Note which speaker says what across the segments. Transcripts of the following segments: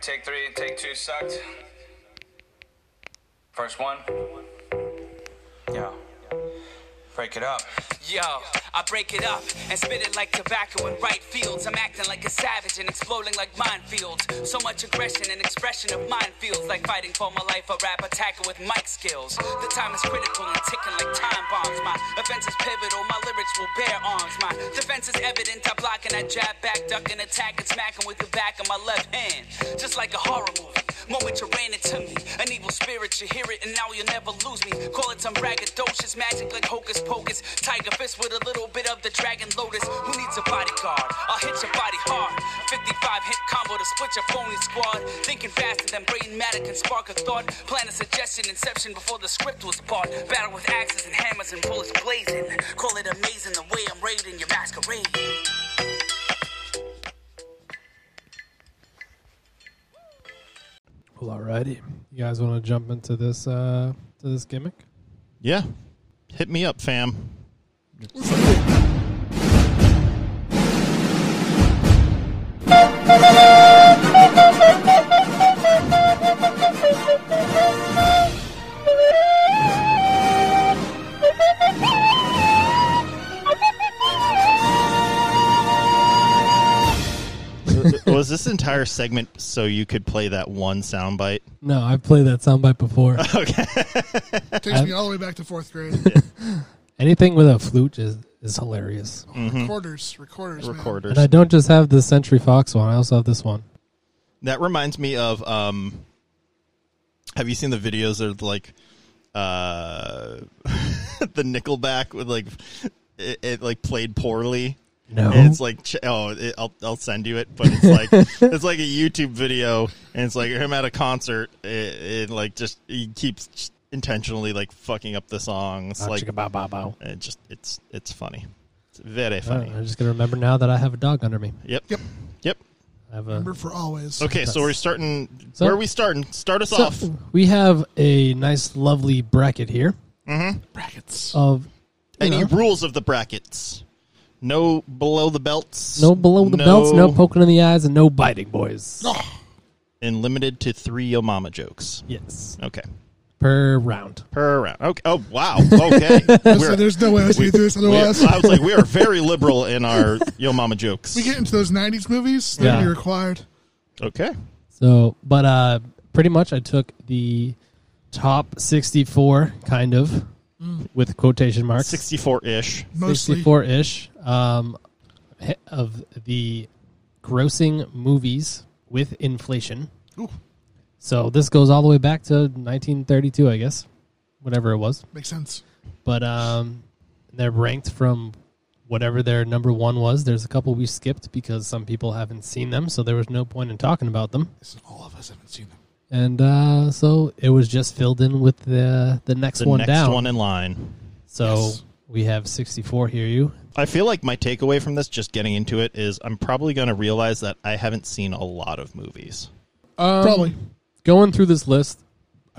Speaker 1: take three, take two sucked. First one. Yeah. Break it up.
Speaker 2: Yo, I break it up and spit it like tobacco in right fields. I'm acting like a savage and exploding like minefields. So much aggression and expression of mine feels like fighting for my life. A rap attacker with mic skills. The time is critical and ticking like time bombs. My offense is pivotal. My lyrics will bear arms. My defense is evident. I block and I jab back, duck and attack and smacking with the back of my left hand, just like a horror movie. Moment you ran into me, an evil spirit. You hear it and now you'll never lose me. Call it some braggadocious magic like hocus pocus. Tiger fist with a little bit of the dragon lotus. Who needs a bodyguard? I'll hit your body hard. 55 hit combo to split your phony squad. Thinking faster than brain matter can spark a thought. Plan a suggestion, inception before the script was bought. Battle with axes and hammers and bullets blazing. Call it amazing the way I'm raiding your masquerade.
Speaker 3: Well, alrighty. You guys want to jump into this uh to this gimmick?
Speaker 4: Yeah. Hit me up, fam. Was this entire segment so you could play that one soundbite?
Speaker 3: No, I've played that soundbite before.
Speaker 5: Takes me all the way back to fourth grade.
Speaker 3: Anything with a flute is is hilarious.
Speaker 5: Recorders, recorders, man.
Speaker 4: Recorders.
Speaker 3: And I don't just have the Century Fox one; I also have this one.
Speaker 4: That reminds me of um have you seen the videos of like uh the Nickelback with like it, it like played poorly?
Speaker 3: No.
Speaker 4: And it's like ch- oh, it, I'll I'll send you it, but it's like it's like a YouTube video and it's like him at a concert it, it like just he keeps intentionally like fucking up the song. It's like
Speaker 3: Chicka bow bow bow.
Speaker 4: it just it's it's funny. It's very
Speaker 3: Oh,
Speaker 4: funny.
Speaker 3: I'm just gonna remember now that I have a dog under me.
Speaker 4: Yep.
Speaker 5: Yep.
Speaker 4: Yep.
Speaker 3: I have a
Speaker 5: Remember for always.
Speaker 4: Okay, so we're starting.
Speaker 3: So-
Speaker 4: where are we starting? Start us off.
Speaker 3: So we have a nice, lovely bracket here
Speaker 5: Brackets.
Speaker 4: Uh,
Speaker 3: of you
Speaker 4: Any
Speaker 3: know,
Speaker 4: rules of the brackets? No below the belts.
Speaker 3: no below the belts, no poking in the eyes, and no biting, boys.
Speaker 4: And limited to three Yo Mama jokes.
Speaker 3: Yes,
Speaker 4: Okay.
Speaker 3: per round.
Speaker 4: Per round. Okay. Oh, wow. Okay.
Speaker 5: So there's no way I was going to do this
Speaker 4: we-
Speaker 5: otherwise.
Speaker 4: I was like, we are very liberal in our Yo Mama jokes.
Speaker 5: we get into those 90s movies, they're going
Speaker 3: Yeah.
Speaker 5: to be required.
Speaker 4: okay.
Speaker 3: So, but uh, pretty much I took the top 64, kind of, with quotation marks,
Speaker 4: 64 ish.
Speaker 5: Mm. Mostly.
Speaker 3: 64 ish, um, he- of the grossing movies with inflation.
Speaker 5: Ooh,
Speaker 3: So this goes all the way back to 1932, I guess, whatever it was.
Speaker 5: makes sense.
Speaker 3: But um, they're ranked from whatever their number one was. There's a couple we skipped because some people haven't seen them, so there was no point in talking about them.
Speaker 5: Listen, all of us haven't seen them.
Speaker 3: and uh, so it was just filled in with the the next
Speaker 4: The
Speaker 3: one
Speaker 4: next
Speaker 3: down.
Speaker 4: one in line.
Speaker 3: so
Speaker 5: Yes.
Speaker 3: we have sixty four here. You
Speaker 4: I feel like my takeaway from this, just getting into it, is I'm probably going to realize that I haven't seen a lot of movies. Um,
Speaker 5: Probably.
Speaker 3: going through this list.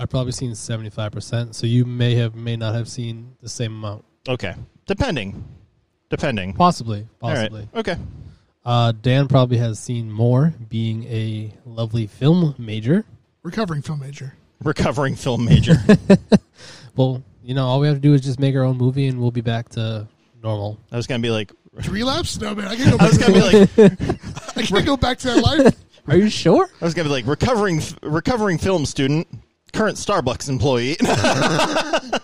Speaker 3: I've probably seen seventy five percent. So you may have may not have seen the same amount.
Speaker 4: Okay. Depending. Depending.
Speaker 3: Possibly,
Speaker 4: All right.
Speaker 3: possibly.
Speaker 4: Okay.
Speaker 3: Uh, Dan probably has seen more, being a lovely film major.
Speaker 5: Recovering film major.
Speaker 4: Recovering film major.
Speaker 3: Well, you know, all we have to do is just make our own movie, and we'll be back to normal.
Speaker 4: I was gonna be like,
Speaker 5: To relapse? No, man. I can't go
Speaker 4: I
Speaker 5: back,
Speaker 4: was
Speaker 5: to,
Speaker 4: gonna be like, I
Speaker 5: I can't go back to that life.
Speaker 3: Are you sure?
Speaker 4: was gonna be like recovering f- recovering film student, current Starbucks employee.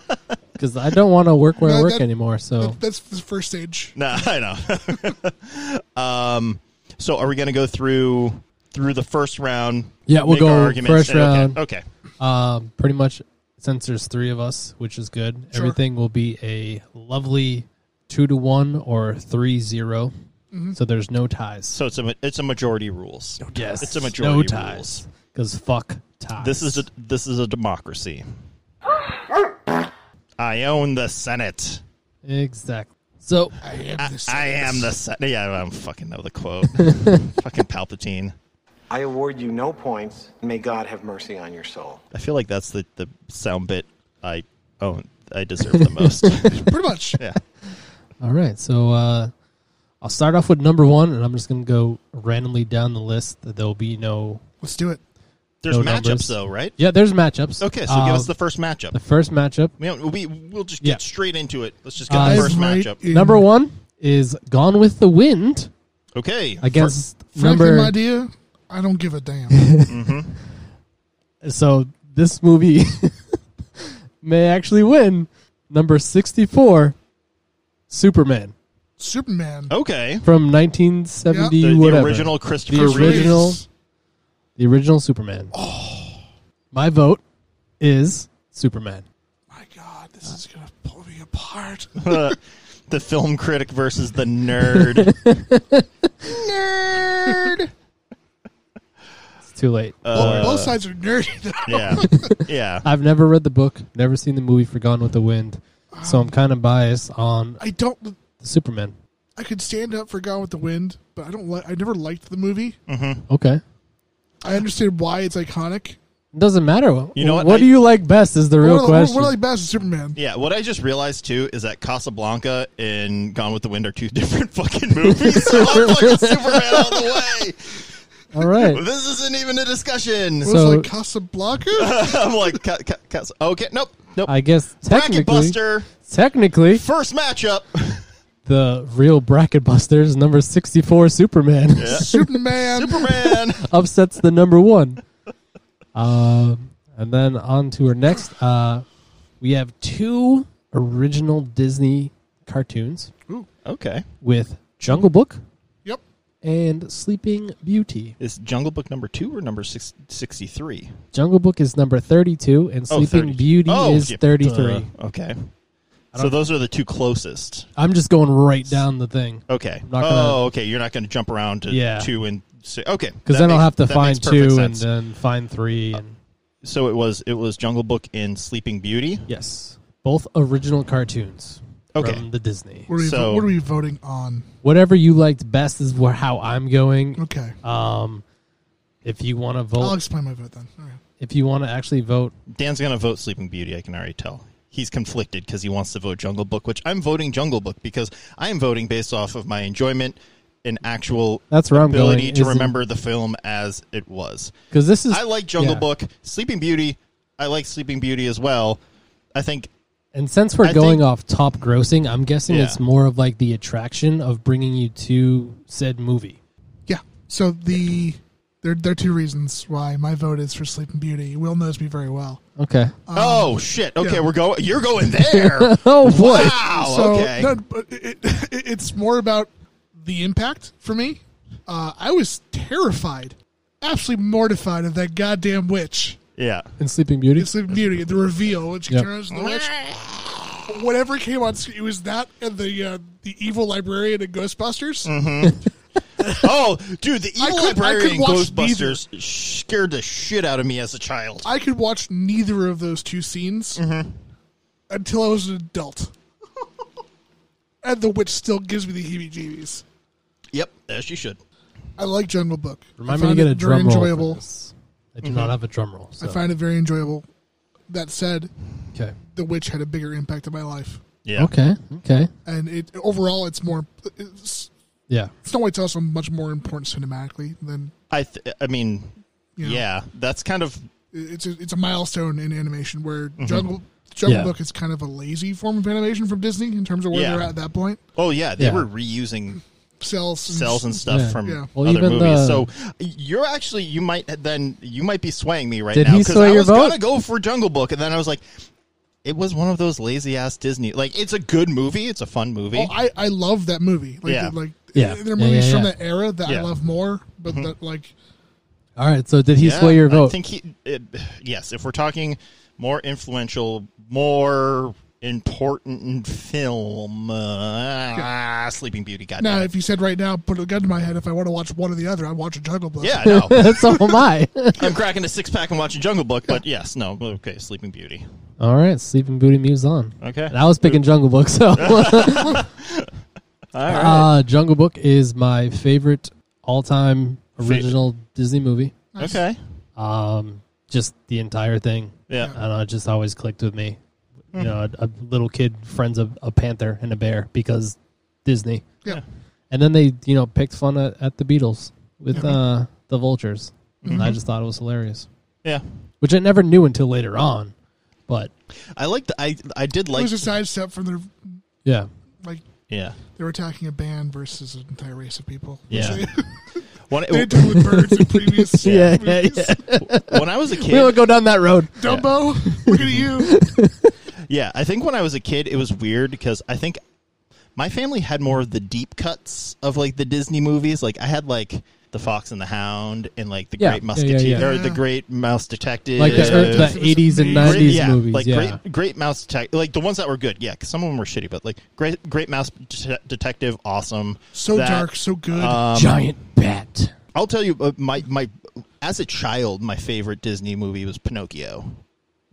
Speaker 3: Because I don't want to work where I
Speaker 5: No,
Speaker 3: work
Speaker 5: that-
Speaker 3: anymore. So
Speaker 5: That's the first stage.
Speaker 4: nah, I know. um, so are we gonna go through through the first round?
Speaker 3: Yeah, we'll
Speaker 4: make our
Speaker 3: go
Speaker 4: arguments?
Speaker 3: first
Speaker 4: Okay,
Speaker 3: round.
Speaker 4: Okay.
Speaker 3: Um, pretty much, since there's three of us, which is good,
Speaker 5: Sure.
Speaker 3: everything will be a lovely two to one or three zero.
Speaker 4: Mm-hmm.
Speaker 3: So there's no ties.
Speaker 4: So it's a ma- it's a majority rules.
Speaker 3: yes,
Speaker 4: it's a
Speaker 3: no
Speaker 4: majority
Speaker 3: ties
Speaker 4: rules.
Speaker 3: because fuck ties.
Speaker 4: This is a this is a democracy. I own the Senate.
Speaker 3: exactly. So
Speaker 5: I am the
Speaker 4: I am the Senate. Yeah, I don't fucking know the quote. fucking Palpatine.
Speaker 6: I award you no points. May God have mercy on your soul.
Speaker 4: I feel like that's the, the sound bit I own. I deserve the most.
Speaker 5: Pretty much.
Speaker 4: yeah.
Speaker 3: all right, so uh, I'll start off with number one, and I'm just gonna go randomly down the list. There'll be no
Speaker 5: Let's do it.
Speaker 4: There's
Speaker 3: No
Speaker 4: matchups
Speaker 3: numbers.
Speaker 4: though, right?
Speaker 3: Yeah, there's matchups.
Speaker 4: Okay, so give
Speaker 3: Uh,
Speaker 4: us the first matchup.
Speaker 3: the first matchup.
Speaker 4: we don't, we we'll just get
Speaker 3: Yeah.
Speaker 4: straight into it. Let's just get
Speaker 3: Uh,
Speaker 4: the first
Speaker 5: Right
Speaker 4: matchup.
Speaker 5: in-
Speaker 3: Number one is Gone with the Wind
Speaker 4: Okay, Fir-
Speaker 3: against
Speaker 5: Frankly,
Speaker 3: number.
Speaker 5: my dear, I don't give a damn.
Speaker 3: so this movie may actually win number sixty-four, Superman
Speaker 5: Superman.
Speaker 4: okay,
Speaker 3: from nineteen seventy
Speaker 4: the, the
Speaker 3: whatever.
Speaker 4: original Christopher
Speaker 3: The
Speaker 4: Reeve.
Speaker 3: original- the original Superman.
Speaker 4: Oh.
Speaker 3: My vote is Superman.
Speaker 5: My God, this is gonna pull me apart.
Speaker 4: the film critic versus the nerd. nerd.
Speaker 3: It's too late.
Speaker 4: Uh,
Speaker 5: Well, both sides are nerdy. though.
Speaker 4: Yeah, yeah.
Speaker 3: I've never read the book, never seen the movie for Gone with the Wind, so I'm kind of biased on
Speaker 5: I don't.
Speaker 3: Superman.
Speaker 5: I could stand up for Gone with the Wind, but I don't like. I never liked the movie.
Speaker 3: Okay.
Speaker 5: I understand why it's iconic.
Speaker 3: It doesn't matter.
Speaker 4: You know what?
Speaker 3: What
Speaker 4: I-
Speaker 3: do you like best is the real
Speaker 5: what, I-
Speaker 3: question.
Speaker 5: What, I like best is Superman.
Speaker 4: Yeah, what I just realized too is that Casablanca and Gone with the Wind are two different fucking movies. so I'm fucking Superman all the
Speaker 3: All
Speaker 4: way.
Speaker 3: right.
Speaker 4: This isn't even a discussion.
Speaker 5: What was
Speaker 3: So-
Speaker 5: it, like Casablanca?
Speaker 4: I'm like, ca- ca- cas- okay, nope, nope.
Speaker 3: I guess
Speaker 4: Bracket
Speaker 3: technically,
Speaker 4: Buster,
Speaker 3: technically,
Speaker 4: first matchup.
Speaker 3: the real bracket buster is number 64 Superman
Speaker 5: Superman.
Speaker 4: Superman.
Speaker 3: upsets the number one. Um, and then on to our next. Uh, we have two original Disney cartoons
Speaker 4: okay,
Speaker 3: with Jungle Book
Speaker 5: Yep.
Speaker 3: and Sleeping Beauty.
Speaker 4: is Jungle Book number two or number six, 63?
Speaker 3: Jungle Book is number 32 and
Speaker 4: Oh,
Speaker 3: Sleeping
Speaker 4: 30.
Speaker 3: Beauty
Speaker 4: Oh,
Speaker 3: is
Speaker 4: yeah,
Speaker 3: 33.
Speaker 4: duh. Okay. So those are the two closest.
Speaker 3: I'm just going right down the thing.
Speaker 4: Okay.
Speaker 3: not gonna-
Speaker 4: oh, okay. You're not going to jump around to
Speaker 3: Yeah.
Speaker 4: two and six. Okay.
Speaker 3: Because
Speaker 4: that
Speaker 3: then I'll
Speaker 4: makes-
Speaker 3: have to
Speaker 4: that makes
Speaker 3: find
Speaker 4: perfect
Speaker 3: two
Speaker 4: sense. Uh,
Speaker 3: and uh, then find three. And
Speaker 4: so it was it was Jungle Book and Sleeping Beauty.
Speaker 3: yes, both original cartoons
Speaker 4: Okay.
Speaker 3: from the Disney.
Speaker 5: What are, we,
Speaker 4: So-
Speaker 5: what are we voting on?
Speaker 3: Whatever you liked best is where, how I'm going.
Speaker 5: Okay.
Speaker 3: Um, if you want to
Speaker 5: I'll
Speaker 3: vote,
Speaker 5: explain my vote then. All right.
Speaker 3: if you want to actually vote,
Speaker 4: Dan's going to vote Sleeping Beauty. I can already tell. He's conflicted because he wants to vote Jungle Book, which I'm voting Jungle Book because I am voting based off of my enjoyment and actual
Speaker 3: That's where I'm
Speaker 4: ability
Speaker 3: going,
Speaker 4: to
Speaker 3: is-
Speaker 4: remember the film as it was.
Speaker 3: because this is
Speaker 4: I like Jungle
Speaker 3: yeah.
Speaker 4: Book, Sleeping Beauty. I like Sleeping Beauty as well. I think
Speaker 3: And since we're
Speaker 4: I
Speaker 3: going
Speaker 4: think-
Speaker 3: off top grossing, I'm guessing
Speaker 4: Yeah.
Speaker 3: it's more of like the attraction of bringing you to said movie.
Speaker 5: Yeah. So the there there are two reasons why my vote is for Sleeping Beauty. Will knows me very well.
Speaker 3: Okay.
Speaker 5: Uh,
Speaker 4: oh shit! Okay,
Speaker 5: Um, yeah.
Speaker 4: we're going. You're going there.
Speaker 3: oh boy.
Speaker 4: wow.
Speaker 5: so
Speaker 4: okay.
Speaker 5: no, but it, it, it's more about the impact for me. Uh, I was terrified, absolutely mortified of that goddamn witch
Speaker 4: yeah.
Speaker 3: And Sleeping Beauty.
Speaker 5: in Sleeping Beauty. The reveal when she
Speaker 3: Yep.
Speaker 5: turns into the witch. Whatever came on screen, it was that and the uh, the evil librarian in Ghostbusters.
Speaker 4: Oh, dude, the evil
Speaker 5: could- I
Speaker 4: librarian
Speaker 5: could
Speaker 4: in
Speaker 5: watch
Speaker 4: Ghostbusters scared the shit out of me as a child.
Speaker 5: I could watch neither of those two scenes until I was an adult. and the witch still gives me the heebie-jeebies.
Speaker 4: yep, as you should.
Speaker 5: I like Jungle Book.
Speaker 3: Remind
Speaker 5: I
Speaker 3: me to
Speaker 5: find
Speaker 3: get
Speaker 5: it
Speaker 3: a
Speaker 5: very
Speaker 3: drum roll. for
Speaker 5: enjoyable. Mm-hmm.
Speaker 3: this. I do not have a drum roll. So.
Speaker 5: I find it very enjoyable. That said,
Speaker 3: okay.
Speaker 5: the witch had a bigger impact on my life,
Speaker 4: Yeah.
Speaker 3: Okay. Okay.
Speaker 5: and it overall, it's more. It's,
Speaker 3: Yeah.
Speaker 5: Snow White's also much more important cinematically than
Speaker 4: I th- I mean,
Speaker 5: Yeah.
Speaker 4: yeah, that's kind of
Speaker 5: it's a, it's a milestone in animation where
Speaker 4: Mm-hmm.
Speaker 5: Jungle Jungle
Speaker 3: Yeah.
Speaker 5: Book is kind of a lazy form of animation from Disney in terms of where
Speaker 4: Yeah.
Speaker 5: they're at at that point.
Speaker 4: Oh yeah, they
Speaker 3: Yeah.
Speaker 4: were reusing
Speaker 5: Cells,
Speaker 4: cells and stuff
Speaker 3: Yeah.
Speaker 4: from
Speaker 5: Yeah.
Speaker 3: Well,
Speaker 4: other
Speaker 3: even
Speaker 4: movies.
Speaker 3: the-
Speaker 4: So you're actually you might then you might be swaying me right
Speaker 3: Did
Speaker 4: now
Speaker 3: he sway
Speaker 4: I
Speaker 3: your
Speaker 4: was
Speaker 3: vote?
Speaker 4: gonna go for Jungle Book and then I was like it was one of those lazy ass Disney. Like it's a good movie, it's a fun movie.
Speaker 5: Oh, I, I love that movie. Like,
Speaker 4: Yeah.
Speaker 5: like
Speaker 3: Yeah.
Speaker 5: there are
Speaker 3: Yeah,
Speaker 5: movies
Speaker 3: yeah,
Speaker 5: from
Speaker 3: yeah.
Speaker 5: that era that
Speaker 4: Yeah. Mm-hmm.
Speaker 5: I love more, but that like
Speaker 3: All right. So did he
Speaker 4: Yeah,
Speaker 3: sway your vote?
Speaker 4: I think he. It, yes, if we're talking more influential, more important film, uh, Sleeping Beauty. God
Speaker 5: now
Speaker 4: damn it.
Speaker 5: if you said right now, put a gun to my head if I want to watch one or the other, I watch a Jungle Book.
Speaker 4: yeah, no.
Speaker 3: so am I.
Speaker 4: I'm cracking a six pack and watching Jungle Book, but yes, no. Okay, Sleeping Beauty.
Speaker 3: All right. Sleeping Beauty moves on.
Speaker 4: Okay.
Speaker 3: And I was picking Jungle Book, so
Speaker 4: All right.
Speaker 3: uh, Jungle Book is my favorite all-time original Disney movie.
Speaker 4: okay.
Speaker 3: Um, just the entire thing.
Speaker 4: Yeah.
Speaker 3: I don't know, it just always clicked with me. You know, a, a little kid friends of a panther and a bear because Disney.
Speaker 5: yeah.
Speaker 3: And then they, you know, picked fun at, at the Beatles with uh, the vultures. And I just thought it was hilarious,
Speaker 4: Yeah,
Speaker 3: which I never knew until later on. But
Speaker 4: I like the I I did
Speaker 5: it
Speaker 4: like
Speaker 5: was a sidestep from their
Speaker 3: yeah,
Speaker 5: like
Speaker 4: yeah
Speaker 5: they were attacking a band versus an entire race of people.
Speaker 4: Yeah.
Speaker 5: Which
Speaker 4: when,
Speaker 5: they they did with birds in previous
Speaker 3: Yeah, yeah,
Speaker 5: movies.
Speaker 3: yeah.
Speaker 4: when I was a
Speaker 3: we don't
Speaker 4: kid.
Speaker 3: go down that road.
Speaker 5: Dumbo, look at you.
Speaker 4: Yeah, I think when I was a kid, it was weird because I think my family had more of the deep cuts of like the Disney movies. Like I had like. The Fox and the Hound, and like the
Speaker 3: Yeah, yeah,
Speaker 4: Great
Speaker 3: yeah,
Speaker 4: Musketeer,
Speaker 3: yeah.
Speaker 4: or the Great Mouse Detective,
Speaker 3: Like the,
Speaker 5: Yeah.
Speaker 3: the 80s and
Speaker 5: Great-
Speaker 3: 90s movies.
Speaker 4: like
Speaker 3: yeah.
Speaker 4: great, great mouse detective, like the ones that were good. Yeah, 'cause some of them were shitty, but like great, great mouse Det- detective, awesome.
Speaker 5: So
Speaker 4: That- uh,
Speaker 5: dark, so good.
Speaker 4: Um,
Speaker 3: Giant bat.
Speaker 4: I'll tell you, uh, my my as a child, my favorite Disney movie was Pinocchio.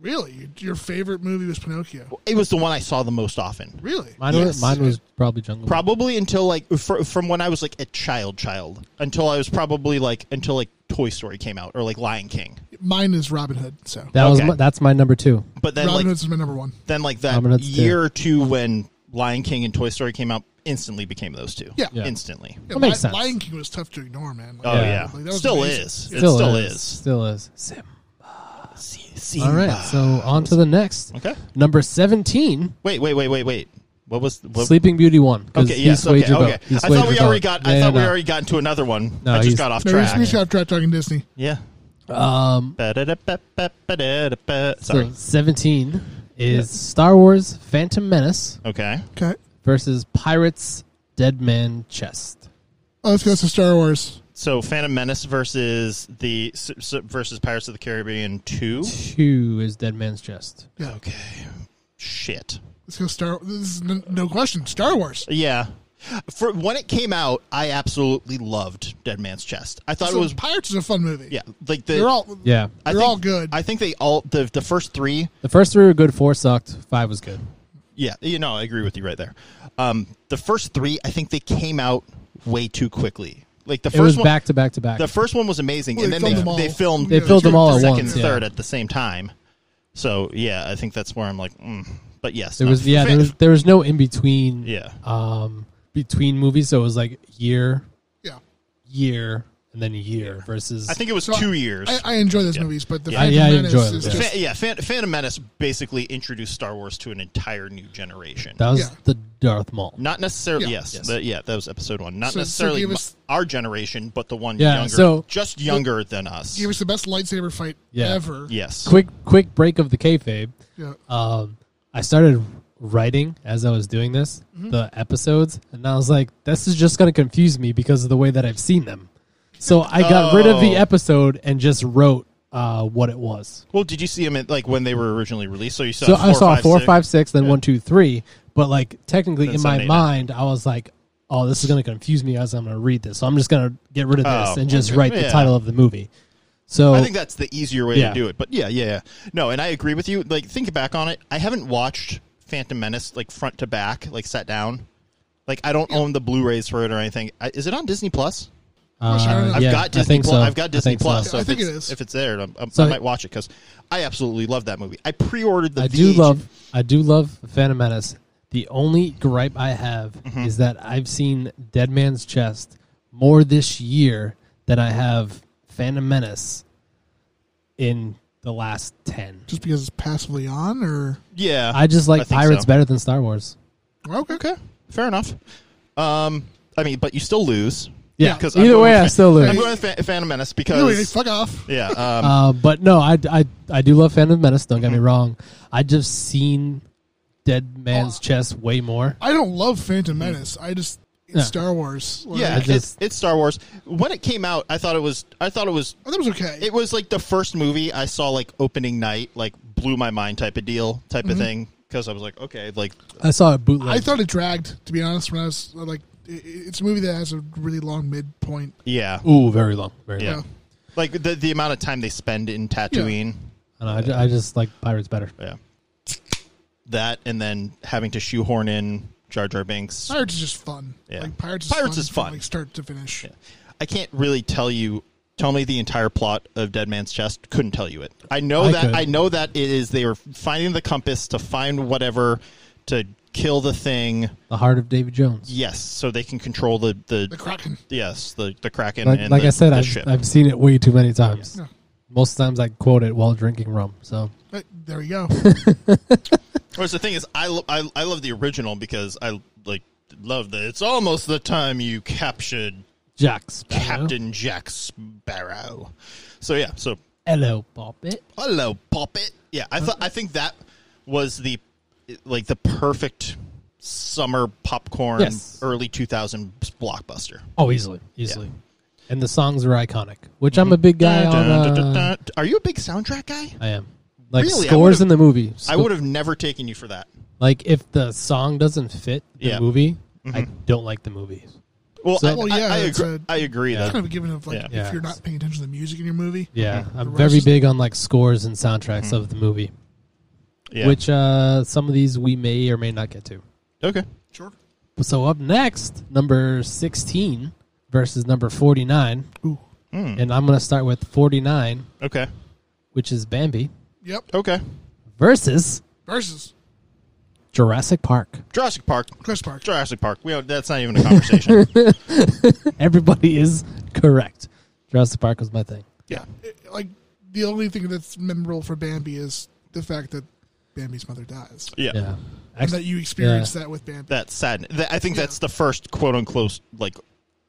Speaker 5: really, your favorite movie was Pinocchio.
Speaker 4: It was the one I saw the most often,
Speaker 5: Really,
Speaker 3: Mine,
Speaker 4: Yes.
Speaker 3: was, mine was probably Jungle. Book.
Speaker 4: probably until like fr- from when I was like a child, child until I was probably like until like Toy Story came out or like Lion King.
Speaker 5: mine is Robin Hood. So
Speaker 3: That was
Speaker 4: okay.
Speaker 3: my, that's my number two.
Speaker 4: But then
Speaker 5: Robin
Speaker 4: like
Speaker 5: Hood's my number one.
Speaker 4: then like that
Speaker 3: Robin Hood's
Speaker 4: year or two when Lion King and Toy Story came out, instantly became those two.
Speaker 5: Yeah. Yeah.
Speaker 4: instantly.
Speaker 5: Yeah,
Speaker 3: That makes
Speaker 5: Li-
Speaker 3: sense.
Speaker 5: Lion King was tough to ignore, man. Like,
Speaker 4: Oh yeah,
Speaker 5: like, that was
Speaker 4: still
Speaker 5: amazing.
Speaker 4: is.
Speaker 5: Yeah.
Speaker 4: It still is.
Speaker 3: Still is. Sim.
Speaker 4: Simba.
Speaker 3: All right. So on to the next.
Speaker 4: Okay.
Speaker 3: Number 17,
Speaker 4: Wait, wait, wait, wait, wait. What was what?
Speaker 3: Sleeping Beauty 1. 'cause
Speaker 4: Okay,
Speaker 3: he
Speaker 4: yes,
Speaker 3: swayed
Speaker 4: okay,
Speaker 3: your
Speaker 4: okay.
Speaker 3: vote. He
Speaker 4: I
Speaker 3: swayed
Speaker 4: thought we
Speaker 3: your
Speaker 4: already
Speaker 3: vote.
Speaker 4: got.
Speaker 3: Yeah,
Speaker 4: I thought we
Speaker 3: no.
Speaker 4: already got into another one.
Speaker 3: No,
Speaker 4: I just
Speaker 3: he's-
Speaker 4: got off
Speaker 5: No, we just-
Speaker 4: track.
Speaker 5: we just got track talking Disney.
Speaker 4: yeah.
Speaker 3: Um,
Speaker 4: Ba-da-da-ba-ba-ba-da-da-ba.
Speaker 3: so
Speaker 4: Sorry.
Speaker 3: 17 is Star Wars Phantom Menace
Speaker 4: Okay.
Speaker 5: Okay.
Speaker 3: versus Pirates Dead Man Chest.
Speaker 5: Oh, let's go to Star Wars.
Speaker 4: So Phantom Menace versus the s- s- versus Pirates of the Caribbean two.
Speaker 3: Two is Dead Man's Chest.
Speaker 5: Yeah.
Speaker 4: Okay. Shit.
Speaker 5: Let's go Star. This is n- no question. Star Wars.
Speaker 4: Yeah. For when it came out, I absolutely loved Dead Man's Chest. I thought
Speaker 5: So
Speaker 4: it was
Speaker 5: Pirates is a fun movie.
Speaker 4: yeah, like the
Speaker 5: They're all
Speaker 3: Yeah.
Speaker 4: I
Speaker 5: they're
Speaker 4: think-
Speaker 5: all good.
Speaker 4: I think they all the the first three
Speaker 3: The first three were good. Four sucked. Five was good.
Speaker 4: Yeah, you know, I agree with you right there. Um, the first three, I think they came out way too quickly. Like the
Speaker 3: It was
Speaker 4: first one,
Speaker 3: back to back to back.
Speaker 4: the first one was amazing,
Speaker 5: Well,
Speaker 4: and
Speaker 5: they
Speaker 4: then
Speaker 5: filmed
Speaker 4: they
Speaker 5: them all.
Speaker 4: they filmed
Speaker 3: They
Speaker 5: Yeah,
Speaker 3: filled
Speaker 5: two-
Speaker 3: them all
Speaker 4: the
Speaker 3: at
Speaker 4: second,
Speaker 3: once. yeah.
Speaker 4: third at the same time. So yeah, I think that's where I'm like, mm. but yes,
Speaker 3: There
Speaker 4: no,
Speaker 3: was yeah,
Speaker 4: fa-
Speaker 3: there was there was no in between
Speaker 4: yeah,
Speaker 3: um between movies, so it was like year,
Speaker 5: yeah.
Speaker 3: year, and then year versus
Speaker 4: I think it was
Speaker 5: So
Speaker 4: two years.
Speaker 5: I, I enjoy those movies, but the
Speaker 4: Yeah.
Speaker 5: Phantom
Speaker 3: Yeah, I
Speaker 5: Menace
Speaker 3: enjoy them,
Speaker 5: is
Speaker 3: yeah.
Speaker 5: just
Speaker 4: Fa- yeah, Fan- Phantom Menace basically introduced Star Wars to an entire new generation.
Speaker 3: that was
Speaker 5: yeah.
Speaker 3: the Darth Maul.
Speaker 4: Not necessarily
Speaker 5: Yeah.
Speaker 4: yes,
Speaker 3: Yes.
Speaker 4: but yeah, that was episode one. Not
Speaker 5: So- so
Speaker 4: necessarily
Speaker 5: give us-
Speaker 4: m- our generation, but the one
Speaker 3: Yeah,
Speaker 4: younger,
Speaker 3: so-
Speaker 4: just younger than us.
Speaker 5: It was the best lightsaber fight
Speaker 3: Yeah.
Speaker 5: ever.
Speaker 4: yes,
Speaker 3: Quick quick break of the kayfabe.
Speaker 5: Yeah.
Speaker 3: Um, I started writing as I was doing this
Speaker 4: Mm-hmm.
Speaker 3: the episodes, and I was like, this is just gonna confuse me because of the way that I've seen them. So I got rid of the
Speaker 4: Oh.
Speaker 3: episode and just wrote uh, what it was.
Speaker 4: Well, did you see them at, like when they were originally released? So you saw
Speaker 3: So
Speaker 4: four,
Speaker 3: I saw
Speaker 4: five,
Speaker 3: four,
Speaker 4: six?
Speaker 3: five, six, then one, two, three. But like technically,
Speaker 4: Then
Speaker 3: in
Speaker 4: seven,
Speaker 3: my
Speaker 4: eight, nine.
Speaker 3: mind, I was like, "Oh, this is going to confuse me as I'm going to read this." So I'm just going to get rid of this
Speaker 4: Oh,
Speaker 3: and just
Speaker 4: okay.
Speaker 3: write the
Speaker 4: Yeah.
Speaker 3: title of the movie. So
Speaker 4: I think that's the easier way
Speaker 3: Yeah.
Speaker 4: to do it. But yeah, yeah, yeah. No, and I agree with you. Like think back on it, I haven't watched Phantom Menace like front to back, like sat down. Like I don't own the Blu-rays for it or anything. I, is it on Disney Plus?
Speaker 5: I've
Speaker 3: uh,
Speaker 4: I've
Speaker 3: yeah,
Speaker 4: got
Speaker 3: I
Speaker 4: Disney.
Speaker 3: think
Speaker 4: Plus.
Speaker 3: so.
Speaker 4: I've got Disney
Speaker 3: think so.
Speaker 4: Plus. So,
Speaker 5: I
Speaker 4: if
Speaker 5: think it
Speaker 4: it's-
Speaker 5: is.
Speaker 4: If it's there, I'm, I'm,
Speaker 3: So-
Speaker 4: I might watch it because I absolutely love that movie. I pre-ordered the.
Speaker 3: I do
Speaker 4: VH
Speaker 3: love, I do love Phantom Menace. The only gripe I have
Speaker 4: Mm-hmm.
Speaker 3: is that I've seen Dead Man's Chest more this year than I have Phantom Menace in the last ten.
Speaker 5: Just because it's passively on, or
Speaker 4: Yeah,
Speaker 3: I just like
Speaker 4: think
Speaker 3: Pirates
Speaker 4: so.
Speaker 3: better than Star Wars.
Speaker 5: okay, okay.
Speaker 4: Fair enough. Um, I mean, but you still lose.
Speaker 3: Yeah.
Speaker 4: 'cause
Speaker 3: Either
Speaker 4: going
Speaker 3: way,
Speaker 4: with
Speaker 3: I
Speaker 4: Fa-
Speaker 3: still lose.
Speaker 4: I'm going with Fa- Phantom Menace
Speaker 5: Anyway,
Speaker 4: because
Speaker 5: fuck off.
Speaker 4: yeah, um,
Speaker 3: Uh, but no, I, I, I do love Phantom Menace. Don't get
Speaker 4: Mm-hmm.
Speaker 3: me wrong. I just seen Dead
Speaker 4: Oh.
Speaker 3: Man's Chest way more.
Speaker 5: I don't love Phantom Menace. I just it's
Speaker 3: Yeah.
Speaker 5: Star Wars. Like,
Speaker 4: Yeah,
Speaker 3: I
Speaker 4: it's,
Speaker 3: just-
Speaker 4: it's Star Wars. When it came out, I thought it was. I thought it was.
Speaker 5: I thought it was okay.
Speaker 4: It was like the first movie I saw like opening night, like blew my mind type of deal, type
Speaker 3: Mm-hmm.
Speaker 4: of thing. Because I was like, okay, like
Speaker 3: I saw a bootleg.
Speaker 5: I thought it dragged. To be honest, when I was uh, like, it, it's a movie that has a really long midpoint.
Speaker 4: yeah,
Speaker 3: Ooh, very long. Very
Speaker 4: yeah,
Speaker 5: Yeah.
Speaker 4: like the the amount of time they spend in Tatooine,
Speaker 3: long. I, don't know, I, ju- I just like Pirates better.
Speaker 4: yeah. that and then having to shoehorn in Jar Jar Binks.
Speaker 5: Pirates is just fun.
Speaker 4: Yeah.
Speaker 5: Like Pirates. Is
Speaker 4: Pirates
Speaker 5: fun
Speaker 4: is
Speaker 5: from,
Speaker 4: fun.
Speaker 5: like start to finish.
Speaker 4: I can't really tell you. Tell me the entire plot of Dead Man's Chest. Couldn't tell you it. I know
Speaker 3: I
Speaker 4: that
Speaker 3: could.
Speaker 4: I know that it is. They were finding the compass to find whatever to kill the thing.
Speaker 3: The heart of David Jones.
Speaker 4: Yes, so they can control the the,
Speaker 5: The Kraken.
Speaker 4: yes the the kraken.
Speaker 3: Like,
Speaker 4: and
Speaker 3: like
Speaker 4: the-
Speaker 3: I said,
Speaker 4: the
Speaker 3: I've,
Speaker 4: ship.
Speaker 3: I've seen it way too many times.
Speaker 5: Yeah.
Speaker 3: Most times I quote it while drinking rum. So
Speaker 5: But Uh, there we go.
Speaker 4: Whereas the thing is, I, lo- I I love the original because I like love that it's almost the time you captured
Speaker 3: Jack Sparrow.
Speaker 4: Captain Jack Sparrow. So yeah, so
Speaker 3: Hello, Poppet.
Speaker 4: hello, poppet. Yeah, I thought I think that was the like the perfect summer popcorn
Speaker 3: Yes.
Speaker 4: early 2000 blockbuster.
Speaker 3: Oh, easily, easily. And the songs are iconic, which
Speaker 4: Mm-hmm.
Speaker 3: I'm a big guy on. Uh,
Speaker 4: Are you a big soundtrack guy?
Speaker 3: I am. Like
Speaker 4: Really? I
Speaker 3: scores
Speaker 4: would've-
Speaker 3: in the movie.
Speaker 4: I
Speaker 3: Sco-
Speaker 4: would have never taken you for that.
Speaker 3: like if the song doesn't fit the
Speaker 4: Yeah.
Speaker 3: movie, I don't like the movie.
Speaker 4: Well,
Speaker 3: So-
Speaker 4: I,
Speaker 5: Well,
Speaker 4: I-
Speaker 5: yeah,
Speaker 4: I
Speaker 5: it's
Speaker 4: agree.
Speaker 5: a-
Speaker 4: I agree
Speaker 5: kind
Speaker 4: that
Speaker 5: of a given of like
Speaker 4: Yeah.
Speaker 5: if
Speaker 3: Yeah.
Speaker 5: you're not paying attention to the music in your movie.
Speaker 3: Yeah, I'm
Speaker 5: The
Speaker 3: very
Speaker 5: rest-
Speaker 3: big on like scores and soundtracks of the movie,
Speaker 4: yeah.
Speaker 3: which uh, some of these we may or may not get to.
Speaker 4: okay.
Speaker 5: Sure.
Speaker 3: So up next, number 16 versus number 49,
Speaker 5: Ooh.
Speaker 3: and I'm going to start with 49,
Speaker 4: Okay.
Speaker 3: which is Bambi
Speaker 5: Yep.
Speaker 4: Okay.
Speaker 3: versus
Speaker 5: Versus
Speaker 3: Jurassic Park.
Speaker 4: Jurassic Park.
Speaker 5: Chris Park.
Speaker 4: Jurassic Park. We don't- that's not even a conversation.
Speaker 3: Everybody is correct. Jurassic Park was my thing.
Speaker 4: yeah.
Speaker 5: It- like the only thing that's memorable for Bambi is the fact that Bambi's mother dies.
Speaker 4: Yeah.
Speaker 3: Yeah.
Speaker 5: And
Speaker 3: Actually,
Speaker 5: that you experienced
Speaker 3: yeah.
Speaker 5: that with Bambi.
Speaker 4: That's sad. Th- I think that's the first quote unquote like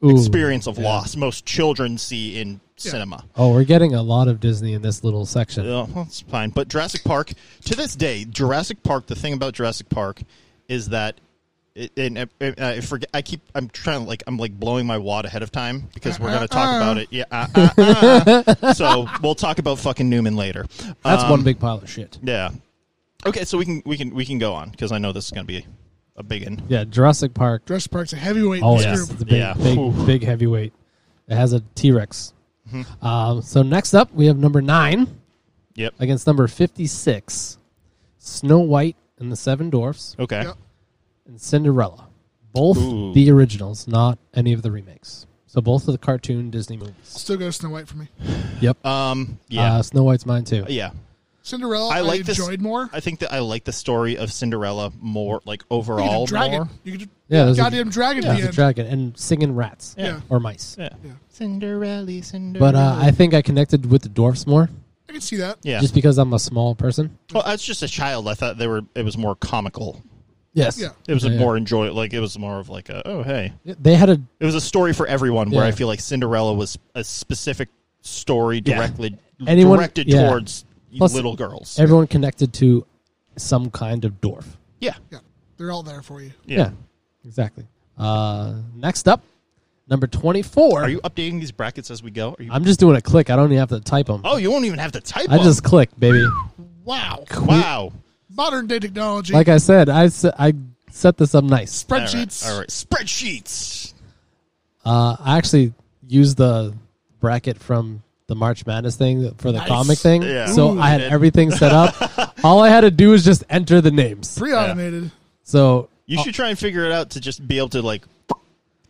Speaker 3: Ooh,
Speaker 4: experience of
Speaker 3: yeah.
Speaker 4: loss most children see in cinema.
Speaker 3: Oh, we're getting a lot of Disney in this little section.
Speaker 4: Well, that's fine. But Jurassic Park, to this day, Jurassic Park. The thing about Jurassic Park is that, it, and I, I forget. I keep. I'm trying to like. I'm like blowing my wad ahead of time because we're gonna talk about it. Yeah. Uh, uh, uh. so we'll talk about fucking Newman later. Uh,
Speaker 3: That's one big pile of shit.
Speaker 4: Yeah. Okay, so we can we can we can go on because I know this is gonna be a big one.
Speaker 3: Yeah, Jurassic Park.
Speaker 5: Jurassic Park's a heavyweight in
Speaker 3: Oh,
Speaker 5: this
Speaker 3: yeah.
Speaker 5: group.
Speaker 3: It's a big,
Speaker 4: Yeah.
Speaker 3: big,
Speaker 4: Oof. Mm-hmm.
Speaker 3: big heavyweight. It has a T Rex. Um, so next up, we have number nine
Speaker 4: Yep.
Speaker 3: against number 56 Snow White and the Seven Dwarfs
Speaker 4: Okay.
Speaker 5: Yep.
Speaker 3: and Cinderella. Both
Speaker 4: Ooh.
Speaker 3: the originals, not any of the remakes. So both of the cartoon Disney movies.
Speaker 5: Still goes Snow White for me.
Speaker 3: Yep.
Speaker 4: Um. Yeah.
Speaker 3: Uh, Snow White's mine too.
Speaker 4: yeah.
Speaker 5: Cinderella,
Speaker 4: I
Speaker 5: I,
Speaker 4: like this-
Speaker 5: enjoyed more.
Speaker 4: I think that I like the story of Cinderella more, like
Speaker 5: You could
Speaker 4: overall.
Speaker 5: do dragon.
Speaker 4: More.
Speaker 5: You could do
Speaker 3: Yeah, there's a-
Speaker 5: goddamn dragon at
Speaker 3: There's
Speaker 5: the
Speaker 3: a
Speaker 5: end.
Speaker 3: dragon and singing rats
Speaker 5: Yeah.
Speaker 3: or mice.
Speaker 4: Yeah.
Speaker 5: Yeah.
Speaker 4: Cinderella, Cinderella.
Speaker 3: But uh, I think I connected with the dwarfs more
Speaker 5: I can see that.
Speaker 4: yeah.
Speaker 3: just because I'm a small person.
Speaker 4: well, as just a child, I thought they were. It was more comical.
Speaker 3: Yes.
Speaker 5: Yeah.
Speaker 4: It was a
Speaker 3: Yeah.
Speaker 4: more enjoy. Like it was more of like a oh hey.
Speaker 3: They had a
Speaker 4: It was a story for everyone. Where
Speaker 3: Yeah.
Speaker 4: I feel like Cinderella was a specific story
Speaker 3: Yeah.
Speaker 4: directly
Speaker 3: Anyone-
Speaker 4: directed
Speaker 3: yeah.
Speaker 4: towards
Speaker 3: Plus,
Speaker 4: little girls.
Speaker 3: everyone connected to some kind of dwarf.
Speaker 4: yeah.
Speaker 5: Yeah. They're all there for you.
Speaker 4: yeah.
Speaker 3: exactly. Uh, next up, number twenty-four.
Speaker 4: Are you updating these brackets as we go? Are you?
Speaker 3: I'm just doing a click. I don't even have to type them.
Speaker 4: oh, you won't even have to type.
Speaker 3: I
Speaker 4: them.
Speaker 3: just click, baby.
Speaker 5: Wow.
Speaker 4: wow.
Speaker 5: Modern day technology.
Speaker 3: Like I said, I se- I set this up nice.
Speaker 4: All right,
Speaker 5: spreadsheets.
Speaker 4: all right. Spreadsheets.
Speaker 3: Uh, I actually used the bracket from the March Madness thing for the
Speaker 5: Nice.
Speaker 3: comic thing.
Speaker 4: Yeah.
Speaker 3: So
Speaker 4: Ooh,
Speaker 3: I had
Speaker 4: man.
Speaker 3: everything set up. All I had to do was just enter the names.
Speaker 5: Pre-automated.
Speaker 3: So
Speaker 4: You should try and figure it out to just be able to like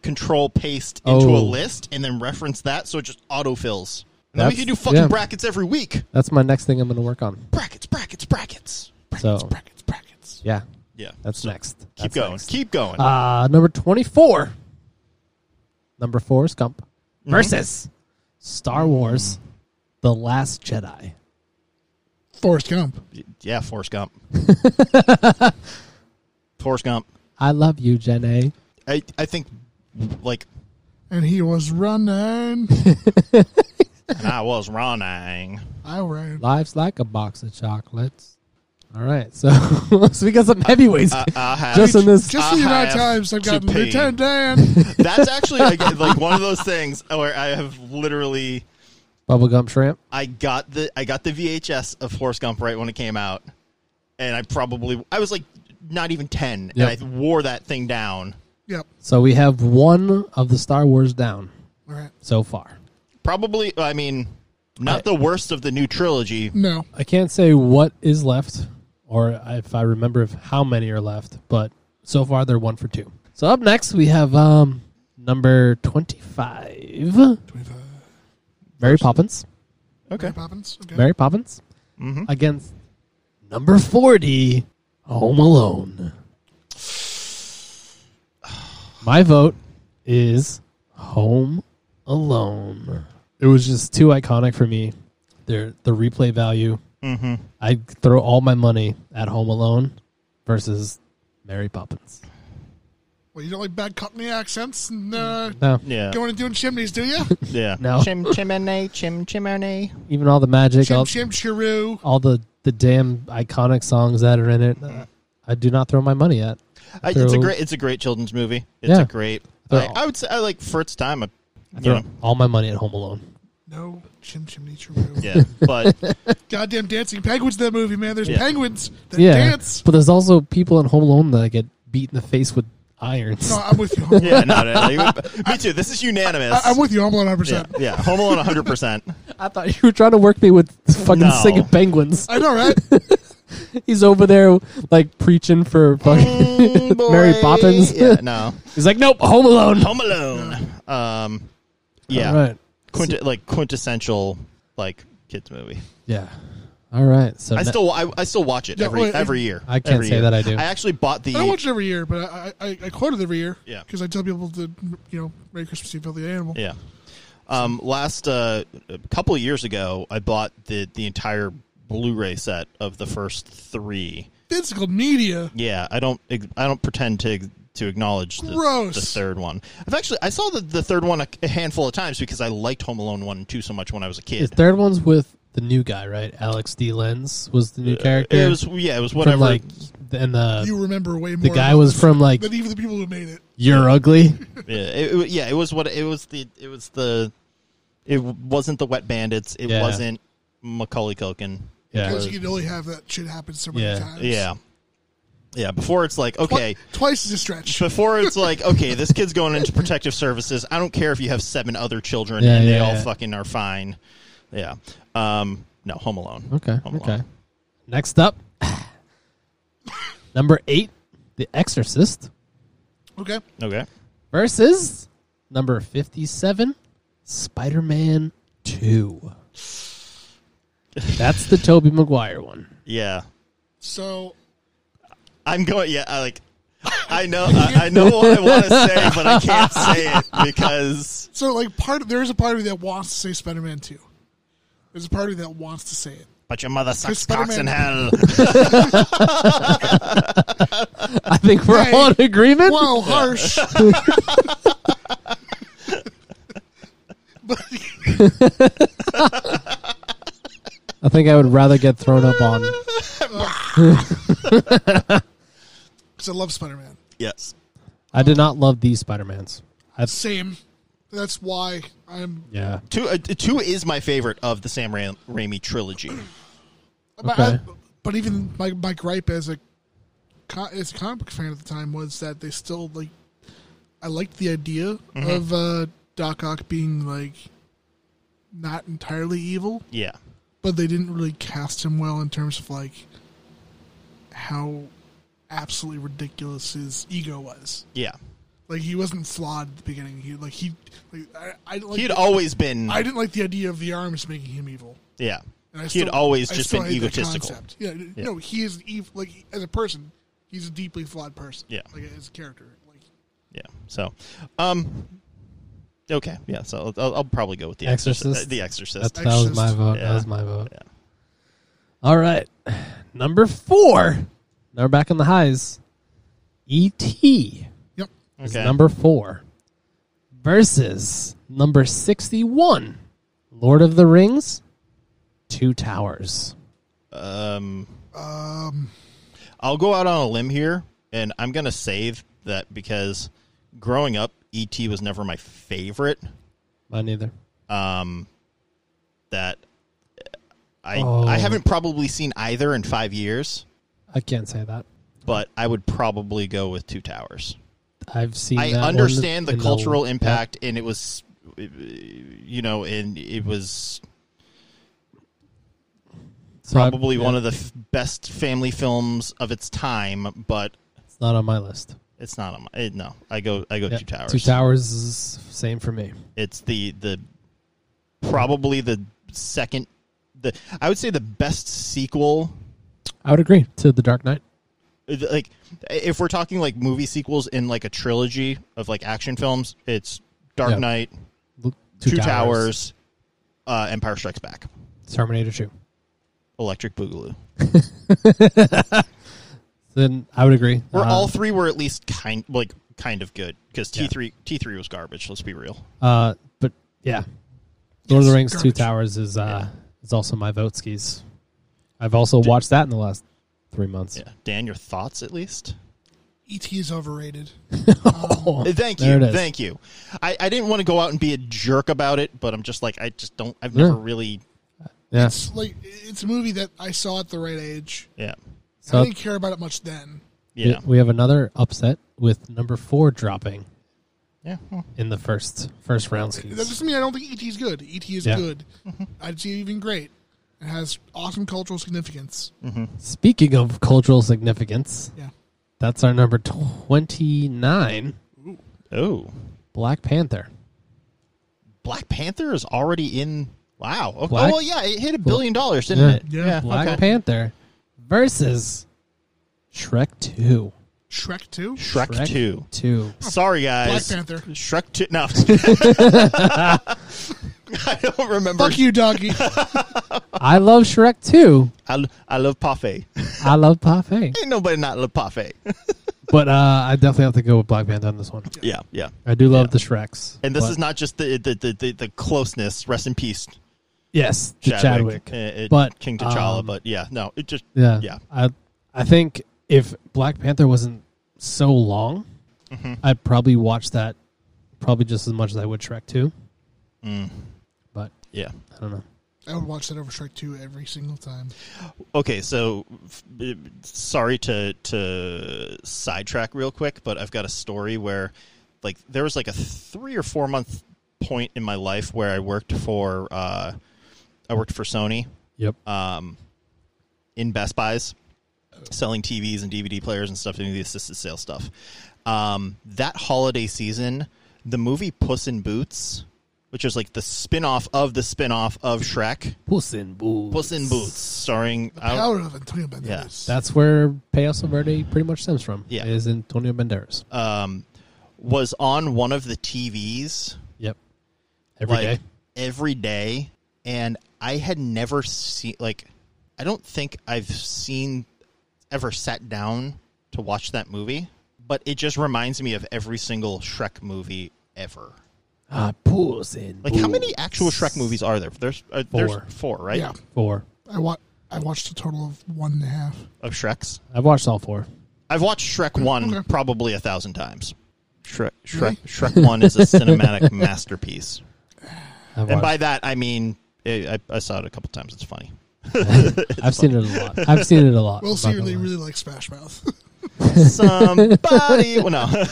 Speaker 4: control paste
Speaker 3: Oh.
Speaker 4: into a list and then reference that so it just autofills. And then we
Speaker 3: That's-
Speaker 4: can do fucking
Speaker 3: yeah.
Speaker 4: brackets every week.
Speaker 3: that's my next thing I'm going to work on.
Speaker 4: Brackets, brackets, brackets.
Speaker 3: So
Speaker 5: Brackets, brackets.
Speaker 3: yeah,
Speaker 4: Yeah.
Speaker 3: Oh. that's
Speaker 4: So
Speaker 3: next.
Speaker 4: Keep going. Keep going.
Speaker 3: Uh, number 24. Number four is Gump. Versus Star Wars The Last Jedi.
Speaker 5: Forrest Gump.
Speaker 4: yeah, Forrest Gump. Forrest Gump.
Speaker 3: I love you, Jen A.
Speaker 4: I, I think like
Speaker 5: And he was running.
Speaker 4: and I was running.
Speaker 5: I ran.
Speaker 3: Life's like a box of chocolates. All right, so, so we got some heavyweights.
Speaker 4: I have
Speaker 3: Just in this-
Speaker 5: Just the
Speaker 4: I
Speaker 5: amount of
Speaker 4: have
Speaker 5: times I've
Speaker 4: to
Speaker 5: gotten
Speaker 4: pee.
Speaker 5: Lieutenant Dan.
Speaker 4: That's actually like, like one of those things where I have literally
Speaker 3: Bubblegum Shrimp.
Speaker 4: I got the I got the VHS of Forrest Gump right when it came out, and I probably I was like not even ten,
Speaker 3: Yep.
Speaker 4: and I wore that thing down.
Speaker 5: yep.
Speaker 3: So we have one of the Star Wars down
Speaker 5: All right.
Speaker 3: so far.
Speaker 4: Probably, I mean, not the worst of the new trilogy.
Speaker 5: No.
Speaker 3: I can't say what is left, or if I remember if how many are left, but so far they're one for two. So up next we have um, number twenty-five. Mary Poppins.
Speaker 4: Okay,
Speaker 5: Poppins. Okay.
Speaker 3: Mary Poppins against number forty, Home Alone. My vote is Home Alone. It was just too iconic for me. There, the replay value. I throw all my money at Home Alone versus Mary Poppins.
Speaker 5: Well, you don't like bad company accents and uh,
Speaker 3: No,
Speaker 4: Yeah.
Speaker 5: going and doing chimneys, do you?
Speaker 4: Yeah.
Speaker 3: no.
Speaker 4: Chim chimney, chim chimney.
Speaker 3: Even all the magic,
Speaker 5: Chim
Speaker 3: all,
Speaker 5: chim chiroo.
Speaker 3: all the the damn iconic songs that are in it, uh, I do not throw my money at.
Speaker 4: I, it's a
Speaker 3: Throw-
Speaker 4: great. It's a great children's movie. It's
Speaker 3: Yeah.
Speaker 4: a great.
Speaker 3: Throw-
Speaker 4: I, I would say I like Fritz time. I,
Speaker 3: I
Speaker 4: you
Speaker 3: throw
Speaker 4: know,
Speaker 3: all my money at Home Alone.
Speaker 5: No, chim chimney chiroo.
Speaker 4: yeah, but
Speaker 5: Goddamn dancing penguins in that movie, man. There's
Speaker 4: Yeah.
Speaker 5: penguins that
Speaker 3: yeah,
Speaker 5: dance.
Speaker 3: but there's also people in Home Alone that get beat in the face with irons.
Speaker 5: No, I'm with you. Home Alone.
Speaker 4: yeah, no, no, like, me too. This is unanimous.
Speaker 5: I, am with you. Home Alone 100%.
Speaker 4: yeah, yeah, Home Alone, one hundred percent.
Speaker 3: I thought you were trying to work me with fucking
Speaker 4: No.
Speaker 3: singing penguins.
Speaker 5: I know, right?
Speaker 3: He's over there like preaching for fucking. Mary Poppins.
Speaker 4: Yeah, no,
Speaker 3: He's like, nope, Home Alone.
Speaker 4: Home Alone. Um, yeah,
Speaker 3: All right.
Speaker 4: Quinti- like quintessential like kids movie.
Speaker 3: Yeah. All right. So ne-
Speaker 4: I still I, I still watch it
Speaker 5: Yeah,
Speaker 4: every
Speaker 5: well, it-
Speaker 4: every year.
Speaker 3: I can't
Speaker 4: Every
Speaker 3: say
Speaker 4: year.
Speaker 3: that I do.
Speaker 4: I actually bought the
Speaker 5: I don't watch it every year, but I, I, I quote it every year.
Speaker 4: Yeah.
Speaker 5: Because I tell people to, you know, Merry Christmas, you filthy animal.
Speaker 4: Yeah. Um, last uh, a couple of years ago, I bought the the entire Blu-ray set of the first three.
Speaker 5: Physical media.
Speaker 4: Yeah, I don't I don't pretend to to acknowledge the,
Speaker 5: Gross.
Speaker 4: the third one. I've actually I saw the, the third one a, a handful of times because I liked Home Alone one and two so much when I was a
Speaker 3: the
Speaker 4: kid.
Speaker 3: third one's with the new guy, right? Alex D. Lenz was the new character.
Speaker 4: Uh, It was yeah, it was
Speaker 3: from
Speaker 4: whatever.
Speaker 3: like, and
Speaker 4: Uh,
Speaker 3: the
Speaker 5: You remember way more.
Speaker 3: the guy
Speaker 5: about
Speaker 3: was
Speaker 5: this
Speaker 3: from like
Speaker 5: Than even the people who made it.
Speaker 3: You're Ugly.
Speaker 4: yeah, it, it- yeah, it was what it was the it was the it wasn't the Wet Bandits. It
Speaker 3: Yeah.
Speaker 4: wasn't Macaulay Culkin.
Speaker 3: Yeah.
Speaker 5: Because you can only have that shit happen so many
Speaker 3: Yeah.
Speaker 5: times.
Speaker 4: Yeah, yeah. Before it's like
Speaker 5: Twi-
Speaker 4: okay.
Speaker 5: Twice is a stretch.
Speaker 4: before it's like, okay, this kid's going into protective services. I don't care if you have seven other children
Speaker 3: Yeah,
Speaker 4: and they
Speaker 3: yeah,
Speaker 4: all
Speaker 3: yeah.
Speaker 4: fucking are fine. Yeah. Um, no, Home Alone.
Speaker 3: Okay.
Speaker 4: Home
Speaker 3: okay.
Speaker 4: Alone.
Speaker 3: Next up, number eight, The Exorcist
Speaker 5: Okay.
Speaker 4: Okay.
Speaker 3: versus number fifty-seven, Spider-Man Two. That's the Toby Maguire one.
Speaker 4: Yeah.
Speaker 5: So
Speaker 4: I'm going. Yeah. I like. I know. I, I know what I want to say, but I can't say it because
Speaker 5: So like part of, there is a part of me that wants to say Spider Man two. There's a part of me that wants to say it.
Speaker 4: but your mother
Speaker 5: Because
Speaker 4: sucks cocks in hell.
Speaker 5: Spider-Man-
Speaker 3: I think we're
Speaker 5: Hey.
Speaker 3: all in agreement.
Speaker 5: Whoa, harsh. but
Speaker 3: I think I would rather get thrown up on.
Speaker 5: because I love Spider Man.
Speaker 4: Yes.
Speaker 3: I did not love these Spider-Mans. I,
Speaker 5: Same. That's why I'm.
Speaker 3: yeah.
Speaker 4: Two. Uh, two is my favorite of the Sam Ra- Raimi trilogy.
Speaker 5: But,
Speaker 3: Okay.
Speaker 5: but even my my gripe as a co- as a comic book fan at the time was that they still like. I liked the idea of uh, Doc Ock being like not entirely evil,
Speaker 4: Yeah.
Speaker 5: but they didn't really cast him well in terms of like how absolutely ridiculous his ego was.
Speaker 4: Yeah.
Speaker 5: Like he wasn't flawed at the beginning. He like he like I, I like
Speaker 4: He'd always been.
Speaker 5: I didn't like the idea of the arms making him evil.
Speaker 4: yeah.
Speaker 5: And I
Speaker 4: He'd
Speaker 5: still-
Speaker 4: always
Speaker 5: I
Speaker 4: just
Speaker 5: still
Speaker 4: been
Speaker 5: hate that
Speaker 4: egotistical.
Speaker 5: concept. Yeah, no, he is evil. Like as a person, he's a deeply flawed person.
Speaker 4: Yeah.
Speaker 5: like as a character. Like
Speaker 4: Yeah. So, um, okay. Yeah. So I'll, I'll probably go with the Exorcist.
Speaker 3: Exorcist?
Speaker 4: uh, the Exorcist.
Speaker 3: That's, that was my
Speaker 5: Exorcist.
Speaker 3: vote. That
Speaker 4: Yeah.
Speaker 3: was my vote. All right. Number four. Now we're back in the highs. E E.T.
Speaker 5: yep,
Speaker 3: is
Speaker 4: Okay.
Speaker 3: number four versus number 61. Lord of the Rings, Two Towers.
Speaker 4: um, I'll go out on a limb here, and I'm gonna save that because growing up, ET was never my favorite.
Speaker 3: Mine neither.
Speaker 4: Um, that uh, I
Speaker 3: Oh.
Speaker 4: I haven't probably seen either in five years,
Speaker 3: I can't say that.
Speaker 4: but I would probably go with Two Towers.
Speaker 3: I've seen.
Speaker 4: I
Speaker 3: that one
Speaker 4: understand the
Speaker 3: in
Speaker 4: cultural impact, and it was, you know, and it was
Speaker 3: So I-
Speaker 4: probably
Speaker 3: yeah,
Speaker 4: one of the f- best family films of its time, but
Speaker 3: It's not on my list.
Speaker 4: it's not on my. It, no, I go. I go
Speaker 3: Yeah,
Speaker 4: two towers.
Speaker 3: Two Towers is same for me.
Speaker 4: It's the the probably the second. The I would say the best sequel. uh,
Speaker 3: I would agree to The Dark Knight.
Speaker 4: like if we're talking like movie sequels in like a trilogy of like action films, it's Dark
Speaker 3: Yeah.
Speaker 4: Knight,
Speaker 3: Look,
Speaker 4: Two, Towers, uh, Empire Strikes Back,
Speaker 3: Terminator Two.
Speaker 4: Electric Boogaloo.
Speaker 3: Then I would agree.
Speaker 4: Where
Speaker 3: Uh,
Speaker 4: all three were at least kind like kind of good because T three T three was garbage. Let's be real.
Speaker 3: Uh, but yeah, Lord of the Rings: Two
Speaker 5: garbage.
Speaker 3: Towers is uh is also my vote skis. I've also watched that in the last three months.
Speaker 4: Yeah, Dan, your thoughts at least.
Speaker 5: ET E is overrated.
Speaker 4: Uh, Thank
Speaker 3: There
Speaker 4: you,
Speaker 3: it is.
Speaker 4: thank you. I, I didn't want to go out and be a jerk about it, but I'm just like I just don't. I've
Speaker 3: Yeah.
Speaker 4: never really
Speaker 3: Yeah.
Speaker 5: It's like it's a movie that I saw at the right age.
Speaker 4: yeah
Speaker 3: So
Speaker 5: I didn't care about it much then.
Speaker 4: yeah
Speaker 3: we have another upset with number four dropping
Speaker 4: yeah. well,
Speaker 3: in the first first round
Speaker 5: That
Speaker 3: skis.
Speaker 5: doesn't mean I don't think ET is good. ET is
Speaker 3: Yeah.
Speaker 5: good. It's even great. It has awesome cultural significance.
Speaker 3: Speaking of cultural significance,
Speaker 5: Yeah.
Speaker 3: that's our number twenty nine.
Speaker 4: Oh,
Speaker 3: Black Panther.
Speaker 4: Black Panther is already in. Wow. Okay.
Speaker 3: Black-
Speaker 4: oh well, yeah, it hit a billion dollars, didn't
Speaker 3: Yeah.
Speaker 4: it?
Speaker 5: Yeah.
Speaker 3: Black
Speaker 4: okay.
Speaker 3: Panther versus Shrek Two.
Speaker 5: Shrek 2?
Speaker 4: Shrek, two.
Speaker 3: Two.
Speaker 4: Sorry guys.
Speaker 5: Black Panther.
Speaker 4: Shrek two. No. I don't remember.
Speaker 5: Fuck you, doggy.
Speaker 3: I love Shrek Two.
Speaker 4: I, l- I love parfait.
Speaker 3: I love Parfait.
Speaker 4: Ain't nobody not love parfait.
Speaker 3: But uh, I definitely have to go with Black Panther on this one.
Speaker 4: yeah, yeah.
Speaker 3: I do love the Shreks.
Speaker 4: And this
Speaker 3: but-
Speaker 4: is not just the the, the, the the closeness. Rest in peace,
Speaker 3: yes, the
Speaker 4: Chadwick,
Speaker 3: Chadwick,
Speaker 4: eh, eh,
Speaker 3: but
Speaker 4: King T'Challa.
Speaker 3: um,
Speaker 4: but yeah, no, it just
Speaker 3: yeah,
Speaker 4: yeah.
Speaker 3: I I think if Black Panther wasn't so long,
Speaker 4: Mm-hmm.
Speaker 3: I'd probably watch that probably just as much as I would Shrek Two.
Speaker 4: Mm.
Speaker 3: But
Speaker 4: Yeah.
Speaker 3: I don't know.
Speaker 5: I would watch that over Shrek 2 every single time.
Speaker 4: Okay, so f- eh, sorry to to sidetrack real quick, but I've got a story where like there was like a 3 or 4 month point in my life where I worked for uh I worked for Sony
Speaker 3: Yep.
Speaker 4: Uh, in Best Buys selling TVs and DVD players and stuff, doing the assisted sales stuff. Um, that holiday season, the movie Puss in Boots, which is like the spin off of the spin off of Shrek,
Speaker 3: Puss in Boots.
Speaker 4: Puss in Boots, starring. I don't-
Speaker 5: Power of Antonio Banderas.
Speaker 4: Yeah.
Speaker 3: That's where Payaso Verde pretty much stems from.
Speaker 4: Yeah.
Speaker 3: is Antonio Banderas.
Speaker 4: um, was on one of the TVs
Speaker 3: yep. Every day.
Speaker 4: like every day and i had never seen like i don't think i've seen ever sat down to watch that movie but it just reminds me of every single shrek movie ever
Speaker 3: Ah, Puss in
Speaker 4: like how many actual shrek movies are there there's uh,
Speaker 3: Four.
Speaker 4: there's four right
Speaker 5: Yeah.
Speaker 3: Four.
Speaker 5: I, wa- I watched a total of one and a half.
Speaker 4: of shreks
Speaker 3: I've watched all four.
Speaker 4: i've watched shrek one
Speaker 5: Okay.
Speaker 4: probably a thousand times shrek
Speaker 5: Really?
Speaker 4: shrek shrek one is a cinematic masterpiece
Speaker 3: I've
Speaker 4: and
Speaker 3: watched-
Speaker 4: by that i mean eh, I, I saw it a couple times it's funny
Speaker 3: I've seen it a lot. I've seen it a lot.
Speaker 5: Will
Speaker 3: I'm not gonna
Speaker 5: really,
Speaker 3: lie.
Speaker 5: really likes Smash Mouth.
Speaker 4: somebody well no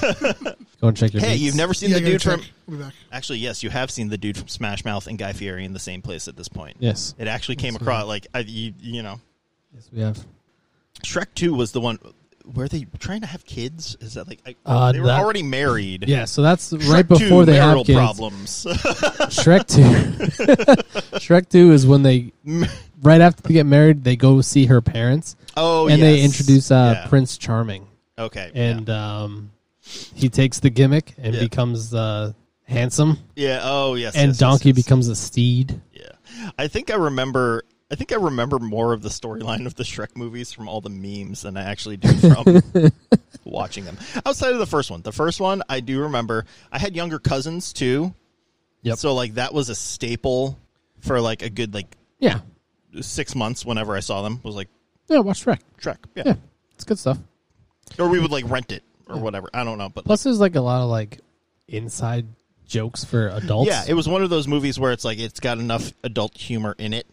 Speaker 3: Go and check your.
Speaker 4: Hey,
Speaker 3: beats.
Speaker 4: you've never seen
Speaker 5: yeah,
Speaker 4: the dude from.
Speaker 5: We'll be back.
Speaker 4: Actually, yes, you have seen the dude from Smash Mouth and Guy Fieri in the same place at this point.
Speaker 3: Yes.
Speaker 4: It actually came across like I, you, you know,
Speaker 3: Yes, we have.
Speaker 4: Shrek Two was the one. Were they trying to have kids? Is that like I,
Speaker 3: Uh,
Speaker 4: they were
Speaker 3: that-
Speaker 4: already married?
Speaker 3: Yeah, so that's
Speaker 4: Shrek
Speaker 3: right before
Speaker 4: 2,
Speaker 3: they have
Speaker 4: marital
Speaker 3: kids.
Speaker 4: problems.
Speaker 3: Shrek two. Shrek two is when they right after they get married, they go see her parents,
Speaker 4: oh,
Speaker 3: and they
Speaker 4: yes.
Speaker 3: introduce uh,
Speaker 4: Yeah.
Speaker 3: Prince Charming,
Speaker 4: Okay,
Speaker 3: and um, he takes the gimmick and
Speaker 4: Yeah.
Speaker 3: becomes uh, handsome,
Speaker 4: yeah. Yeah, Oh, yes.
Speaker 3: and
Speaker 4: yes, yes,
Speaker 3: Donkey
Speaker 4: yes.
Speaker 3: becomes a steed.
Speaker 4: Yeah, I think I remember. I think I remember more of the storyline of the Shrek movies from all the memes than I actually do from watching them. Outside of the first one, the first one I do remember. I had younger cousins too,
Speaker 3: Yep.
Speaker 4: so like that was a staple for like a good like
Speaker 3: Yeah,
Speaker 4: six months. Whenever I saw them, was like
Speaker 3: yeah. Watch Shrek.
Speaker 4: Shrek, yeah,
Speaker 3: Yeah, it's good stuff.
Speaker 4: or we would like rent it or whatever. I don't know, but
Speaker 3: Plus, there's like a lot of like inside jokes for adults.
Speaker 4: yeah, it was one of those movies where it's like it's got enough adult humor in it.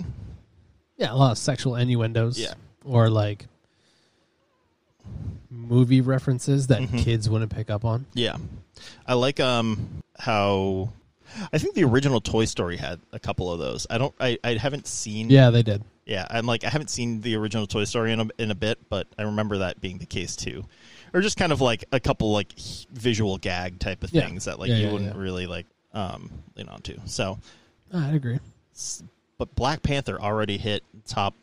Speaker 3: Yeah, a lot of sexual innuendos.
Speaker 4: Yeah.
Speaker 3: Or like movie references that
Speaker 4: Mm-hmm.
Speaker 3: kids wouldn't pick up on.
Speaker 4: Yeah, I like um how I think the original Toy Story had a couple of those. I don't, I, I haven't seen.
Speaker 3: Yeah, they did.
Speaker 4: yeah, I'm like I haven't seen the original Toy Story in a, in a bit, but I remember that being the case too, or just kind of like a couple like h- visual gag type of
Speaker 3: Yeah.
Speaker 4: things that like
Speaker 3: Yeah,
Speaker 4: you
Speaker 3: yeah,
Speaker 4: wouldn't
Speaker 3: yeah.
Speaker 4: really like um lean onto. So,
Speaker 3: I'd agree.
Speaker 4: s- but Black Panther already hit top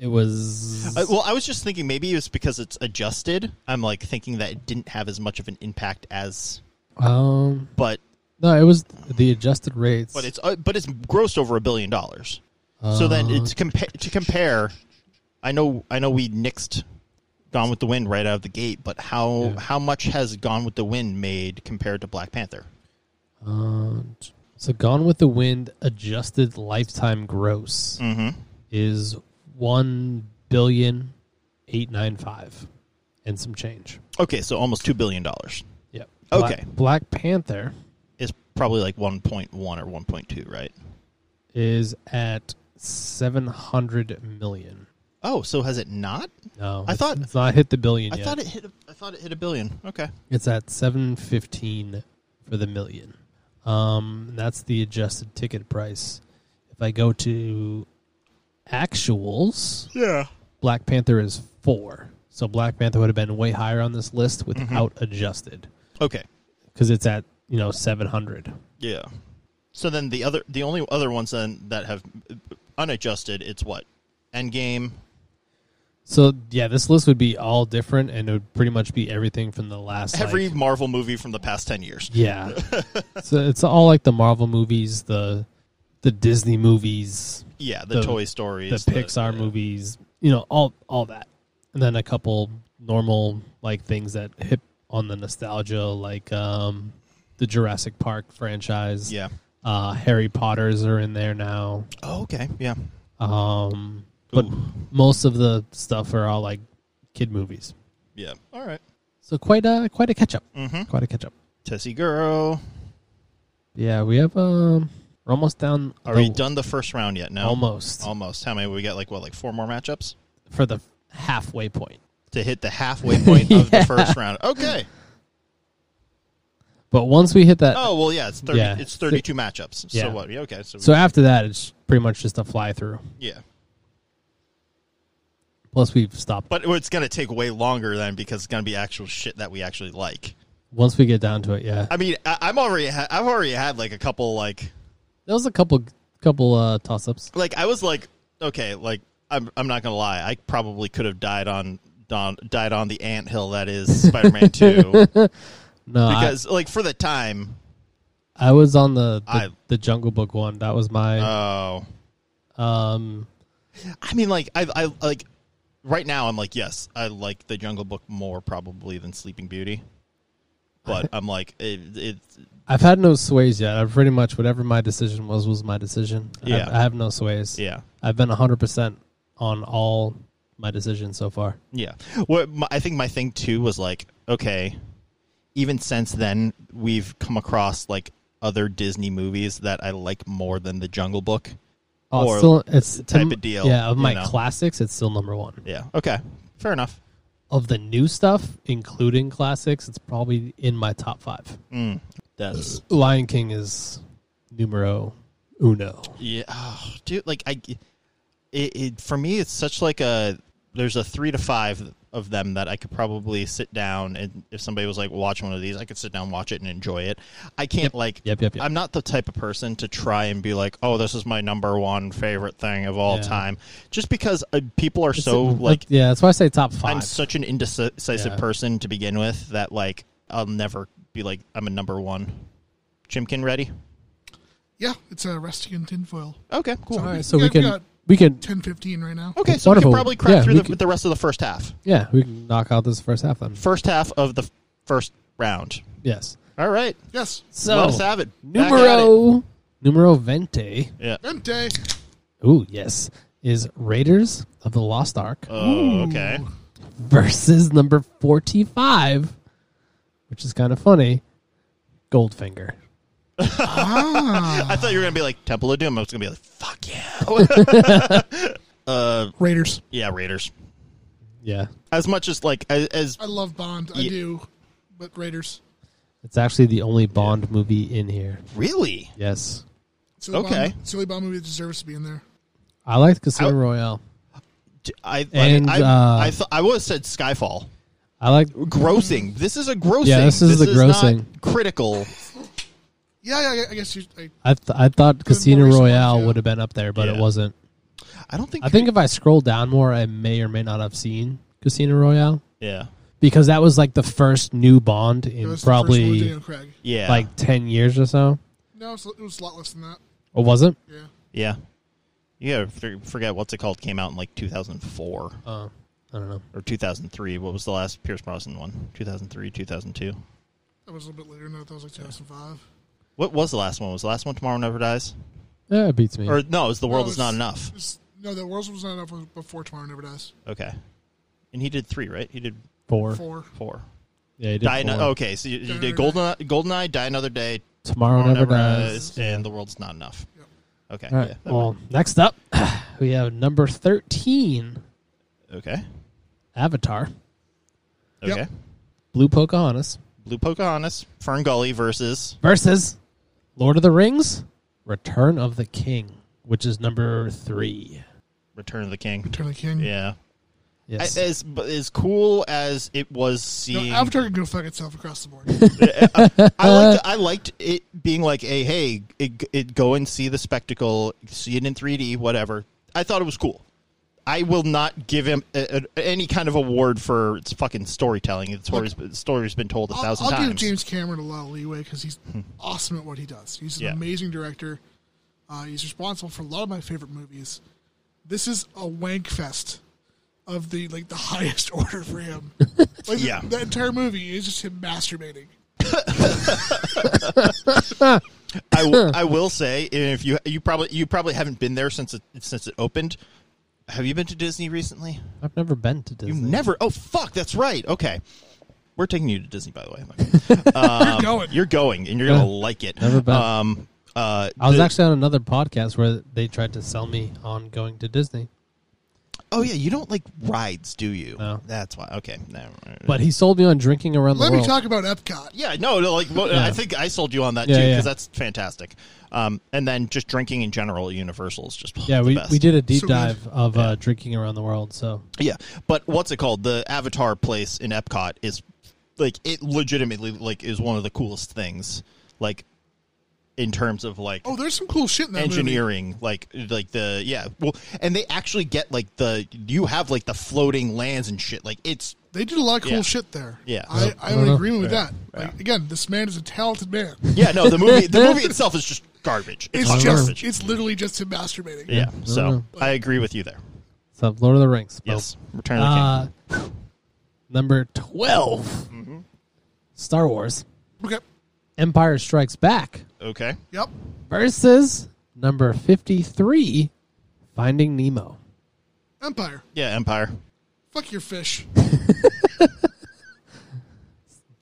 Speaker 3: It was
Speaker 4: Uh, well, I was just thinking maybe it's because it's adjusted. I'm like thinking that it didn't have as much of an impact as,
Speaker 3: um
Speaker 4: but
Speaker 3: no, it was the adjusted rates.
Speaker 4: but it's uh, but it's grossed over a billion dollars. so then it's compa- to compare. I know I know we nixed Gone with the Wind right out of the gate, but how
Speaker 3: Yeah.
Speaker 4: how much has Gone with the Wind made compared to Black Panther?
Speaker 3: Um, so Gone with the Wind adjusted lifetime gross
Speaker 4: Mm-hmm.
Speaker 3: is one billion eight nine five and some change.
Speaker 4: Okay, so almost two billion dollars
Speaker 3: Yep.
Speaker 4: Okay.
Speaker 3: Black, Black Panther
Speaker 4: is probably like one point one or one point two, right?
Speaker 3: is at seven hundred million.
Speaker 4: Oh, so has it not?
Speaker 3: No,
Speaker 4: I
Speaker 3: it's-
Speaker 4: thought-
Speaker 3: it's not hit the billion
Speaker 4: I
Speaker 3: yet.
Speaker 4: thought it hit. A, I thought it hit a billion. Okay.
Speaker 3: It's at seven fifteen for the million. Um, that's the adjusted ticket price. If I go to actuals,
Speaker 4: Yeah.
Speaker 3: Black Panther is four. So Black Panther would have been way higher on this list
Speaker 4: Mm-hmm.
Speaker 3: without adjusted
Speaker 4: Okay.
Speaker 3: because it's at you know seven hundred.
Speaker 4: Yeah. So then the other, the only other ones then that have uh, unadjusted, it's what Endgame.
Speaker 3: So yeah, this list would be all different, and it would pretty much be everything from the last like-
Speaker 4: Every Marvel movie from the past ten years.
Speaker 3: yeah. so it's all like the Marvel movies, the the Disney movies,
Speaker 4: Yeah, the,
Speaker 3: The-
Speaker 4: Toy Stories,
Speaker 3: the Pixar movies, you know, all all that, and then a couple normal like things that hit on the nostalgia, like um, the Jurassic Park franchise.
Speaker 4: Yeah.
Speaker 3: uh, Harry Potter's are in there now,
Speaker 4: Oh, okay. Yeah.
Speaker 3: um, but
Speaker 4: Ooh.
Speaker 3: most of the stuff are all like kid movies.
Speaker 4: Yeah. All right.
Speaker 3: So quite a quite a catch up. Mm-hmm. Quite a catch up.
Speaker 4: Tessie girl.
Speaker 3: Yeah, we have um, we're almost down.
Speaker 4: Are
Speaker 3: the-
Speaker 4: we done Oh. the first round yet? No.
Speaker 3: Almost
Speaker 4: Almost. How many? We got like what, like four more matchups
Speaker 3: for the halfway point.
Speaker 4: to hit the halfway point of the first round. Okay.
Speaker 3: But once we hit that,
Speaker 4: Oh well, yeah. It's thirty.
Speaker 3: Yeah.
Speaker 4: It's thirty-two matchups. So
Speaker 3: Yeah.
Speaker 4: what? Yeah. Okay. So,
Speaker 3: so after that, it's pretty much just a fly through.
Speaker 4: yeah.
Speaker 3: Plus, we've stopped.
Speaker 4: But it's gonna take way longer then because it's gonna be actual shit that we actually like.
Speaker 3: once we get down to it, yeah,
Speaker 4: I mean, I, I'm already. Ha- I've already had like a couple like
Speaker 3: there was a couple couple uh, toss ups.
Speaker 4: like I was like okay like I'm I'm not gonna lie I probably could have died on on died on the ant hill that is Spider-Man Two
Speaker 3: No, I-
Speaker 4: because like for the time
Speaker 3: I, was on the the,
Speaker 4: I-
Speaker 3: the Jungle Book one. That was my
Speaker 4: oh
Speaker 3: um.
Speaker 4: I mean like I I like right now I'm like yes I like the Jungle Book more probably than Sleeping Beauty but I'm like it, it
Speaker 3: I've had no sways yet. I've pretty much whatever my decision was was my decision. I've-
Speaker 4: Yeah.
Speaker 3: I have no sways.
Speaker 4: yeah
Speaker 3: I've been hundred percent on all my decisions so far.
Speaker 4: Yeah. What my, I think my thing too was like, okay, even since then we've come across like other Disney movies that I like more than The Jungle Book.
Speaker 3: Oh,
Speaker 4: Or
Speaker 3: it's still, it's
Speaker 4: type
Speaker 3: um,
Speaker 4: of deal,
Speaker 3: Yeah, of
Speaker 4: you
Speaker 3: my
Speaker 4: know.
Speaker 3: classics, it's still number one.
Speaker 4: Yeah. Okay. Fair enough.
Speaker 3: Of the new stuff, including classics, it's probably in my top five.
Speaker 4: That's
Speaker 3: Lion King is numero uno.
Speaker 4: yeah, oh, dude. Like I, it, it for me it's such like a there's a three to five of them that I could probably sit down and if somebody was like watch one of these I could sit down watch it and enjoy it. I can't like
Speaker 3: Yep, yep, yep.
Speaker 4: I'm not the type of person to try and be like oh this is my number one favorite thing of all
Speaker 3: Yeah.
Speaker 4: time just because uh, people are so like
Speaker 3: yeah, that's why I say top 5
Speaker 4: I'm such an indecisive
Speaker 3: Yeah.
Speaker 4: person to begin with that like I'll never be like I'm a number one. Chimkin ready?
Speaker 5: Yeah, it's uh, resting in tinfoil.
Speaker 4: Okay, cool.
Speaker 5: All right.
Speaker 3: so
Speaker 5: Yeah,
Speaker 3: we
Speaker 5: we
Speaker 3: can
Speaker 5: got-
Speaker 3: we can
Speaker 5: Ten fifteen right now.
Speaker 4: Okay, so we
Speaker 3: Wonderful.
Speaker 4: can probably crack
Speaker 3: Yeah,
Speaker 4: through
Speaker 3: we
Speaker 4: the,
Speaker 3: could-
Speaker 4: the rest of the first half.
Speaker 3: yeah we can knock out this first half then.
Speaker 4: First half of the f- first round.
Speaker 3: Yes.
Speaker 4: All right.
Speaker 5: Yes.
Speaker 3: So
Speaker 4: Let us have it. Back at
Speaker 3: numero numero vente.
Speaker 4: it. Yeah.
Speaker 5: Vente.
Speaker 3: Ooh, yes, is Raiders of the Lost Ark
Speaker 4: Oh, okay.
Speaker 3: versus number 45, which is kind of funny, Goldfinger.
Speaker 4: I thought you were gonna be like Temple of Doom. I was gonna be like, fuck yeah,
Speaker 5: Raiders.
Speaker 4: yeah, Raiders.
Speaker 3: Yeah.
Speaker 4: As much as like as, as
Speaker 5: I love Bond. I
Speaker 4: Ye-
Speaker 5: do. But Raiders.
Speaker 3: It's actually the only Bond movie in here.
Speaker 4: really,
Speaker 3: Yes.
Speaker 5: Silly
Speaker 4: Okay.
Speaker 5: Bond, Silly Bond movie deserves to be in there.
Speaker 3: I liked Casino
Speaker 4: Out-
Speaker 3: Royale.
Speaker 4: D- I
Speaker 3: And,
Speaker 4: I,
Speaker 3: uh,
Speaker 4: I, th- I would have said Skyfall.
Speaker 3: I like
Speaker 4: Grossing. This is a grossing.
Speaker 3: Yeah, this is a
Speaker 4: not
Speaker 3: grossing.
Speaker 4: critical.
Speaker 5: Yeah, yeah, yeah, I guess you. I,
Speaker 3: I th- I thought Casino
Speaker 5: recent ones,
Speaker 3: Royale
Speaker 5: yeah.
Speaker 3: would have been up there, but
Speaker 4: Yeah.
Speaker 3: it wasn't.
Speaker 4: I don't think.
Speaker 3: I think if I scroll down more, I may or may not have seen Casino Royale
Speaker 4: yeah,
Speaker 3: because that was like the first new Bond
Speaker 5: It
Speaker 3: in
Speaker 5: was the first one with
Speaker 3: probably
Speaker 5: Daniel Craig.
Speaker 4: yeah,
Speaker 3: like ten years or so.
Speaker 5: No, it's- it was a lot less than that.
Speaker 3: Or was it?
Speaker 5: Yeah.
Speaker 4: yeah, yeah. I Forget what's it called? Came out in like 2004
Speaker 3: Oh, I don't know.
Speaker 4: or 2003. What was the last Pierce Brosnan one? 2003, 2002.
Speaker 5: That was a little bit later than that. That was like 2005.
Speaker 4: What was the last one? Was the last one Tomorrow Never Dies?
Speaker 3: Yeah, it beats me.
Speaker 4: Or no, it was The World
Speaker 5: No,
Speaker 4: Is Not
Speaker 5: it's-
Speaker 4: Enough.
Speaker 5: it's- No, the world was not enough was before Tomorrow Never Dies.
Speaker 4: Okay, and he did three, right? He did
Speaker 3: four.
Speaker 5: Four.
Speaker 4: four. oh,
Speaker 3: Yeah, you did
Speaker 4: Die
Speaker 3: four.
Speaker 4: ano- okay, so you, you did Golden Goldeneye, Die Another Day,
Speaker 3: Tomorrow,
Speaker 4: Tomorrow
Speaker 3: never dies.
Speaker 4: and The World's Not Enough.
Speaker 5: Yep.
Speaker 4: Okay.
Speaker 3: All right.
Speaker 4: yeah, that
Speaker 3: well, next up, we have number thirteen,
Speaker 4: worked. okay.
Speaker 3: Avatar,
Speaker 5: Yep.
Speaker 4: Okay.
Speaker 3: Blue Pocahontas
Speaker 4: Blue Pocahontas, Fern Gully versus
Speaker 3: versus Lord of the Rings, Return of the King, which is number three.
Speaker 4: Return of the King.
Speaker 5: Return of the King.
Speaker 4: Yeah. I,
Speaker 3: Yes.
Speaker 4: as but as cool as it was
Speaker 5: No,
Speaker 4: seeing,
Speaker 5: Avatar can go fuck itself across the board.
Speaker 4: I liked I liked it being like, hey, hey, it, it go and see the spectacle, see it in 3D, whatever. I thought it was cool. I will not give him a, a- any kind of award for its fucking storytelling. The story's, the story's been told a
Speaker 5: I'll,
Speaker 4: 1000
Speaker 5: I'll
Speaker 4: times.
Speaker 5: give James Cameron a lot of leeway because he's awesome at what he does. He's an
Speaker 4: Yeah.
Speaker 5: amazing director. Uh, he's responsible for a lot of my favorite movies. This is a wank fest of the like the highest order for him. Like
Speaker 4: Yeah.
Speaker 5: the, the entire movie is just him masturbating.
Speaker 4: I, w- I will say, and if you you probably you probably haven't been there since it since it opened. Have you been to Disney recently?
Speaker 3: I've never been to Disney.
Speaker 4: You never. Oh fuck, that's right. Okay, we're taking you to Disney. By the way, Um,
Speaker 5: You're going.
Speaker 4: you're going, and you're gonna like it.
Speaker 3: Never been.
Speaker 4: Um, uh,
Speaker 3: I was
Speaker 4: the-
Speaker 3: actually on another podcast where they tried to sell me on going to Disney,
Speaker 4: Oh yeah, you don't like rides, do you?
Speaker 3: No.
Speaker 4: That's why. Okay. Never mind.
Speaker 3: but he sold me on drinking around
Speaker 5: Let
Speaker 3: the
Speaker 5: me
Speaker 3: world.
Speaker 5: talk about Epcot.
Speaker 4: yeah, no, no, like well, I think I sold you on that
Speaker 3: Yeah,
Speaker 4: too because
Speaker 3: yeah.
Speaker 4: that's fantastic. Um, and then just drinking in general, at Universal is just
Speaker 3: yeah,
Speaker 4: the
Speaker 3: we,
Speaker 4: best.
Speaker 3: we did a deep
Speaker 5: So good.
Speaker 3: dive of uh, drinking around the world. So
Speaker 4: Yeah, but what's it called? The Avatar place in Epcot is like it legitimately like is one of the coolest things. Like in terms of like
Speaker 5: Oh, there's some cool shit in that movie.
Speaker 4: engineering, like like the yeah, well, and they actually get like the you have like the floating lands and shit. Like it's
Speaker 5: They did a lot of cool
Speaker 4: Yeah.
Speaker 5: shit there.
Speaker 4: Yeah.
Speaker 5: I, I'm
Speaker 3: don't
Speaker 5: in
Speaker 3: know.
Speaker 5: agreement with that. Like, again, this man is a talented man.
Speaker 4: yeah, no, the movie the movie itself is just garbage. It's,
Speaker 5: It's just
Speaker 4: garbage.
Speaker 5: it's literally just him masturbating.
Speaker 4: yeah, so
Speaker 3: no.
Speaker 4: I agree with you there.
Speaker 3: so Lord of the Rings. Boom.
Speaker 4: Yes, Return of the
Speaker 3: Uh,
Speaker 4: King.
Speaker 3: number 12
Speaker 4: Mm-hmm.
Speaker 3: Star Wars:
Speaker 5: Okay.
Speaker 3: Empire Strikes Back
Speaker 4: Okay,
Speaker 5: Yep.
Speaker 3: versus number fifty-three, Finding Nemo.
Speaker 5: Empire.
Speaker 4: yeah, Empire.
Speaker 5: Fuck your fish.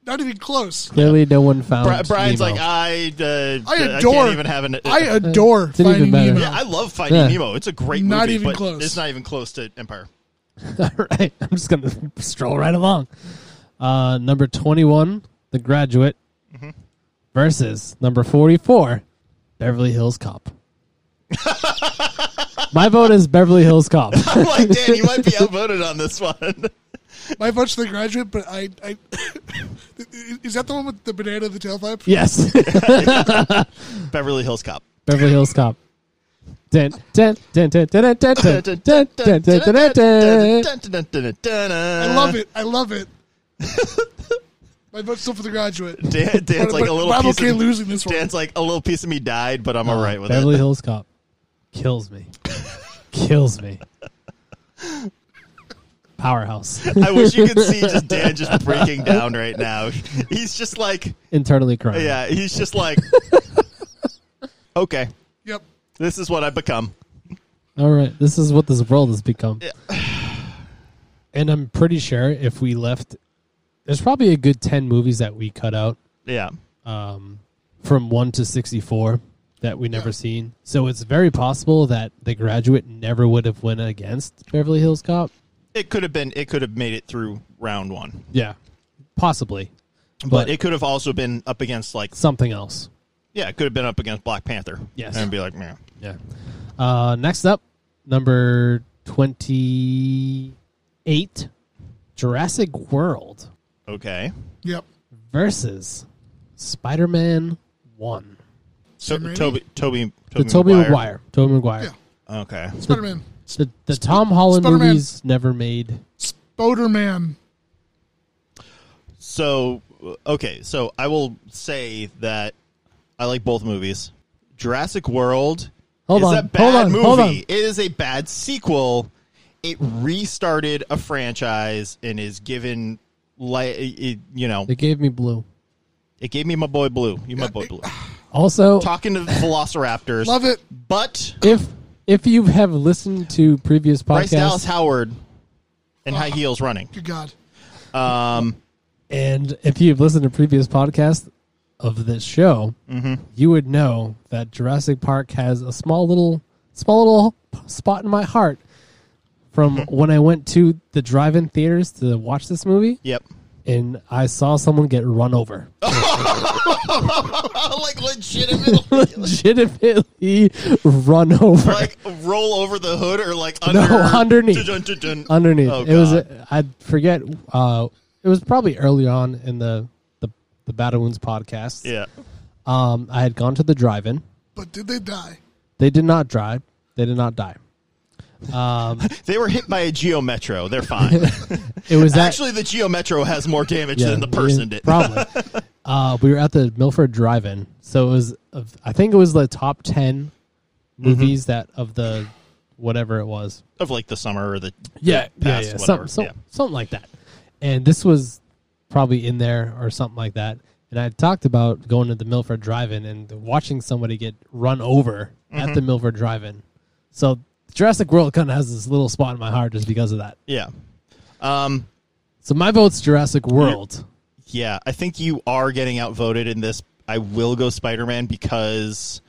Speaker 5: Not even close.
Speaker 3: Clearly, no one found.
Speaker 4: Bri- Brian's
Speaker 3: Nemo.
Speaker 4: like I uh,
Speaker 5: I
Speaker 4: I
Speaker 5: adore.
Speaker 4: can't even have an
Speaker 5: I adore
Speaker 3: Didn't even
Speaker 5: Finding
Speaker 3: matter.
Speaker 5: Nemo.
Speaker 4: Yeah, I love Finding
Speaker 3: Yeah.
Speaker 4: Nemo. It's a great
Speaker 5: Not
Speaker 4: movie,
Speaker 5: even
Speaker 4: but
Speaker 5: close.
Speaker 4: it's not even close to Empire.
Speaker 3: All right, I'm just gonna stroll right along. Uh, number twenty-one, The Graduate, versus number forty-four, Beverly Hills Cop. My vote is Beverly Hills Cop.
Speaker 4: I'm like, Dan, you might be outvoted on this one.
Speaker 5: My vote's for the graduate, but I, I is that the one with the banana in the tailpipe?
Speaker 3: yes,
Speaker 4: Beverly Hills Cop.
Speaker 3: Beverly Hills Cop. Dun, dun, dun, dun, dun, dun, dun, dun, dun, dun, dun, dun, dun.
Speaker 5: I
Speaker 4: I
Speaker 5: love it. I love it. My vote's still for the graduate.
Speaker 4: Dan, Dan's
Speaker 5: But-
Speaker 4: like
Speaker 5: but
Speaker 4: a little
Speaker 5: I'm
Speaker 4: piece
Speaker 5: okay
Speaker 4: of,
Speaker 5: losing this one.
Speaker 4: Dan's like a little piece of me died, but I'm all right with
Speaker 3: Oh, Beverly
Speaker 4: it.
Speaker 3: Hills Cop kills me. kills me. Powerhouse.
Speaker 4: I wish you could see just Dan just breaking down right now. He's just like,
Speaker 3: Internally crying.
Speaker 4: yeah, he's just like, okay,
Speaker 5: Yep.
Speaker 4: this is what I've become.
Speaker 3: All right, this is what this world has become. and I'm pretty sure if we left, there's probably a good ten movies that we cut out
Speaker 4: Yeah,
Speaker 3: from one to sixty-four that we never seen. So it's very possible that The Graduate never would have went against Beverly Hills Cop.
Speaker 4: it could have been, it could have made it through round one,
Speaker 3: Yeah, possibly, but,
Speaker 4: but it could have also been up against like,
Speaker 3: something else.
Speaker 4: yeah, it could have been up against Black Panther.
Speaker 3: Yes.
Speaker 4: and be like, man,
Speaker 3: Yeah. Uh, next up, number twenty-eight, Jurassic World
Speaker 4: okay.
Speaker 5: Yep.
Speaker 3: versus Spider-Man One.
Speaker 4: So
Speaker 5: Sam Raimi?
Speaker 4: Toby, Toby,
Speaker 3: The Toby Maguire. Toby Maguire.
Speaker 5: Yeah.
Speaker 4: Okay.
Speaker 5: Spider Man.
Speaker 3: The, the Tom Holland
Speaker 5: Spider-Man.
Speaker 3: movies never made.
Speaker 5: Spider Man.
Speaker 4: So, uh, okay. So I will say that I like both movies. Jurassic World
Speaker 3: Hold
Speaker 4: is
Speaker 3: on,
Speaker 4: a bad
Speaker 3: hold on,
Speaker 4: movie.
Speaker 3: hold on.
Speaker 4: It is a bad sequel. It restarted a franchise and is given like it, you know
Speaker 3: They gave me blue.
Speaker 4: it gave me my boy blue you my boy blue
Speaker 3: Also,
Speaker 4: talking to the velociraptors
Speaker 5: Love it.
Speaker 4: but
Speaker 3: if if you have listened to previous
Speaker 4: Bryce Dallas
Speaker 3: podcasts
Speaker 4: Howard and high heels running.
Speaker 5: Good God.
Speaker 3: and if you've listened to previous podcasts of this show,
Speaker 4: Mm-hmm.
Speaker 3: you would know that Jurassic Park has a small little small little spot in my heart from
Speaker 4: Mm-hmm.
Speaker 3: when I went to the drive-in theaters to watch this movie
Speaker 4: Yep.
Speaker 3: and I saw someone get run over.
Speaker 4: Oh. like legitimately
Speaker 3: Legitimately run over.
Speaker 4: like roll over the hood or like under
Speaker 3: No, underneath.
Speaker 4: Dun, dun, dun, dun.
Speaker 3: underneath.
Speaker 4: Oh,
Speaker 3: it was
Speaker 4: God.
Speaker 3: I forget. Uh, it was probably early on in the the the Battle Wounds podcast.
Speaker 4: yeah.
Speaker 3: Um, I had gone to the drive-in.
Speaker 5: But did they die?
Speaker 3: They did not drive. They did not die.
Speaker 4: They were hit by a Geo Metro. They're fine.
Speaker 3: It was that,
Speaker 4: Actually, the Geo Metro has more damage
Speaker 3: yeah,
Speaker 4: than the person
Speaker 3: yeah,
Speaker 4: did.
Speaker 3: Probably. uh, we were at the Milford Drive-in, so it was. Of, I think it was the top ten
Speaker 4: Mm-hmm.
Speaker 3: movies that of the whatever it was.
Speaker 4: of like the summer or the
Speaker 3: yeah,
Speaker 4: the past
Speaker 3: yeah, yeah.
Speaker 4: whatever.
Speaker 3: Some, some,
Speaker 4: yeah.
Speaker 3: something like that. And this was probably in there or something like that. And I talked about going to the Milford Drive-in and watching somebody get run over
Speaker 4: Mm-hmm.
Speaker 3: at the Milford Drive-in. So Jurassic World kind of has this little spot in my heart just because of that.
Speaker 4: Yeah. Um
Speaker 3: So my vote's Jurassic World.
Speaker 4: yeah, I think you are getting outvoted in this. I will go Spider-Man because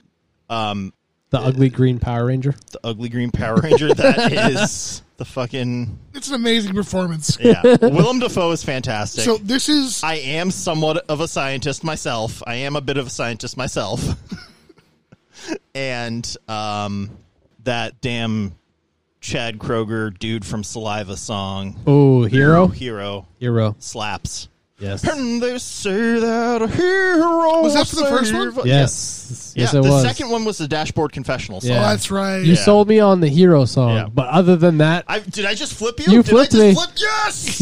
Speaker 4: um
Speaker 3: The ugly green Power Ranger.
Speaker 4: the ugly green Power Ranger that is the fucking
Speaker 5: It's an amazing performance.
Speaker 4: yeah. Willem Dafoe is fantastic.
Speaker 5: So this is
Speaker 4: I am somewhat of a scientist myself. I am a bit of a scientist myself. and um, that damn Chad Kroger dude from Saliva song,
Speaker 3: Oh, hero,
Speaker 4: Hero,
Speaker 3: hero.
Speaker 4: slaps.
Speaker 3: Yes,
Speaker 4: And they say that a hero
Speaker 5: Was that for the first
Speaker 4: saved-
Speaker 5: one?
Speaker 3: yes,
Speaker 4: Yeah,
Speaker 3: yes.
Speaker 4: the
Speaker 3: It was.
Speaker 4: second one was the Dashboard Confessional song.
Speaker 5: Oh,
Speaker 3: Yeah.
Speaker 5: that's right.
Speaker 3: you sold me on the hero song,
Speaker 4: Yeah.
Speaker 3: but other than that,
Speaker 4: I, did I just flip you?
Speaker 3: You
Speaker 4: did
Speaker 3: flipped
Speaker 4: I just
Speaker 3: me.
Speaker 4: Flip? Yes!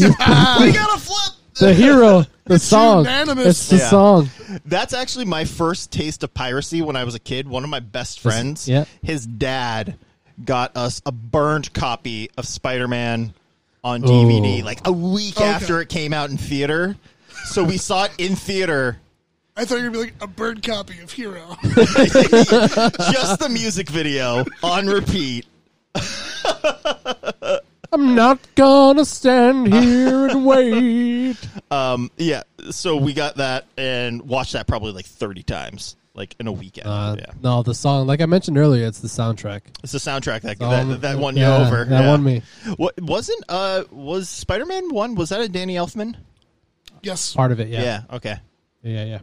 Speaker 4: we got a flip!
Speaker 3: the hero, the song,
Speaker 5: unanimous.
Speaker 3: it's the
Speaker 4: Yeah.
Speaker 3: song.
Speaker 4: That's actually my first taste of piracy when I was a kid. One of my best friends,
Speaker 3: yeah.
Speaker 4: his dad got us a burned copy of Spider Man on
Speaker 3: Oh.
Speaker 4: DVD like a week
Speaker 5: Okay.
Speaker 4: after it came out in theater. So we saw it in theater,
Speaker 5: I thought you were gonna be like a bird copy of Hero.
Speaker 4: just the music video on repeat.
Speaker 3: I'm not gonna stand here and wait.
Speaker 4: Um, yeah, so we got that and watched that probably like 30 times, like in a weekend.
Speaker 3: Uh,
Speaker 4: yeah.
Speaker 3: No, the song, like I mentioned earlier, it's the soundtrack.
Speaker 4: It's the soundtrack that
Speaker 3: Um,
Speaker 4: that, that won
Speaker 3: yeah,
Speaker 4: you over.
Speaker 3: that won me.
Speaker 4: What wasn't uh was Spider Man one? Was that a Danny Elfman?
Speaker 5: yes.
Speaker 3: Part of it, yeah,
Speaker 4: Yeah. Okay.
Speaker 3: yeah, yeah.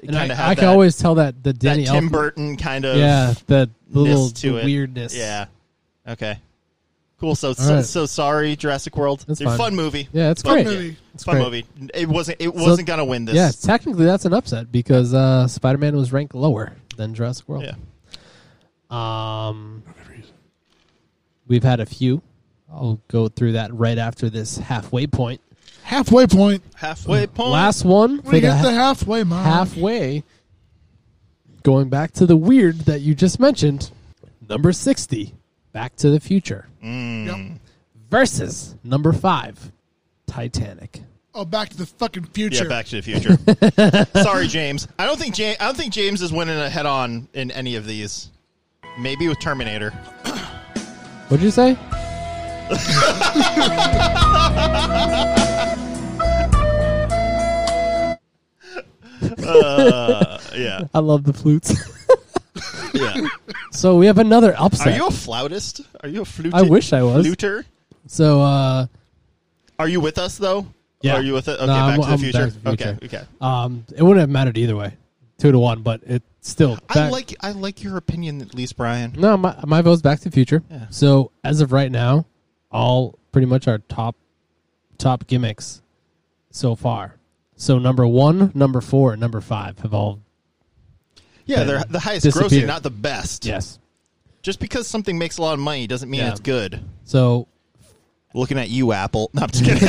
Speaker 3: And
Speaker 4: kinda
Speaker 3: I,
Speaker 4: had
Speaker 3: I can
Speaker 4: that-
Speaker 3: always tell that the
Speaker 4: That
Speaker 3: Danny
Speaker 4: Tim
Speaker 3: Elfman-
Speaker 4: Burton kind of
Speaker 3: yeah, the little
Speaker 4: ness to
Speaker 3: the
Speaker 4: it.
Speaker 3: weirdness.
Speaker 4: Yeah. Okay. Cool. So so,
Speaker 3: right.
Speaker 4: so sorry, Jurassic World.
Speaker 3: That's
Speaker 4: It's a
Speaker 3: fine.
Speaker 4: fun movie.
Speaker 3: yeah, it's
Speaker 5: Fun
Speaker 3: great.
Speaker 5: movie.
Speaker 3: It's
Speaker 4: fun
Speaker 3: great.
Speaker 4: movie. It wasn't. It wasn't gonna win this.
Speaker 3: Yeah, technically that's an upset because uh, Spider-Man was ranked lower than Jurassic World.
Speaker 4: Yeah.
Speaker 3: Um, we've had a few. I'll go through that right after this halfway point.
Speaker 5: Halfway point.
Speaker 4: Halfway point.
Speaker 3: Last one for
Speaker 5: We
Speaker 3: the
Speaker 5: get the
Speaker 3: ha-
Speaker 5: halfway mark.
Speaker 3: halfway. Going back to the weird that you just mentioned, number sixty, Back to the Future
Speaker 4: Mm.
Speaker 5: Yep.
Speaker 3: versus number five, Titanic.
Speaker 5: Oh, back to the fucking
Speaker 4: Yeah,
Speaker 5: future.
Speaker 4: Back to the Future. sorry, James. I don't think James. I don't think James is winning a head on in any of these. Maybe with Terminator.
Speaker 3: What'd you say?
Speaker 4: Yeah.
Speaker 3: I love the flutes.
Speaker 4: Yeah.
Speaker 3: so we have another upset.
Speaker 4: Are you a flautist? Are you a flute?
Speaker 3: I wish I was.
Speaker 4: Fluter?
Speaker 3: so uh,
Speaker 4: Are you with us though?
Speaker 3: Yeah.
Speaker 4: Are you with it?
Speaker 3: No,
Speaker 4: Okay,
Speaker 3: I'm-
Speaker 4: back, to the
Speaker 3: I'm
Speaker 4: future.
Speaker 3: Back to the Future.
Speaker 4: Okay, okay.
Speaker 3: um, it wouldn't have mattered either way, two to one. But it still.
Speaker 4: I
Speaker 3: back-
Speaker 4: like I like your opinion at least, Brian.
Speaker 3: No, my my vote's Back to the Future.
Speaker 4: Yeah.
Speaker 3: So as of right now, all pretty much our top top gimmicks so far. So number one, number four, and number five have all
Speaker 4: Yeah, they're the highest
Speaker 3: Disappear.
Speaker 4: grossing, not the best.
Speaker 3: yes.
Speaker 4: Just because something makes a lot of money doesn't mean
Speaker 3: Yeah.
Speaker 4: it's good.
Speaker 3: So
Speaker 4: Looking at you, Apple. No, I'm just kidding.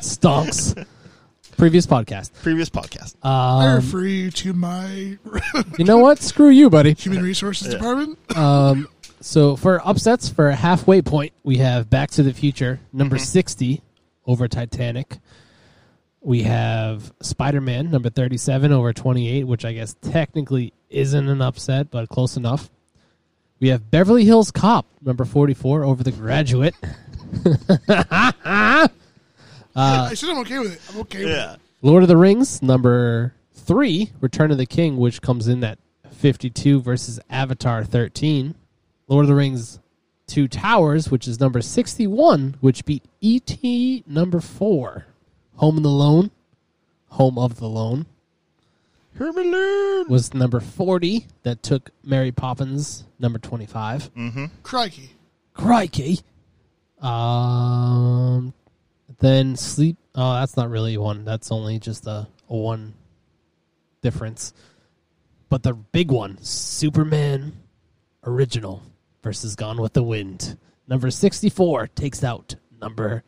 Speaker 3: stonks. Previous podcast.
Speaker 4: Previous podcast.
Speaker 3: Uh,
Speaker 5: I refer you to my
Speaker 3: You know what? Screw you, buddy.
Speaker 5: human resources department.
Speaker 4: Uh,
Speaker 3: So for upsets for halfway point, we have Back to the Future number sixty over Titanic. We have Spider Man number thirty seven over twenty eight, which I guess technically isn't an upset, but close enough. We have Beverly Hills Cop number forty four over The Graduate.
Speaker 5: I said I'm okay with it. I'm okay with it.
Speaker 4: yeah.
Speaker 3: Lord of the Rings number three, Return of the King, which comes in at fifty two versus Avatar thirteen. Lord of the Rings Two Towers, which is number sixty one, which beat E.T. number four. Home and the Lone, Home of the Lone,
Speaker 4: Herbalone.
Speaker 3: was number forty. That took Mary Poppins number twenty five.
Speaker 5: Crikey.
Speaker 3: Crikey. Um, then sleep. Oh, that's not really one. That's only just a, a one difference. But the big one, Superman original versus Gone with the Wind. Number sixty-four takes out number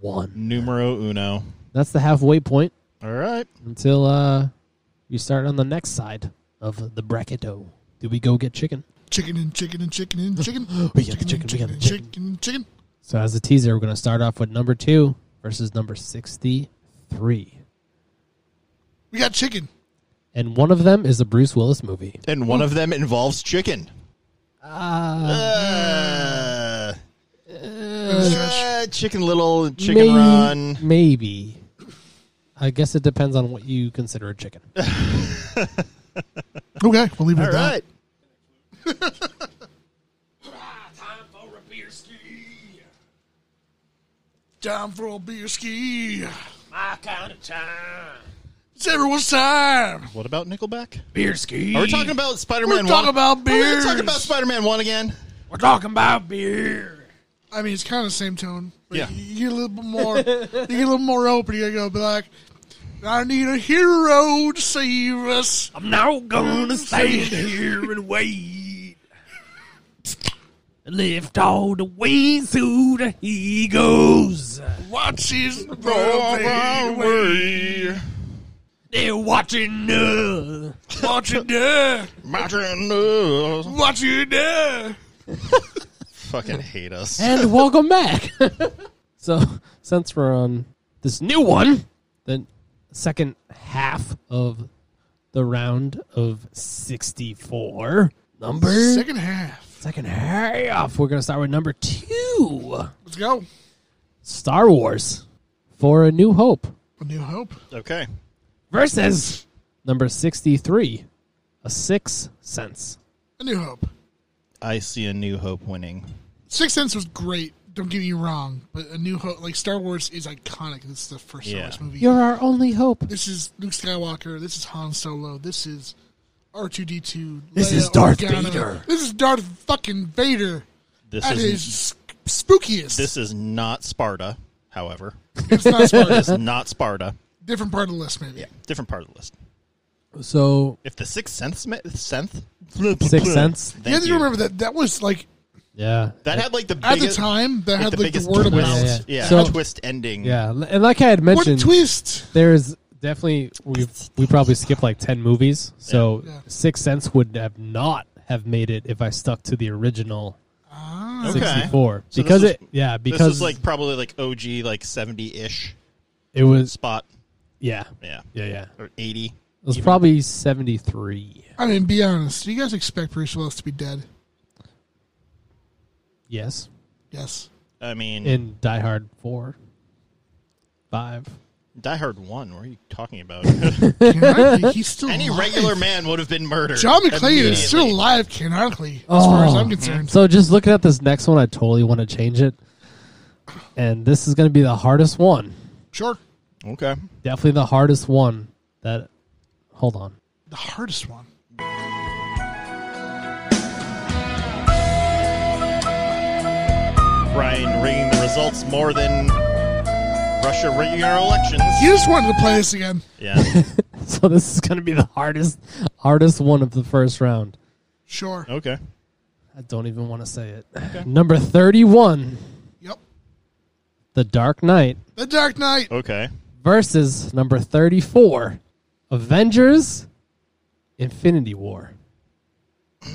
Speaker 3: one.
Speaker 4: Numero uno.
Speaker 3: That's the halfway point
Speaker 4: All right.
Speaker 3: until uh, you start on the next side of the bracketo. Do we go get chicken?
Speaker 5: Chicken and chicken and chicken and chicken.
Speaker 3: We got the chicken, we got the
Speaker 5: and
Speaker 3: chicken.
Speaker 5: chicken and chicken.
Speaker 3: So as a teaser, we're going to start off with number two versus number sixty-three,
Speaker 5: We got chicken.
Speaker 3: and one of them is a Bruce Willis movie.
Speaker 4: And one of them involves chicken.
Speaker 3: Uh,
Speaker 4: Uh, Ah. Uh, chicken Little, Chicken
Speaker 3: May-
Speaker 4: Run.
Speaker 3: maybe. I guess it depends on what you consider a chicken.
Speaker 5: Okay, we'll leave it
Speaker 4: All
Speaker 5: at that.
Speaker 4: right.
Speaker 5: Time for a beer ski. My kind of time. It's everyone's time.
Speaker 4: What about Nickelback?
Speaker 5: Beer ski.
Speaker 4: Are we talking about Spider
Speaker 5: We're
Speaker 4: Man 1?
Speaker 5: talking about
Speaker 4: Are we
Speaker 5: beers.
Speaker 4: talking about Spider Man 1 again?
Speaker 5: We're talking about beer. I mean, it's kind of the same tone. But
Speaker 4: Yeah.
Speaker 5: You get a little bit more. you get a little more open. You gotta go be like, I need a hero to save us. I'm not gonna stand here and wait.
Speaker 3: Lift all the way to the eagles.
Speaker 5: Watch his brother wait.
Speaker 3: They're watching uh, us.
Speaker 5: Watch it die.
Speaker 4: Imagine-
Speaker 5: Watch it die.
Speaker 4: Fucking hate us.
Speaker 3: And welcome back. so, since we're on this new one, the second half of the round of 64, number
Speaker 5: Second half.
Speaker 3: second half, we're going to start with number two
Speaker 5: Let's go.
Speaker 3: Star Wars for A New Hope
Speaker 5: A new hope.
Speaker 4: Okay.
Speaker 3: versus number 63, A Six Sense.
Speaker 5: A new hope.
Speaker 4: I see a new hope winning.
Speaker 5: Sixth Sense was great. Don't get me wrong, but a new hope, like Star Wars, is iconic. This is the first Star
Speaker 4: Yeah.
Speaker 5: Wars movie.
Speaker 3: You're our only hope.
Speaker 5: This is Luke Skywalker. This is Han Solo. This is R two D two.
Speaker 3: This is Darth Vader.
Speaker 5: This is Darth fucking Vader
Speaker 4: This
Speaker 5: at his
Speaker 4: is
Speaker 5: sp- spookiest.
Speaker 4: this is not Sparta, however.
Speaker 5: it's not Spartan.
Speaker 4: This is not Sparta.
Speaker 5: Different part of the list, maybe.
Speaker 4: Different part of the list.
Speaker 3: So,
Speaker 4: If the sixth sense, sense,
Speaker 3: Sixth Sense?
Speaker 5: You have to remember that that was like
Speaker 3: yeah.
Speaker 4: that had like the
Speaker 5: at
Speaker 4: biggest,
Speaker 5: the time that
Speaker 4: like,
Speaker 5: had
Speaker 4: the
Speaker 5: like the
Speaker 4: biggest
Speaker 5: word
Speaker 4: twist.
Speaker 5: about
Speaker 3: Yeah,
Speaker 5: it.
Speaker 4: Yeah,
Speaker 3: yeah. So-
Speaker 4: twist ending.
Speaker 3: Yeah, l- and like I had
Speaker 5: what
Speaker 3: mentioned,
Speaker 5: twist?
Speaker 3: there's definitely we we probably skipped like ten movies, so
Speaker 5: Yeah.
Speaker 3: Six Sense would have not have made it if I stuck to the original
Speaker 4: Okay.
Speaker 3: sixty four
Speaker 4: So this
Speaker 3: because
Speaker 4: was-
Speaker 3: it yeah
Speaker 4: This is
Speaker 3: because
Speaker 4: like probably like OG like seventy ish
Speaker 3: it was
Speaker 4: spot.
Speaker 3: yeah
Speaker 4: Yeah.
Speaker 3: yeah yeah it
Speaker 4: Or eighty.
Speaker 3: was probably seventy three
Speaker 5: I mean, be honest. Do you guys expect Bruce Willis to be dead?
Speaker 3: yes
Speaker 5: Yes.
Speaker 4: I mean
Speaker 3: in Die Hard four five
Speaker 4: Die Hard one, what are you talking about?
Speaker 5: Canonically, he's still
Speaker 4: Any
Speaker 5: alive.
Speaker 4: regular man would have been murdered.
Speaker 5: John McClane is still
Speaker 4: immediately.
Speaker 5: alive canonically, as far
Speaker 3: Oh.
Speaker 5: as I'm concerned.
Speaker 3: so just looking at this next one I totally want to change it and this is gonna be the hardest one
Speaker 5: Sure.
Speaker 4: Okay.
Speaker 3: definitely the hardest one that hold on
Speaker 5: The hardest one.
Speaker 4: Ryan rigging the results more than Russia rigging our elections.
Speaker 5: You just wanted to play this again.
Speaker 4: Yeah.
Speaker 3: So this is going to be the hardest hardest one of the first round.
Speaker 5: Sure.
Speaker 4: Okay.
Speaker 3: I don't even want to say it. Number 31,
Speaker 5: Yep.
Speaker 3: The Dark Knight
Speaker 5: The Dark Knight.
Speaker 4: Okay.
Speaker 3: versus number 34, Avengers Infinity War. I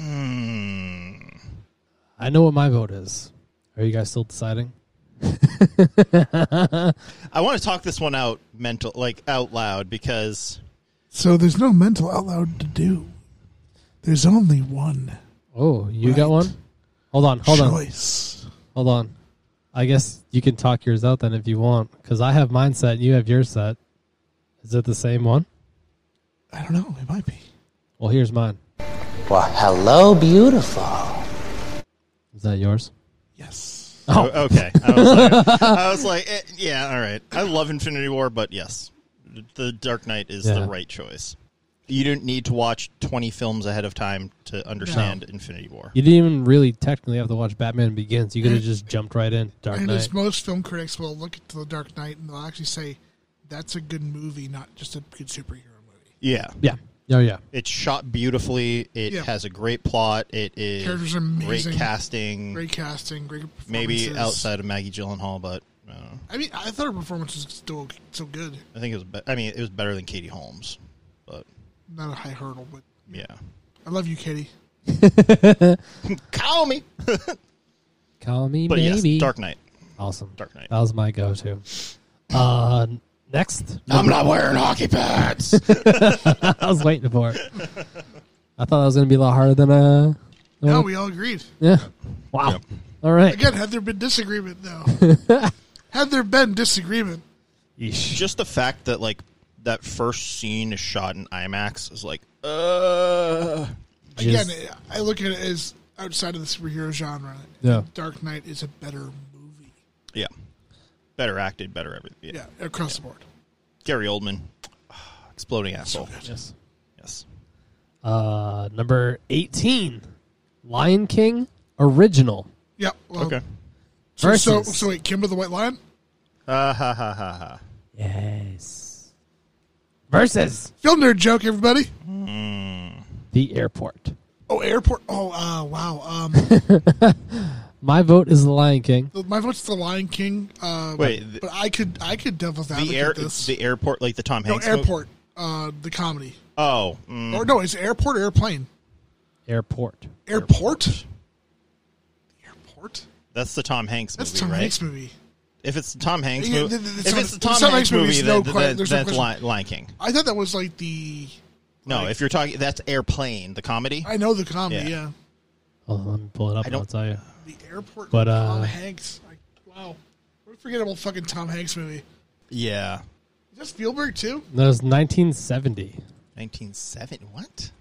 Speaker 3: know what my vote is. Are you guys still deciding?
Speaker 4: I want to talk this one out mental like out loud because
Speaker 5: So there's no mental out loud to do. There's only one
Speaker 3: Oh, you got
Speaker 5: Right.
Speaker 3: one? Hold on, hold on,
Speaker 5: choice.
Speaker 3: hold on. I guess you can talk yours out then if you want, because I have mine set and you have yours set. Is it the same one?
Speaker 5: I don't know. It might be.
Speaker 3: Well, here's mine.
Speaker 7: Well, hello, beautiful.
Speaker 3: Is that yours?
Speaker 5: Yes.
Speaker 4: oh. okay. I was like, I was like eh, yeah, all right. I love Infinity War, but yes, the Dark Knight is
Speaker 3: Yeah.
Speaker 4: the right choice. You don't need to watch twenty films ahead of time to understand Infinity War.
Speaker 3: You didn't even really technically have to watch Batman Begins. You could have just jumped right in Dark
Speaker 5: And
Speaker 3: Knight.
Speaker 5: as most film critics will look at The Dark Knight and they'll actually say, that's a good movie, not just a good superhero movie.
Speaker 4: Yeah,
Speaker 3: Yeah. Oh yeah.
Speaker 4: it's shot beautifully. It
Speaker 5: Yeah.
Speaker 4: has a great plot. It is
Speaker 5: Characters are
Speaker 4: great
Speaker 5: amazing.
Speaker 4: casting.
Speaker 5: Great casting, great performances.
Speaker 4: maybe outside of Maggie Gyllenhaal, but I, don't know.
Speaker 5: I mean, I thought her performance was still so good.
Speaker 4: I think it was. Be- I mean, it was better than Katie Holmes, but
Speaker 5: Not a high hurdle, but
Speaker 4: yeah.
Speaker 5: I love you, Katie.
Speaker 4: Call me,
Speaker 3: Call me
Speaker 4: but
Speaker 3: maybe.
Speaker 4: yes, Dark Knight.
Speaker 3: Awesome.
Speaker 4: Dark Knight.
Speaker 3: That was my go-to. Uh, next,
Speaker 4: I'm not wearing hockey pads.
Speaker 3: I was waiting for it. I thought that was going to be a lot harder than uh
Speaker 5: No, we all agreed.
Speaker 3: yeah. Wow.
Speaker 4: Yep.
Speaker 3: All right.
Speaker 5: Again, had there been disagreement, though. had there been disagreement,
Speaker 4: Just the fact that like that first scene is shot in IMAX is like, uh,
Speaker 5: again,
Speaker 3: Just-
Speaker 5: I look at it as outside of the superhero genre.
Speaker 3: Yeah.
Speaker 5: Dark Knight is a better movie.
Speaker 4: yeah. Better acted, better everything. Yeah.
Speaker 5: Yeah, across the board.
Speaker 4: Gary Oldman, exploding asshole.
Speaker 3: Yes.
Speaker 4: yes.
Speaker 3: Uh, number eighteen, Lion King original.
Speaker 5: Yeah. Well,
Speaker 4: Okay.
Speaker 5: So, so,
Speaker 3: versus-
Speaker 5: so wait, Kimba the White Lion?
Speaker 4: Ha ha ha ha ha.
Speaker 3: Yes. Versus
Speaker 5: Film nerd joke, everybody.
Speaker 3: the airport.
Speaker 5: Oh, airport. Oh, uh, wow. Um,
Speaker 3: My vote is the Lion King.
Speaker 5: the- my vote's The Lion King. Uh,
Speaker 4: Wait,
Speaker 5: but,
Speaker 4: the-
Speaker 5: but I could I could devil's advocate
Speaker 4: The air,
Speaker 5: this.
Speaker 4: the airport, like the Tom
Speaker 5: no,
Speaker 4: Hanks. movie?
Speaker 5: airport. Uh, the comedy.
Speaker 4: Oh, mm,
Speaker 5: Or no, it's airport or airplane.
Speaker 3: Airport.
Speaker 5: Airport. Airport.
Speaker 4: that's the Tom Hanks
Speaker 5: That's
Speaker 4: movie,
Speaker 5: Tom
Speaker 4: right?
Speaker 5: Hanks movie.
Speaker 4: If it's the Tom Hanks
Speaker 5: Yeah,
Speaker 4: movie,
Speaker 5: th- th-
Speaker 4: if
Speaker 5: so-
Speaker 4: it's the
Speaker 5: the
Speaker 4: Tom
Speaker 5: Tom
Speaker 4: Hanks
Speaker 5: Hanks movie
Speaker 4: movie,
Speaker 5: is
Speaker 4: then
Speaker 5: no
Speaker 4: then-
Speaker 5: que-
Speaker 4: then-
Speaker 5: there's no
Speaker 4: that's Lion,
Speaker 5: question.
Speaker 4: Lion King.
Speaker 5: I thought that was like the.
Speaker 4: No, if you're talking, that's Airplane, the comedy.
Speaker 5: I know the comedy.
Speaker 4: Yeah.
Speaker 5: Yeah.
Speaker 3: Hold on, let me pull it up.
Speaker 4: I
Speaker 3: and I'll
Speaker 4: don't-
Speaker 3: tell you.
Speaker 5: The airport.
Speaker 3: But,
Speaker 5: But Tom
Speaker 3: uh,
Speaker 5: Hanks. Like, wow. What a forgettable fucking Tom Hanks movie.
Speaker 4: yeah,
Speaker 5: Is that Spielberg too?
Speaker 3: That was 1970.
Speaker 4: 1970. What?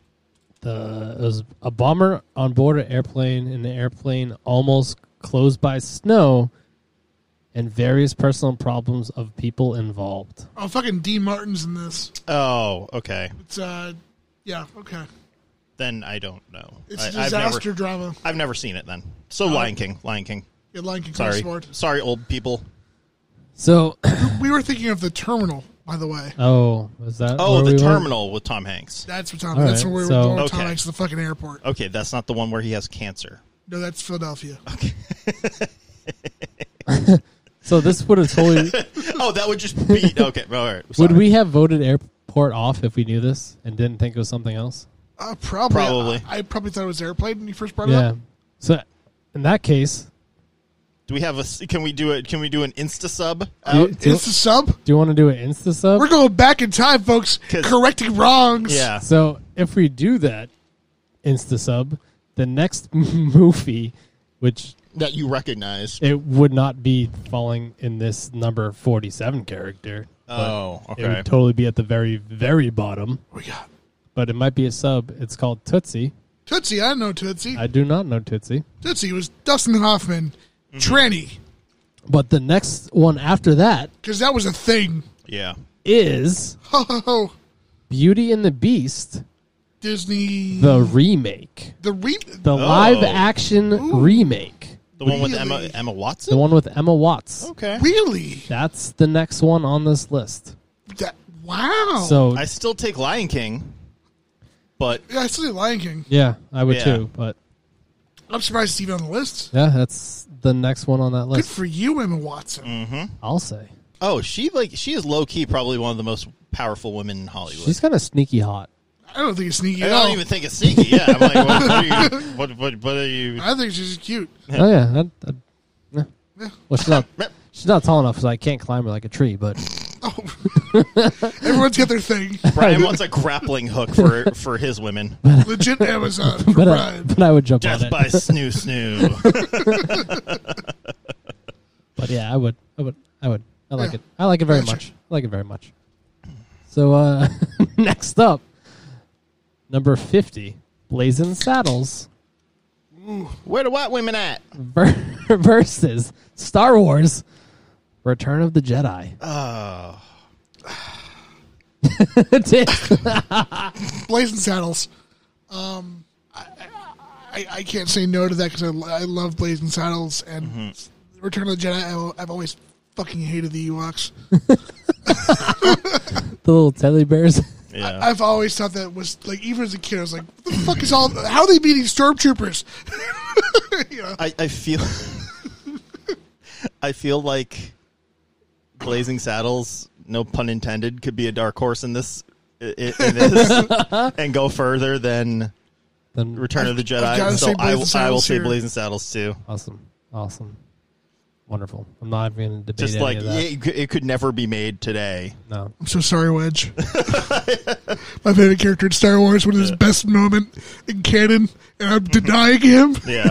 Speaker 3: The it was a bomber on board an airplane, and the airplane almost closed by snow, and various personal problems of people involved.
Speaker 5: Oh, fucking D. Martin's in this.
Speaker 4: Oh, okay.
Speaker 5: It's uh, yeah, okay.
Speaker 4: Then I don't know.
Speaker 5: It's
Speaker 4: I,
Speaker 5: a disaster Oh.
Speaker 4: I've never,
Speaker 5: drama.
Speaker 4: I've never seen it. Then so Lion King, Lion King.
Speaker 5: Yeah, Lion King
Speaker 4: Sorry,
Speaker 5: Sword.
Speaker 4: sorry, old people.
Speaker 3: So,
Speaker 5: We were thinking of the Terminal, by the way.
Speaker 3: oh, was that?
Speaker 4: Oh,
Speaker 3: where
Speaker 4: the
Speaker 3: we went?
Speaker 4: terminal with Tom Hanks.
Speaker 5: That's what Tom.
Speaker 3: All
Speaker 5: that's
Speaker 3: right,
Speaker 5: where we
Speaker 3: so-
Speaker 5: were.
Speaker 4: Okay.
Speaker 5: Tom Hanks at the fucking airport.
Speaker 4: Okay, that's not the one where he has cancer.
Speaker 5: No, that's Philadelphia.
Speaker 3: So this would have totally.
Speaker 4: Oh, that would just be okay. All right.
Speaker 3: would
Speaker 4: sorry.
Speaker 3: we have voted airport off if we knew this and didn't think it was something else?
Speaker 5: Uh, probably.
Speaker 4: Probably.
Speaker 5: I, I probably thought it was airplane when you first brought it
Speaker 3: Yeah.
Speaker 5: up.
Speaker 3: So, in that case,
Speaker 4: Do we have a? s- Can we do it? Can we do an Insta sub?
Speaker 3: do you,
Speaker 4: out?
Speaker 3: do,
Speaker 5: It's the sub.
Speaker 3: do you want to do an Insta sub?
Speaker 5: We're going back in time, folks.
Speaker 4: 'Cause-
Speaker 5: Correcting wrongs.
Speaker 4: Yeah.
Speaker 3: So if we do that, insta sub, the next movie, which
Speaker 4: That you recognize.
Speaker 3: it would not be falling in this number forty-seven character.
Speaker 4: Oh,
Speaker 3: It
Speaker 4: okay.
Speaker 3: would totally be at the very, very bottom.
Speaker 5: We got
Speaker 3: But it might be a sub. It's called Tootsie.
Speaker 5: Tootsie. I know Tootsie.
Speaker 3: I do not know Tootsie.
Speaker 5: Tootsie was Dustin Hoffman,
Speaker 4: Mm-hmm.
Speaker 5: tranny,
Speaker 3: But the next one after that
Speaker 5: because that was a thing.
Speaker 4: yeah.
Speaker 3: is
Speaker 5: Ho ho ho.
Speaker 3: Beauty and the Beast,
Speaker 5: Disney.
Speaker 3: the remake,
Speaker 5: the re-
Speaker 3: the
Speaker 4: Oh.
Speaker 3: live action remake,
Speaker 4: The one with Emma
Speaker 5: Really?
Speaker 4: Emma
Speaker 3: the
Speaker 4: Watson.
Speaker 3: one with Emma Watts.
Speaker 4: Okay.
Speaker 5: really
Speaker 3: That's the next one on this list.
Speaker 5: that wow.
Speaker 3: So
Speaker 4: I still take Lion King, but
Speaker 5: Yeah, I still say Lion King.
Speaker 3: Yeah, I would
Speaker 4: Yeah.
Speaker 3: too. But
Speaker 5: I'm surprised it's even on the list.
Speaker 3: yeah, that's the next one on that
Speaker 5: Good
Speaker 3: list.
Speaker 5: for you, Emma Watson.
Speaker 4: Mm.
Speaker 3: I'll say
Speaker 4: oh, she like she is low key probably one of the most powerful women in Hollywood.
Speaker 3: she's kind of sneaky hot.
Speaker 5: I don't think it's sneaky
Speaker 4: I
Speaker 5: at
Speaker 4: don't
Speaker 5: all.
Speaker 4: even think it's sneaky. Yeah, I'm like, what, what are you? What, what, what are you?
Speaker 5: I think she's cute.
Speaker 3: oh yeah, that, that, yeah.
Speaker 5: Yeah.
Speaker 3: Well, she's not. She's not tall enough, so I can't climb her like a tree. But
Speaker 5: Everyone's got their thing.
Speaker 4: Brian wants a grappling hook for for his women.
Speaker 5: Legit Amazon for
Speaker 3: but uh, I,
Speaker 5: Brian.
Speaker 3: but I would jump on
Speaker 4: Death
Speaker 3: it.
Speaker 4: by snoo snoo.
Speaker 3: But yeah, I would. I would. I would. I like
Speaker 5: Yeah.
Speaker 3: it. I like it very
Speaker 5: Gotcha.
Speaker 3: much. I like it very much. So uh next up, number fifty, Blazing Saddles
Speaker 4: Where the white women at?
Speaker 3: ver- versus Star Wars: Return of the Jedi.
Speaker 4: Oh,
Speaker 5: Blazing Saddles. Um, I, I, I can't say no to that because I, lo- I love Blazing Saddles and
Speaker 4: Mm-hmm.
Speaker 5: Return of the Jedi. I, I've always fucking hated the Ewoks.
Speaker 3: the little teddy bears.
Speaker 4: yeah.
Speaker 5: I've always thought that was like even as a kid, I was like, what the fuck is all? How are they beating stormtroopers? you know,
Speaker 4: I, I feel I feel like Blazing Saddles, no pun intended, could be a dark horse in this i- i- in this and go further than
Speaker 3: then
Speaker 4: Return of the Jedi.
Speaker 5: I've gotta
Speaker 4: And so
Speaker 5: say
Speaker 4: I, will- I
Speaker 5: Blazing
Speaker 4: will
Speaker 5: Saddles
Speaker 4: say
Speaker 5: here.
Speaker 4: Blazing Saddles too.
Speaker 3: awesome, awesome, wonderful. I'm not even going to debate
Speaker 4: Just
Speaker 3: any
Speaker 4: like
Speaker 3: of that.
Speaker 4: it, it could never be made today.
Speaker 3: no.
Speaker 5: I'm so sorry, Wedge. My favorite character in Star Wars, one of his best moment in canon, and I'm denying him.
Speaker 4: Yeah,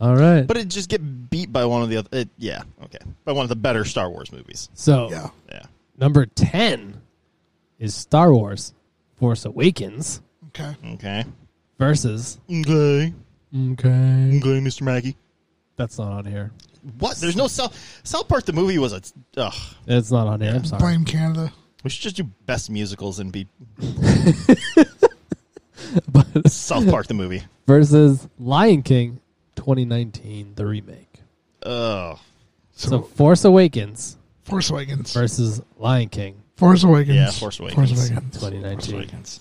Speaker 3: All right.
Speaker 4: but it just get beat by one of the other. It, yeah, okay, by one of the better Star Wars movies.
Speaker 3: so
Speaker 5: Yeah,
Speaker 4: Yeah,
Speaker 3: number ten is Star Wars: Force Awakens
Speaker 5: okay.
Speaker 4: okay,
Speaker 3: versus.
Speaker 4: okay,
Speaker 3: Okay.
Speaker 4: okay, Mr. Maggie.
Speaker 3: That's not on here.
Speaker 4: What? There's no South South Park. The movie was a. Ugh.
Speaker 3: It's not on here. I'm sorry.
Speaker 5: Blame Canada.
Speaker 4: We should just do best musicals and be
Speaker 3: But
Speaker 4: South Park the movie.
Speaker 3: versus Lion King 2019, the remake.
Speaker 4: Ugh.
Speaker 5: So,
Speaker 3: So Force Awakens
Speaker 5: Force Awakens.
Speaker 3: versus Lion King
Speaker 5: Force Awakens.
Speaker 4: Yeah, Force Awakens.
Speaker 5: Force Awakens.
Speaker 3: 2019.
Speaker 4: Awakens.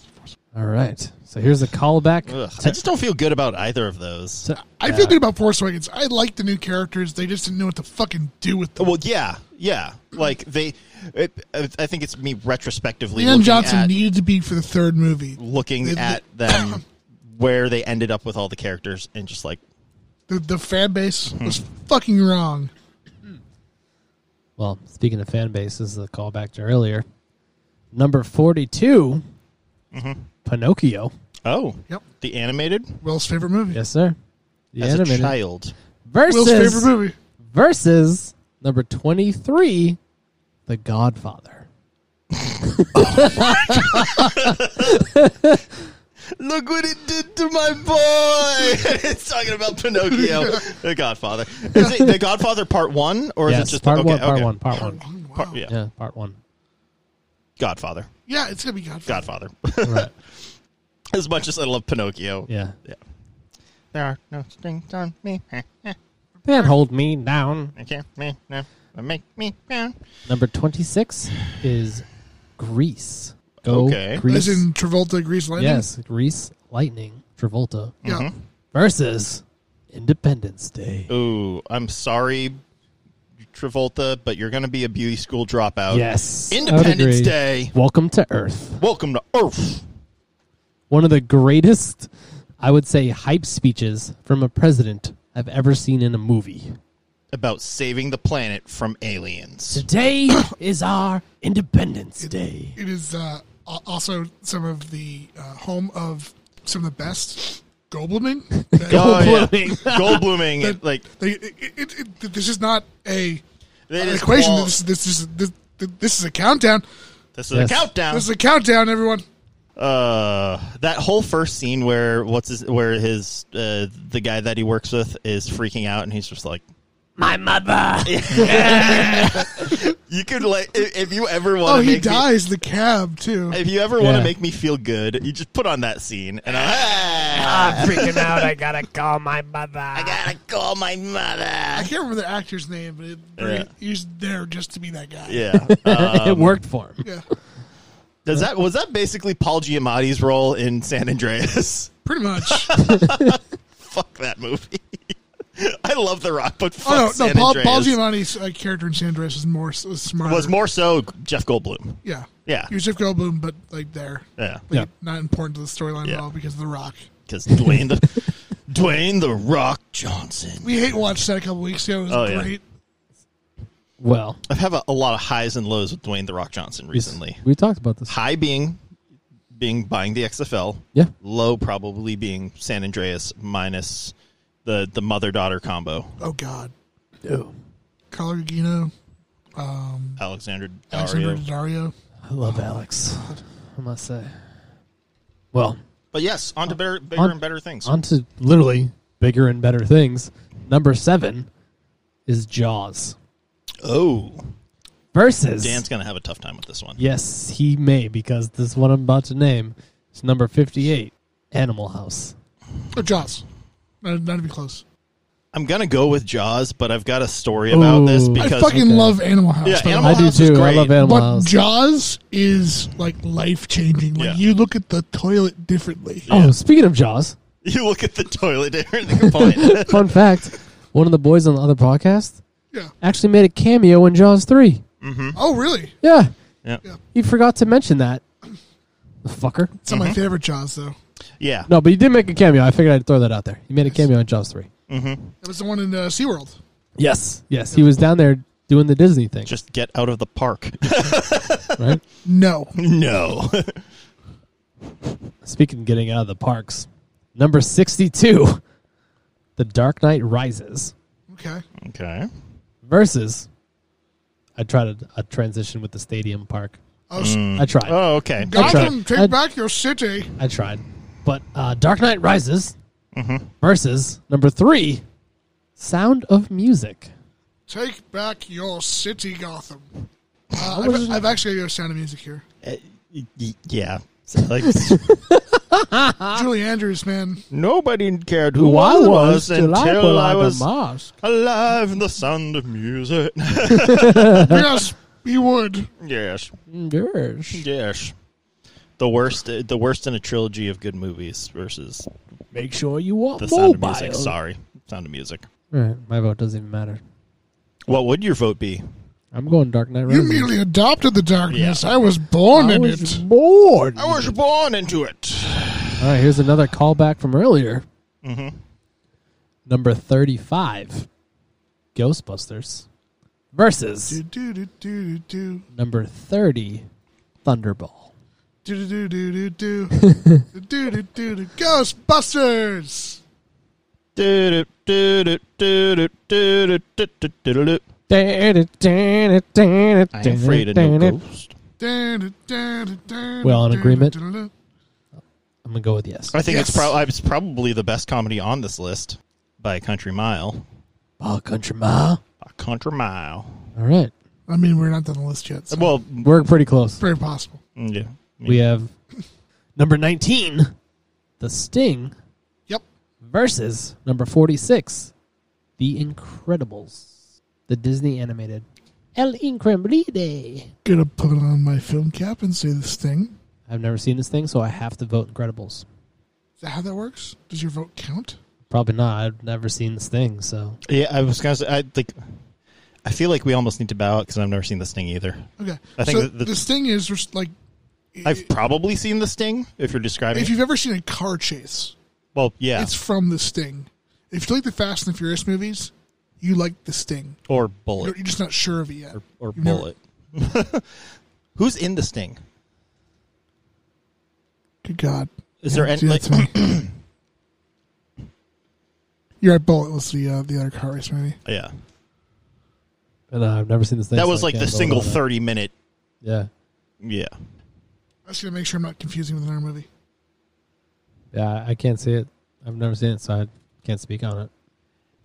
Speaker 3: All right. So here's a callback.
Speaker 4: Ugh.
Speaker 3: to-
Speaker 4: I just don't feel good about either of those.
Speaker 3: to-
Speaker 5: I feel good about Force Awakens. I like the new characters. They just didn't know what to fucking do with them.
Speaker 4: Well, yeah, yeah. Like they, it, I think it's me retrospectively
Speaker 5: Ian
Speaker 4: looking
Speaker 5: Johnson
Speaker 4: at,
Speaker 5: needed to be for the third movie.
Speaker 4: looking
Speaker 5: They- they-
Speaker 4: at them where they ended up with all the characters and just like
Speaker 5: The, the fan base
Speaker 4: Mm-hmm.
Speaker 5: was fucking wrong.
Speaker 3: Well, speaking of fan base, this is a callback to earlier. Number 42,
Speaker 4: Mm-hmm.
Speaker 3: Pinocchio.
Speaker 4: oh
Speaker 5: Yep.
Speaker 4: the animated
Speaker 5: Will's favorite movie.
Speaker 3: Yes, sir. The
Speaker 4: as
Speaker 3: animated
Speaker 4: a child.
Speaker 5: Will's
Speaker 3: versus
Speaker 5: favorite movie.
Speaker 3: versus number 23, The Godfather.
Speaker 4: Look what it did to my boy! it's talking about Pinocchio, The Godfather. Is it The Godfather Part One, or
Speaker 3: yes,
Speaker 4: is it just
Speaker 3: part
Speaker 4: okay,
Speaker 3: one, part
Speaker 4: okay.
Speaker 3: one, part one.
Speaker 4: Part- yeah.
Speaker 3: Yeah, part one.
Speaker 4: Godfather,
Speaker 5: Yeah, it's gonna be
Speaker 4: Godfather.
Speaker 5: Godfather.
Speaker 3: Right.
Speaker 4: as much as I love Pinocchio,
Speaker 3: Yeah.
Speaker 4: there are no strings on me. Eh, eh,
Speaker 3: Can't hold me down.
Speaker 4: I can't me no, I make me down.
Speaker 3: Number 26 is Grease. Go
Speaker 4: Okay.
Speaker 3: Grease.
Speaker 5: As in Travolta, Grease Lightning.
Speaker 3: yes, Grease, Lightning, Travolta
Speaker 5: Yeah.
Speaker 4: Mm-hmm.
Speaker 3: versus Independence Day.
Speaker 4: Ooh, I'm sorry, Travolta, but you're gonna be a beauty school dropout.
Speaker 3: Yes. I would
Speaker 4: Independence
Speaker 3: agree.
Speaker 4: Day.
Speaker 3: Welcome to Earth.
Speaker 4: Welcome to Earth.
Speaker 3: One of the greatest, I would say, hype speeches from a president I've ever seen in a movie.
Speaker 4: About saving the planet from aliens.
Speaker 3: Today is our Independence Day.
Speaker 5: It is uh, al- also some of the uh, home of some of the best Goldbluming. That-
Speaker 4: Oh, yeah.
Speaker 3: Blooming.
Speaker 4: Goldbluming, it, like
Speaker 5: They, it, it, it, this is not a
Speaker 4: It
Speaker 5: an
Speaker 3: uh,
Speaker 4: is
Speaker 5: equation.
Speaker 4: all-
Speaker 5: This, this is this, this is a countdown.
Speaker 4: This is
Speaker 3: Yes.
Speaker 4: a countdown.
Speaker 5: This is a countdown, everyone.
Speaker 4: uh, that whole first scene where what's his, where his uh, the guy that he works with is freaking out, and he's just like,
Speaker 3: My mother.
Speaker 4: "You could like if, if you ever want
Speaker 5: Oh,
Speaker 4: to
Speaker 5: he
Speaker 4: make me,
Speaker 5: dies. the cab too.
Speaker 4: if you ever want
Speaker 3: Yeah.
Speaker 4: to make me feel good, you just put on that scene, and I,
Speaker 3: freaking out. I gotta call my mother.
Speaker 4: Ah. I gotta call my
Speaker 5: I
Speaker 4: mother."
Speaker 5: can't remember the actor's name, but it,
Speaker 4: Yeah.
Speaker 5: he's there just to be that guy.
Speaker 4: Yeah, uh,
Speaker 3: it worked for him.
Speaker 5: Yeah.
Speaker 4: Does that was that basically Paul Giamatti's role in San Andreas?
Speaker 5: Pretty much. Oh,
Speaker 4: fuck that movie. I love The Rock, but fuck
Speaker 5: oh no, no.
Speaker 4: San
Speaker 5: Paul,
Speaker 4: Andreas
Speaker 5: Paul Giamatti's uh, character in San Andreas was more was smarter.
Speaker 4: was more so Jeff Goldblum.
Speaker 5: Yeah.
Speaker 4: Yeah.
Speaker 5: He was Jeff Goldblum, but like there.
Speaker 4: Yeah,
Speaker 3: Yeah.
Speaker 5: Like, Not important to the storyline
Speaker 4: Yeah.
Speaker 5: at all because of The Rock.
Speaker 4: because Dwayne the Dwayne the Rock Johnson.
Speaker 5: We hate watched that a couple weeks ago. It was
Speaker 4: Oh, yeah.
Speaker 5: great.
Speaker 3: Well,
Speaker 4: I've had a, a lot of highs and lows with Dwayne the Rock Johnson
Speaker 3: we s-
Speaker 4: recently.
Speaker 3: we talked about this.
Speaker 4: High being being buying the XFL.
Speaker 3: Yeah.
Speaker 4: Low probably being San Andreas minus the the mother daughter combo.
Speaker 5: Oh God. Carlo Gugino,
Speaker 4: Alexander
Speaker 5: Alexander
Speaker 4: Dario.
Speaker 5: Daddario.
Speaker 3: I love Alex. I must say. Well,
Speaker 4: But yes, on to better, bigger
Speaker 3: On-
Speaker 4: and better things.
Speaker 3: on to literally bigger and better things. Number seven is Jaws
Speaker 4: oh,
Speaker 3: versus
Speaker 4: Dan's gonna have a tough time with this one.
Speaker 3: Yes, he may because this one I'm about to name is number fifty-eight, Animal House.
Speaker 5: Oh, Jaws. Not, not even close.
Speaker 4: I'm gonna go with Jaws, but I've got a story about
Speaker 3: Ooh.
Speaker 4: this
Speaker 3: I
Speaker 4: because
Speaker 5: I fucking
Speaker 3: okay.
Speaker 5: love Animal House.
Speaker 4: Yeah,
Speaker 5: by the
Speaker 4: Animal
Speaker 5: way.
Speaker 3: I do
Speaker 4: House is
Speaker 3: too. I
Speaker 4: great.
Speaker 3: love Animal
Speaker 5: But
Speaker 3: House.
Speaker 5: Jaws is like life changing. Like
Speaker 4: Yeah.
Speaker 5: you look at the toilet differently.
Speaker 3: Oh, speaking of Jaws,
Speaker 4: you look at the toilet there and think point.
Speaker 3: fun fact: one of the boys on the other podcast
Speaker 5: Yeah.
Speaker 3: actually made a cameo in Jaws three.
Speaker 5: Oh really?
Speaker 3: Yeah,
Speaker 4: yeah.
Speaker 3: he forgot to mention that. The fucker.
Speaker 5: It's
Speaker 4: Mm-hmm.
Speaker 5: not my favorite Jaws though.
Speaker 4: yeah.
Speaker 3: No, but he did make a cameo. I figured I'd throw that out there. He made a cameo in Jaws three.
Speaker 5: That was the one in uh, SeaWorld.
Speaker 3: Yes, yes, he was down there doing the Disney thing,
Speaker 4: Just get out of the park.
Speaker 3: right?
Speaker 5: No.
Speaker 4: no.
Speaker 3: Speaking of getting out of the parks, number sixty-two, The Dark Knight Rises.
Speaker 5: Okay.
Speaker 4: okay.
Speaker 3: versus I tried a, a transition with the stadium park.
Speaker 5: Oh, s-
Speaker 3: I tried.
Speaker 4: Oh, okay.
Speaker 5: Gotham,
Speaker 3: Okay.
Speaker 5: take
Speaker 3: I-
Speaker 5: back your city.
Speaker 3: I tried. But uh, Dark Knight Rises
Speaker 4: Mm-hmm.
Speaker 3: versus number three, Sound of Music.
Speaker 5: Take back your city, Gotham. Uh,
Speaker 3: was
Speaker 5: I've, I've actually got your sound of music here.
Speaker 4: Y- y- Yeah. Like,
Speaker 5: Julie Andrews, man.
Speaker 4: nobody cared who I was until I was alive in the sound of music.
Speaker 5: yes, he would.
Speaker 4: yes.
Speaker 3: Yes.
Speaker 4: Yes. The worst. The worst in a trilogy of good movies versus
Speaker 3: Make sure you want
Speaker 4: the
Speaker 3: mobile.
Speaker 4: sound of music. Sorry, sound of music.
Speaker 3: All right, my vote doesn't even matter.
Speaker 4: What would your vote be?
Speaker 3: I'm going Dark Knight
Speaker 5: You
Speaker 3: Rises.
Speaker 5: merely adopted the darkness.
Speaker 4: Yeah.
Speaker 5: I was born
Speaker 3: I
Speaker 5: in
Speaker 3: was
Speaker 5: it.
Speaker 3: born.
Speaker 4: I was born into it.
Speaker 3: All right, Uh, here's another callback from earlier.
Speaker 4: Mm-hmm.
Speaker 3: Number 35, Ghostbusters versus
Speaker 5: Do do do do do
Speaker 3: number 30, Thunderball.
Speaker 5: do do do do do do do do do do Ghostbusters.
Speaker 4: Did it, did it, did it, did it, did it, did it. I am afraid of no ghost.
Speaker 5: Well,
Speaker 3: Well, in agreement. I'm going to go with yes.
Speaker 4: I think it's,
Speaker 5: Yes.
Speaker 4: prob- it's probably the best comedy on this list by a country mile.
Speaker 3: Oh, Country Mile.
Speaker 4: A country mile.
Speaker 3: All right.
Speaker 5: I mean, we're not on the list yet. So
Speaker 4: Well,
Speaker 5: well,
Speaker 4: mm,
Speaker 3: We're pretty close.
Speaker 5: very possible.
Speaker 4: yeah.
Speaker 3: We have number 19, The Sting
Speaker 5: Yep.
Speaker 3: versus number 46, The Incredibles, the Disney animated. El Incredible.
Speaker 5: Gonna put on my film cap and say this thing.
Speaker 3: I've never seen this thing, so I have to vote Incredibles.
Speaker 5: Is that how that works? Does your vote count?
Speaker 3: Probably not. I've never seen this thing, so
Speaker 4: Yeah, I was gonna say, I like. I feel like we almost need to bow out because I've never seen this thing either.
Speaker 5: Okay.
Speaker 4: I think
Speaker 5: so
Speaker 4: that the-
Speaker 5: this thing is just like
Speaker 4: I've probably seen this thing if you're describing.
Speaker 5: if
Speaker 4: it.
Speaker 5: you've ever seen a car chase,
Speaker 4: well, yeah,
Speaker 5: it's from the Sting. If you like the Fast and the Furious movies, you like the Sting.
Speaker 4: or
Speaker 5: You're,
Speaker 4: bullet
Speaker 5: you're just not sure of it yet.
Speaker 4: or
Speaker 5: You've never-
Speaker 4: bullet. Who's in this thing?
Speaker 5: Good God.
Speaker 4: Is there any?
Speaker 5: Do
Speaker 4: Like,
Speaker 5: that to me. You're right. Bullet was the uh, the other car race movie.
Speaker 4: yeah,
Speaker 3: and uh, I've never seen this thing.
Speaker 4: that
Speaker 3: so
Speaker 4: was
Speaker 3: I
Speaker 4: like the
Speaker 3: can't vote
Speaker 4: single
Speaker 3: on it.
Speaker 4: thirty minute.
Speaker 3: Yeah,
Speaker 4: Yeah,
Speaker 5: I was gonna make sure I'm not confusing with another movie.
Speaker 3: yeah. I can't see it. I've never seen it, so I can't speak on it.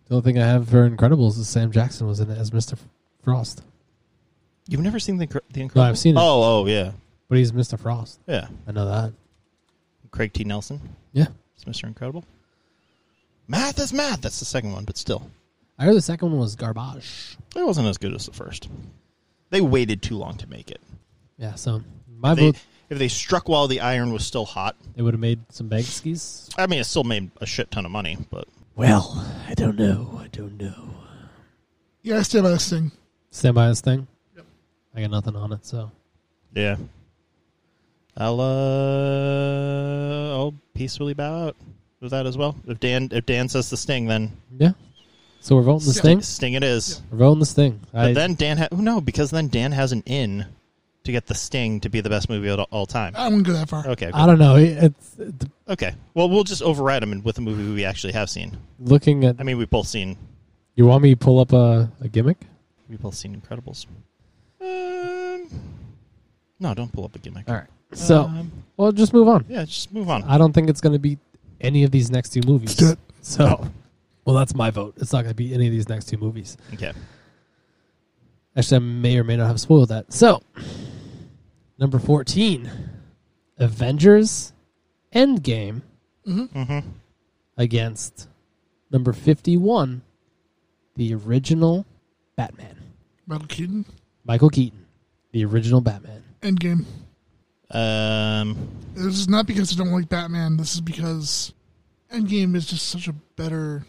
Speaker 3: The only thing I have for Incredibles is Sam Jackson was in it as Mr. Frost,
Speaker 4: you've never seen the Incre- the Incredibles?
Speaker 3: No, I've seen it.
Speaker 4: Oh, oh yeah,
Speaker 3: but he's Mr. Frost.
Speaker 4: yeah.
Speaker 3: I know that.
Speaker 4: Craig T. Nelson.
Speaker 3: Yeah,
Speaker 4: It's Mr. Incredible. Math is math. That's the second one, but still,
Speaker 3: I heard the second one was garbage.
Speaker 4: it wasn't as good as the first. They waited too long to make it.
Speaker 3: Yeah, so my
Speaker 4: They,
Speaker 3: vote.
Speaker 4: if they struck while the iron was still hot.
Speaker 3: They would have made some bank skis.
Speaker 4: I mean, it still made a shit ton of money, but
Speaker 3: Well, I don't know. I don't know.
Speaker 5: Yeah, I stand by this thing.
Speaker 3: Stand by this thing. I got nothing on it, so
Speaker 4: yeah. I'll uh, I'll peacefully bow out with that as well. If Dan if Dan says the sting, then
Speaker 3: yeah. So we're voting this thing.
Speaker 4: sting it is.
Speaker 3: We're voting this thing.
Speaker 4: But
Speaker 3: I,
Speaker 4: then Dan, ha- no, because then Dan has an in to get the Sting to be the best movie of all time.
Speaker 5: I wouldn't go that far.
Speaker 4: Okay,
Speaker 3: I don't know. It, it's it-
Speaker 4: okay. Well, we'll just override him with a movie we actually have seen.
Speaker 3: looking at.
Speaker 4: I mean, we've both seen
Speaker 3: You want me to pull up a, a gimmick?
Speaker 4: we've both seen Incredibles. Um, no, don't pull up a gimmick.
Speaker 3: All right. So,
Speaker 4: Um,
Speaker 3: well, just move on.
Speaker 4: yeah, just move
Speaker 5: Uh,
Speaker 4: on.
Speaker 3: I don't think it's going to be any of these next two movies.
Speaker 5: do it.
Speaker 3: So, well, that's my vote. It's not going to be any of these next two movies.
Speaker 4: okay,
Speaker 3: Actually, I may or may not have spoiled that. So, number 14 Avengers Endgame against number 51, the original Batman.
Speaker 5: Michael Keaton,
Speaker 3: Michael Keaton, the original Batman.
Speaker 5: Endgame.
Speaker 4: um,
Speaker 5: This is not because I don't like Batman. This is because Endgame is just such a better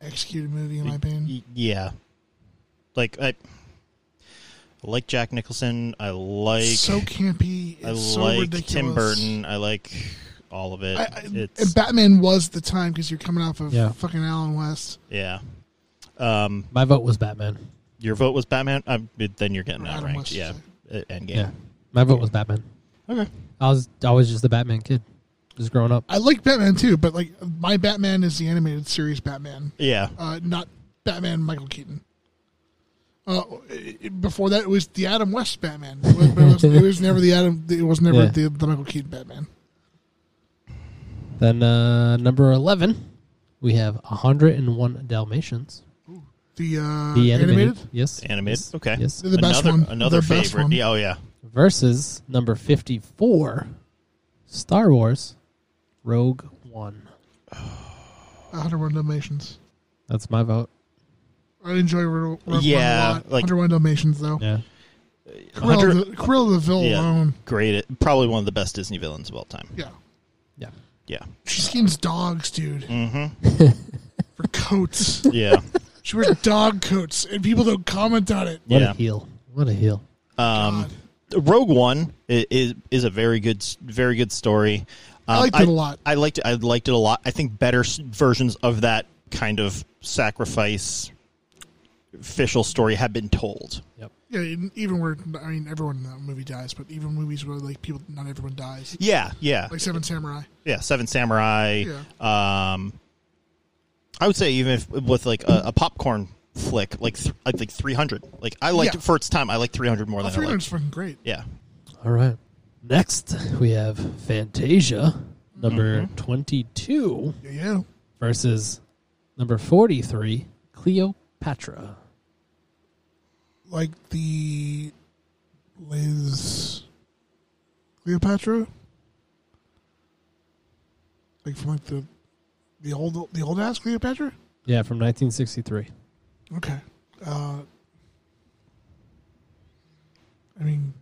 Speaker 5: executed movie, in my opinion.
Speaker 4: y- yeah, like I I like Jack Nicholson. I like
Speaker 5: so campy. It's
Speaker 4: I
Speaker 5: so
Speaker 4: like
Speaker 5: ridiculous.
Speaker 4: Tim Burton. I like all of it.
Speaker 5: I, I,
Speaker 4: it's,
Speaker 5: and Batman was the time because you're coming off of
Speaker 3: Yeah.
Speaker 5: fucking Alan West.
Speaker 4: yeah. Um,
Speaker 3: My vote was Batman.
Speaker 4: your vote was Batman. Um, it- then you're getting
Speaker 5: Or Adam
Speaker 4: outranked.
Speaker 5: West.
Speaker 4: Yeah, Uh, Endgame.
Speaker 3: Yeah. My vote was Batman.
Speaker 4: Okay.
Speaker 3: I was I was just a Batman kid, just growing up.
Speaker 5: I like Batman too, but like my Batman is the animated series Batman,
Speaker 4: Yeah.
Speaker 5: uh, not Batman Michael Keaton. Uh, it- it- before that, it was the Adam West Batman. But it, was, it was never the Adam. It was never
Speaker 3: Yeah.
Speaker 5: the, the Michael Keaton Batman.
Speaker 3: Then uh, number eleven, we have hundred and one Dalmatians.
Speaker 5: The, uh,
Speaker 3: The
Speaker 5: animated,
Speaker 3: animated, yes,
Speaker 4: Animated.
Speaker 3: yes,
Speaker 4: Okay.
Speaker 3: yes,
Speaker 5: They're the best
Speaker 4: another
Speaker 5: one.
Speaker 4: another
Speaker 5: They're the best
Speaker 4: favorite.
Speaker 5: one.
Speaker 4: Yeah, oh yeah.
Speaker 3: versus number fifty four, Star Wars, Rogue One.
Speaker 5: 101 Dalmatians.
Speaker 3: That's my vote.
Speaker 5: I enjoy Rogue Rogue
Speaker 4: Yeah,
Speaker 5: One a lot.
Speaker 4: like-
Speaker 5: 101 Dalmatians though.
Speaker 3: Yeah,
Speaker 5: Cruella,
Speaker 4: Hundred-
Speaker 5: the, Cruella de Vil
Speaker 4: yeah.
Speaker 5: alone.
Speaker 4: Great. It- Probably one of the best Disney villains of all time.
Speaker 5: Yeah,
Speaker 3: yeah.
Speaker 4: Yeah.
Speaker 5: she skins dogs, dude. Mm-hmm. For coats.
Speaker 4: Yeah.
Speaker 5: She wears dog coats, and people don't comment on it.
Speaker 3: What
Speaker 4: Yeah.
Speaker 3: a heel! What a heel!
Speaker 4: um, Rogue One i- is is a very good s- very good story. Um,
Speaker 5: liked it a lot.
Speaker 4: I liked it. I liked it a lot. I think better s- versions of that kind of sacrifice official story have been told.
Speaker 3: Yep.
Speaker 5: Yeah, and even where I mean, everyone in that movie dies, but even movies where like people, not everyone dies,
Speaker 4: Yeah. Yeah.
Speaker 5: like Seven Samurai.
Speaker 4: yeah, Seven Samurai.
Speaker 5: Yeah.
Speaker 4: Um, I would say even if with like a, a popcorn flick, like th- I think three hundred. Like I liked
Speaker 5: Yeah.
Speaker 4: for its time, I liked three hundred more
Speaker 5: Oh,
Speaker 4: than I
Speaker 5: Three
Speaker 4: liked.
Speaker 5: Hundred's fucking great.
Speaker 4: Yeah,
Speaker 3: All right. Next we have Fantasia, number two,
Speaker 5: Yeah, yeah.
Speaker 3: versus number forty three, Cleopatra.
Speaker 5: Like the Liz Cleopatra, like from like the the old the old ass Cleopatra.
Speaker 3: Yeah, from nineteen sixty three.
Speaker 5: Okay. Uh, I mean,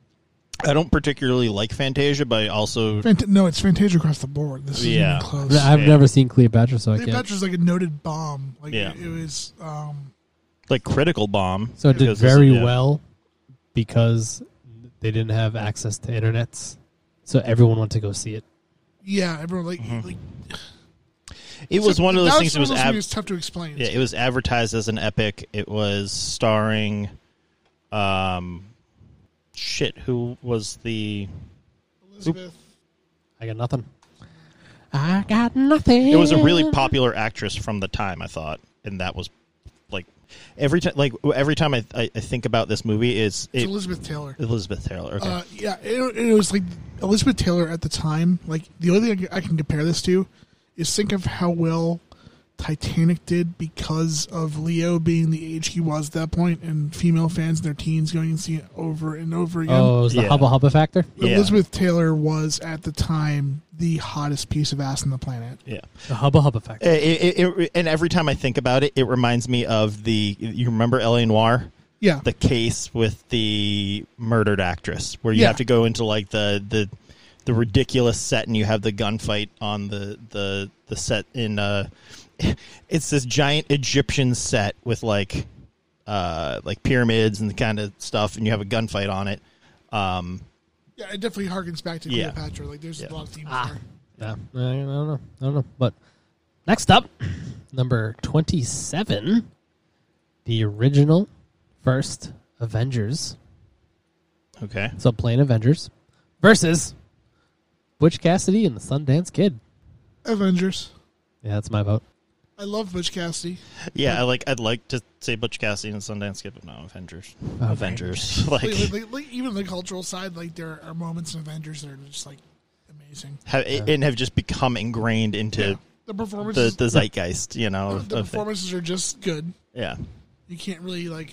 Speaker 4: I don't particularly like Fantasia, but I also
Speaker 5: Fant- no, it's Fantasia across the board. This is
Speaker 4: Yeah.
Speaker 5: even close.
Speaker 3: I've
Speaker 4: Yeah.
Speaker 3: never seen Cleopatra, so I can't.
Speaker 5: Cleopatra's like a noted bomb. Like
Speaker 4: Yeah.
Speaker 5: it, it was. Um,
Speaker 4: like Critical Bomb.
Speaker 3: So it did
Speaker 4: because this-
Speaker 3: very
Speaker 4: yeah.
Speaker 3: well because they didn't have access to internets, so everyone wanted to go see it.
Speaker 5: yeah, everyone like like
Speaker 4: Mm-hmm. It was one of those
Speaker 5: That
Speaker 4: things. It
Speaker 5: one of
Speaker 4: was
Speaker 5: those
Speaker 4: ab-
Speaker 5: movies tough to explain.
Speaker 4: yeah, it was advertised as an epic. It was starring, um, shit. Who was the?
Speaker 5: Elizabeth.
Speaker 3: I got nothing. I got nothing.
Speaker 4: It was a really popular actress from the time, I thought, and that was like every time, like every time I, I, I think about this movie is
Speaker 5: It's
Speaker 4: it,
Speaker 5: Elizabeth Taylor.
Speaker 4: Elizabeth Taylor. Okay,
Speaker 5: Uh, yeah, it, it was like Elizabeth Taylor at the time. Like the only thing I can- I can compare this to is think of how well Titanic did because of Leo being the age he was at that point, and female fans in their teens going and seeing it over and over again.
Speaker 3: Oh, it was the
Speaker 4: Yeah.
Speaker 3: Hubba Hubba factor.
Speaker 4: Yeah.
Speaker 5: Elizabeth Taylor was at the time the hottest piece of ass on the planet.
Speaker 4: yeah.
Speaker 3: The Hubba Hubba
Speaker 4: Eh.
Speaker 3: factor.
Speaker 4: It- it- it- and every time I think about it, it reminds me of the. You remember L.A. Noir,
Speaker 5: Yeah,
Speaker 4: the case with the murdered actress, where you
Speaker 5: Yeah.
Speaker 4: have to go into like the the the ridiculous set, and you have the gunfight on the the the set in. Uh, it's this giant Egyptian set with like uh, like pyramids and the kind of stuff, and you have a gunfight on it. Um,
Speaker 5: Yeah, it definitely harkens back to
Speaker 4: Yeah.
Speaker 5: Cleopatra. Like, there's
Speaker 4: Yeah. Ah.
Speaker 5: a lot of themes there.
Speaker 3: Yeah, I I don't know. I don't know. But next up, number 27, the original first Avengers.
Speaker 4: okay,
Speaker 3: So playing Avengers versus Butch Cassidy and the Sundance Kid.
Speaker 5: Avengers.
Speaker 3: Yeah, that's my vote.
Speaker 5: I love Butch Cassidy.
Speaker 4: yeah, I like I'd like to say Butch Cassidy and Sundance Kid, but no Avengers, Avengers, like.
Speaker 5: Like, like, like, even the cultural side, like there are moments in Avengers that are just like amazing.
Speaker 4: Have, and have just become ingrained into
Speaker 5: The
Speaker 4: the,
Speaker 5: performances,
Speaker 4: the zeitgeist, you know.
Speaker 5: the,
Speaker 4: of- of it.
Speaker 5: performances are just good.
Speaker 4: Yeah.
Speaker 5: You can't really like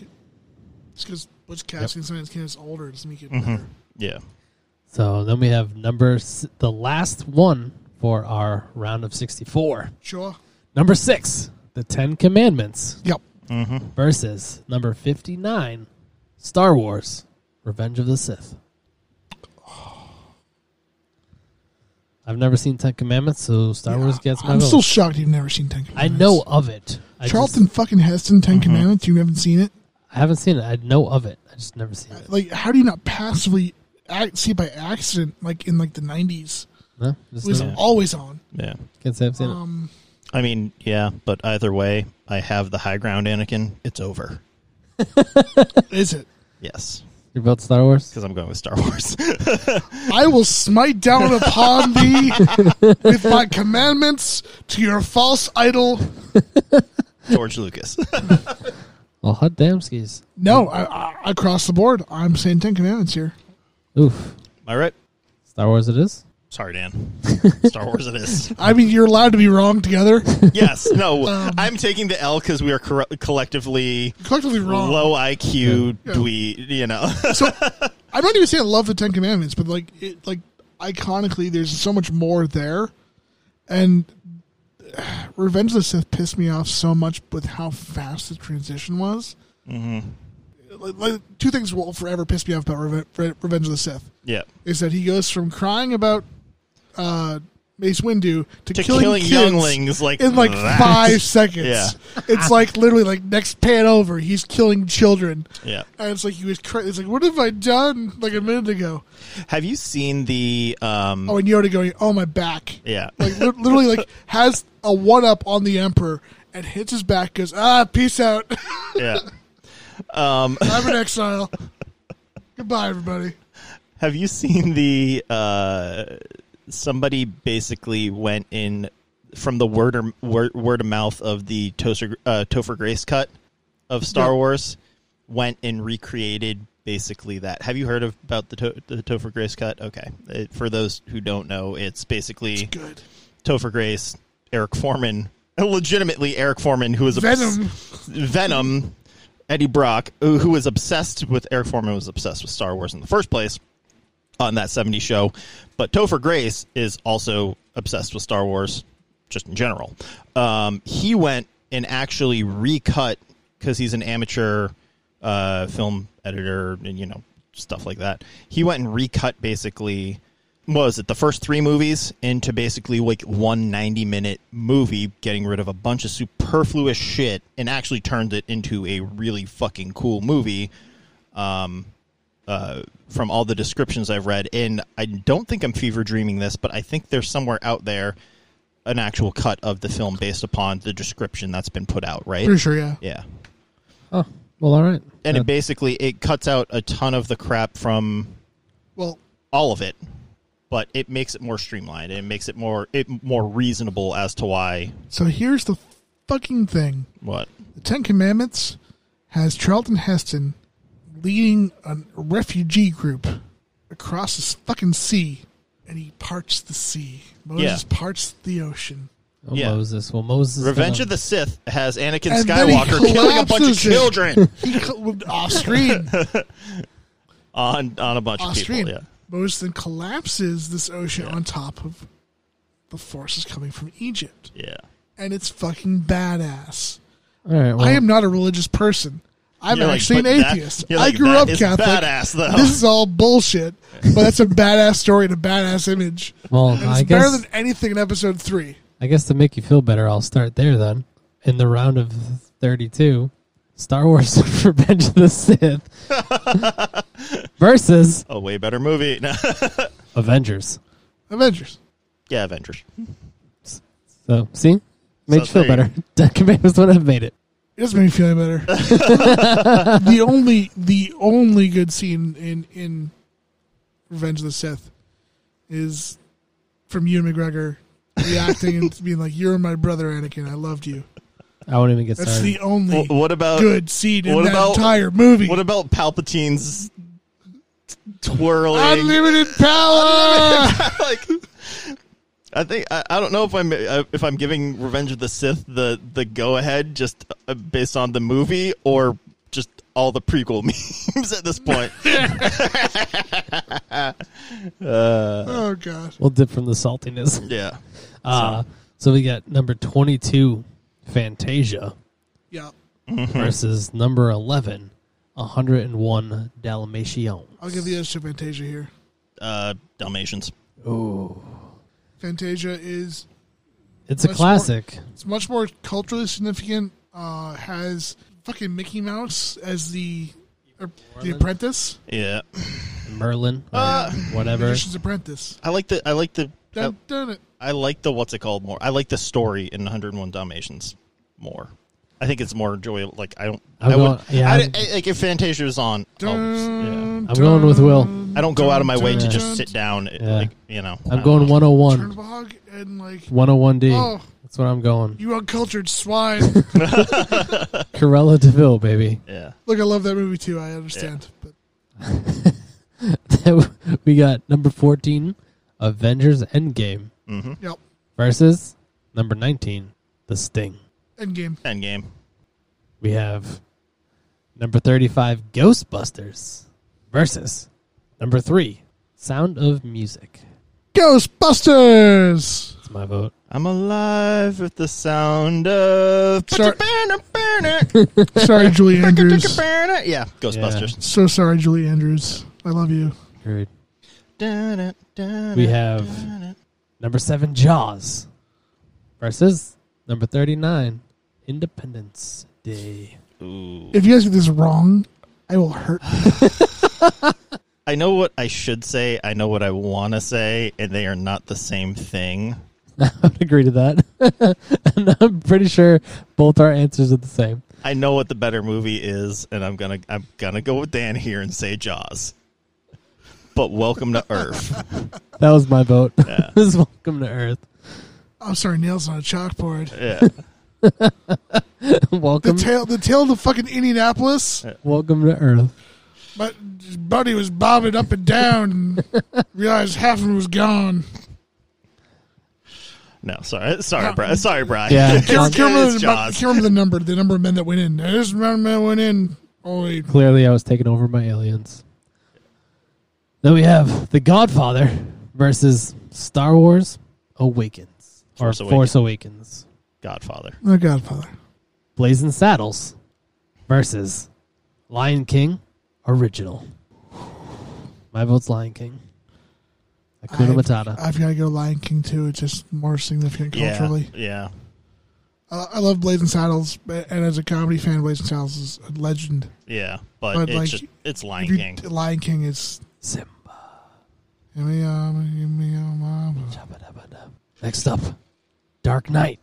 Speaker 5: just because Butch Cassidy and Sundance Kid is older doesn't make it better.
Speaker 4: Yeah.
Speaker 3: So then we have number, s- the last one for our round of 64.
Speaker 5: Sure.
Speaker 3: Number six, the Ten Commandments
Speaker 5: Yep.
Speaker 3: versus number 59, Star Wars, Revenge of the Sith. I've never seen Ten Commandments, so Star Wars gets my
Speaker 5: I'm
Speaker 3: vote.
Speaker 5: still shocked you've never seen Ten
Speaker 3: I
Speaker 5: Commandments.
Speaker 3: know of it. I, just-
Speaker 5: Charlton fucking Heston, 10 Commandments. You haven't seen it.
Speaker 3: I haven't seen it. I know of it. I just never seen it.
Speaker 5: Like, how do you not passively act, see it by accident? Like in like the 90s,
Speaker 3: No,
Speaker 5: it
Speaker 3: just
Speaker 5: was
Speaker 3: never-
Speaker 5: always on.
Speaker 4: Yeah.
Speaker 3: can't say I've seen it.
Speaker 5: Um,
Speaker 4: I mean, yeah, but either way, I have the high ground, Anakin. It's over.
Speaker 5: is it?
Speaker 4: Yes.
Speaker 3: You vote Star Wars?
Speaker 4: Because I'm going with Star Wars.
Speaker 5: I will smite down upon thee with my commandments to your false idol.
Speaker 4: George Lucas.
Speaker 3: Well, hot damn skis.
Speaker 5: No, I, I, across the board, I'm saying Ten Commandments here.
Speaker 3: Oof.
Speaker 4: Am I right?
Speaker 3: Star Wars it is?
Speaker 4: Sorry, Dan. Star Wars it is.
Speaker 5: I mean, you're allowed to be wrong together.
Speaker 4: Yes. No, I'm taking the L because we are corru- collectively
Speaker 5: Collectively wrong.
Speaker 4: low IQ
Speaker 5: Yeah.
Speaker 4: dwe, you know.
Speaker 5: So I'm not even saying I love the Ten Commandments, but like, it, like iconically, there's so much more there, and Revenge of the Sith pissed me off so much with how fast the transition was. Mm-hmm. Like, like, two things will forever piss me off about Reve- Re- Revenge of the Sith.
Speaker 4: yeah.
Speaker 5: is that he goes from crying about uh, Mace Windu to,
Speaker 4: To
Speaker 5: killing,
Speaker 4: killing
Speaker 5: kids
Speaker 4: younglings, like
Speaker 5: in like
Speaker 4: that.
Speaker 5: five seconds.
Speaker 4: Yeah.
Speaker 5: It's like literally like next pan over, he's killing children.
Speaker 4: Yeah.
Speaker 5: And it's like he was. Cra- it's like what have I done like a minute ago?
Speaker 4: Have you seen the. um
Speaker 5: Oh, and Yoda going, oh my back.
Speaker 4: Yeah.
Speaker 5: Like li- literally like has a one up on the Emperor and hits his back. Goes ah peace out.
Speaker 4: Yeah.
Speaker 5: I'm in exile. Goodbye everybody.
Speaker 4: Have you seen the uh, somebody basically went in from the word or word, word of mouth of the Toaster, uh, Topher Grace cut of Star
Speaker 5: No.
Speaker 4: Wars went and recreated basically that. Have you heard of, about the to, the Topher Grace cut? Okay, it, for those who don't know, it's basically
Speaker 5: Good.
Speaker 4: Topher Grace, Eric Foreman, legitimately Eric Foreman, who is obs-
Speaker 5: Venom.
Speaker 4: Venom, Eddie Brock, who who was obsessed with Eric Foreman was obsessed with Star Wars in the first place on that 70s show, but Topher Grace is also obsessed with Star Wars just in general. Um, he went and actually recut because he's an amateur uh, film editor and you know stuff like that. He went and recut basically what was it the first three movies into basically like one 90 minute movie, getting rid of a bunch of superfluous shit and actually turned it into a really fucking cool movie. Um, uh, from all the descriptions I've read, and I don't think I'm fever dreaming this, but I think there's somewhere out there an actual cut of the film based upon the description that's been put out, right?
Speaker 5: Pretty sure, yeah.
Speaker 4: Yeah.
Speaker 3: Oh, well, all right.
Speaker 4: And
Speaker 3: Uh,
Speaker 4: it basically it cuts out a ton of the crap from
Speaker 5: Well,
Speaker 4: all of it, but it makes it more streamlined and it makes it more it more reasonable as to why
Speaker 5: so here's the fucking thing.
Speaker 4: what.
Speaker 5: The Ten Commandments has Charlton Heston leading a refugee group across this fucking sea, and he parts the sea. Moses parts the ocean.
Speaker 3: oh,
Speaker 4: yeah.
Speaker 3: Moses. Well, Moses.
Speaker 4: Revenge
Speaker 3: uh,
Speaker 4: of the Sith has Anakin
Speaker 5: And then he
Speaker 4: Skywalker killing a bunch of
Speaker 5: collapses it.
Speaker 4: children
Speaker 5: He co- off screen,
Speaker 4: on on a bunch
Speaker 5: off
Speaker 4: of people.
Speaker 5: screen.
Speaker 4: Yeah.
Speaker 5: Moses then collapses this ocean on top of the forces coming from Egypt,
Speaker 4: Yeah.
Speaker 5: and it's fucking badass.
Speaker 3: All right. Well,
Speaker 5: I am not a religious person. I'm
Speaker 4: You're like,
Speaker 5: actually
Speaker 4: "But
Speaker 5: an
Speaker 4: that-
Speaker 5: atheist.
Speaker 4: you're
Speaker 5: I
Speaker 4: like,
Speaker 5: grew
Speaker 4: "That
Speaker 5: up
Speaker 4: is
Speaker 5: Catholic.
Speaker 4: badass, though."
Speaker 5: This is all bullshit, but that's a badass story and a badass image.
Speaker 3: Well,
Speaker 5: And it's
Speaker 3: I
Speaker 5: better
Speaker 3: guess
Speaker 5: than anything in episode three.
Speaker 3: I guess to make you feel better, I'll start there then. In the round of 32, Star Wars Revenge of the Sith versus
Speaker 4: A way better movie. No.
Speaker 3: Avengers.
Speaker 5: Avengers.
Speaker 4: yeah, Avengers.
Speaker 3: So, see? Made
Speaker 4: So
Speaker 3: you feel
Speaker 4: there you
Speaker 3: better. Dead Commanders would have made it.
Speaker 5: It doesn't make me feel any better. the only the only good scene in in Revenge of the Sith is from Ewan McGregor reacting and being like, "You're my brother, Anakin. I loved you."
Speaker 3: I won't even get
Speaker 5: That's
Speaker 3: started.
Speaker 5: the only
Speaker 4: Wh- what about
Speaker 5: good scene in
Speaker 4: what
Speaker 5: that
Speaker 4: about-
Speaker 5: entire movie.
Speaker 4: What about Palpatine's twirling?
Speaker 5: Unlimited power.
Speaker 4: like, I think I, I don't know if I'm uh, if I'm giving Revenge of the Sith the the go ahead just uh, based on the movie or just all the prequel memes at this point.
Speaker 5: oh god.
Speaker 3: we'll dip from the saltiness.
Speaker 4: yeah,
Speaker 3: Uh, so, we got number 22, Fantasia,
Speaker 5: Yeah. Hmm.
Speaker 3: versus number 11, 101 Dalmatian.
Speaker 5: I'll give the edge to Fantasia here.
Speaker 4: uh, Dalmatians.
Speaker 5: Fantasia is
Speaker 3: It's a
Speaker 5: Much more-
Speaker 3: classic.
Speaker 5: It's much more culturally significant. Uh, has fucking Mickey Mouse as the or the apprentice,
Speaker 4: Yeah,
Speaker 3: Merlin, or
Speaker 5: Ah!
Speaker 3: whatever.
Speaker 5: magician's apprentice.
Speaker 4: I like the I like the
Speaker 5: Dun, dun, it.
Speaker 4: I like the what's it called more. I like the story in 101 Dalmatians more. I think it's more enjoyable. Like I don't.
Speaker 3: I'm
Speaker 4: I
Speaker 3: going- yeah,
Speaker 4: I,
Speaker 3: I'm-
Speaker 4: I- like if Fantasia is on, I'll, yeah.
Speaker 3: I'm going with Will.
Speaker 4: I don't go out of my way to
Speaker 5: dun,
Speaker 4: just
Speaker 5: dun.
Speaker 4: sit down. It-
Speaker 3: Yeah.
Speaker 4: Like you know, Uh, I
Speaker 3: I'm going
Speaker 4: don't know.
Speaker 3: 101.
Speaker 5: Turnbog and like
Speaker 3: 101D.
Speaker 5: Oh.
Speaker 3: That's what I'm going.
Speaker 5: you uncultured swine.
Speaker 3: Corella DeVille, baby.
Speaker 4: Yeah,
Speaker 5: Look, I love that movie too. I understand, but
Speaker 3: we got number 14, Avengers Endgame,
Speaker 5: yep.
Speaker 3: versus number 19, The Sting.
Speaker 5: Endgame.
Speaker 4: Endgame.
Speaker 3: We have number 35, Ghostbusters, versus number 3, Sound of Music.
Speaker 5: Ghostbusters.
Speaker 3: That's my vote.
Speaker 4: I'm alive with the sound of.
Speaker 5: Sorry.
Speaker 4: Yeah,
Speaker 5: Sorry, Julie Andrews.
Speaker 4: Ghostbusters.
Speaker 5: So sorry, Julie Andrews. I love you.
Speaker 3: Agreed. We
Speaker 4: We
Speaker 3: have number 7, Jaws, versus number 39, Independence Day.
Speaker 5: If you guys get this wrong, I will hurt.
Speaker 4: I know what I should say. I know what I want to say, and they are not the same thing.
Speaker 3: I would agree to that. and I'm pretty sure both our answers are the same.
Speaker 4: I know what the better movie is, and I'm gonna I'm gonna go with Dan here and say Jaws. But welcome to Earth.
Speaker 3: That was my vote. this is Welcome to Earth.
Speaker 5: I'm sorry, nails on a chalkboard.
Speaker 4: Yeah.
Speaker 5: The
Speaker 3: welcome,
Speaker 5: tail, the tail of the fucking Indianapolis.
Speaker 3: welcome to Earth.
Speaker 5: But his buddy was bobbing up and down and realized half of him was gone.
Speaker 4: No, sorry, sorry, Brian. Sorry, Brian.
Speaker 3: Yeah.
Speaker 4: It's-
Speaker 3: Can't-
Speaker 5: I can't, remember
Speaker 4: it's
Speaker 5: the, I
Speaker 4: Jaws.
Speaker 5: can't remember the number, the number of men that went in. There's amount of men that went in. Only
Speaker 3: Clearly, I was taken over by aliens. Then we have The Godfather versus Star Wars Awakens
Speaker 4: Force
Speaker 3: or
Speaker 4: Awakens.
Speaker 3: Force Awakens.
Speaker 4: Godfather.
Speaker 5: the Godfather.
Speaker 3: Blazing Saddles versus Lion King Original. My vote's Lion King. Akuna Matata.
Speaker 5: I've got to go Lion King too. It's just more significant culturally.
Speaker 4: Yeah.
Speaker 5: I, I love Blazing Saddles, but- and as a comedy fan, Blazing Saddles is a legend.
Speaker 4: Yeah. Yeah. But,
Speaker 5: But,
Speaker 4: it's
Speaker 5: like,
Speaker 4: just it's Lion
Speaker 5: If you-
Speaker 4: King.
Speaker 5: Lion King is.
Speaker 3: Simba. Next up, Dark Knight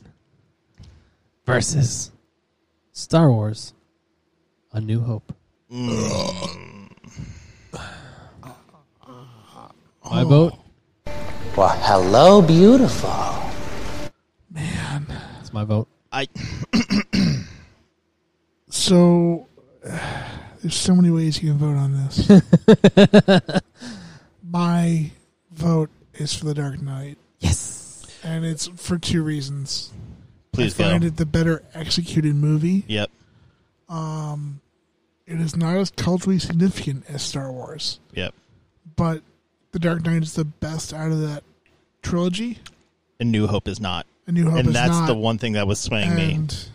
Speaker 3: versus Star Wars: A New Hope.
Speaker 5: Mm.
Speaker 3: My vote.
Speaker 7: Well, hello, beautiful.
Speaker 3: That's my vote.
Speaker 4: I
Speaker 5: So there's so many ways you can vote on this. My vote is for The Dark Knight.
Speaker 3: Yes.
Speaker 5: and it's for two reasons.
Speaker 4: please
Speaker 5: I
Speaker 4: go.
Speaker 5: find it the better executed movie.
Speaker 4: Yep.
Speaker 5: It is not as culturally significant as Star Wars,
Speaker 4: Yep.
Speaker 5: but The Dark Knight is the best out of that trilogy.
Speaker 4: And New Hope is not.
Speaker 5: A New Hope
Speaker 4: and
Speaker 5: is
Speaker 4: that's
Speaker 5: not.
Speaker 4: the one thing that was swaying me.
Speaker 5: and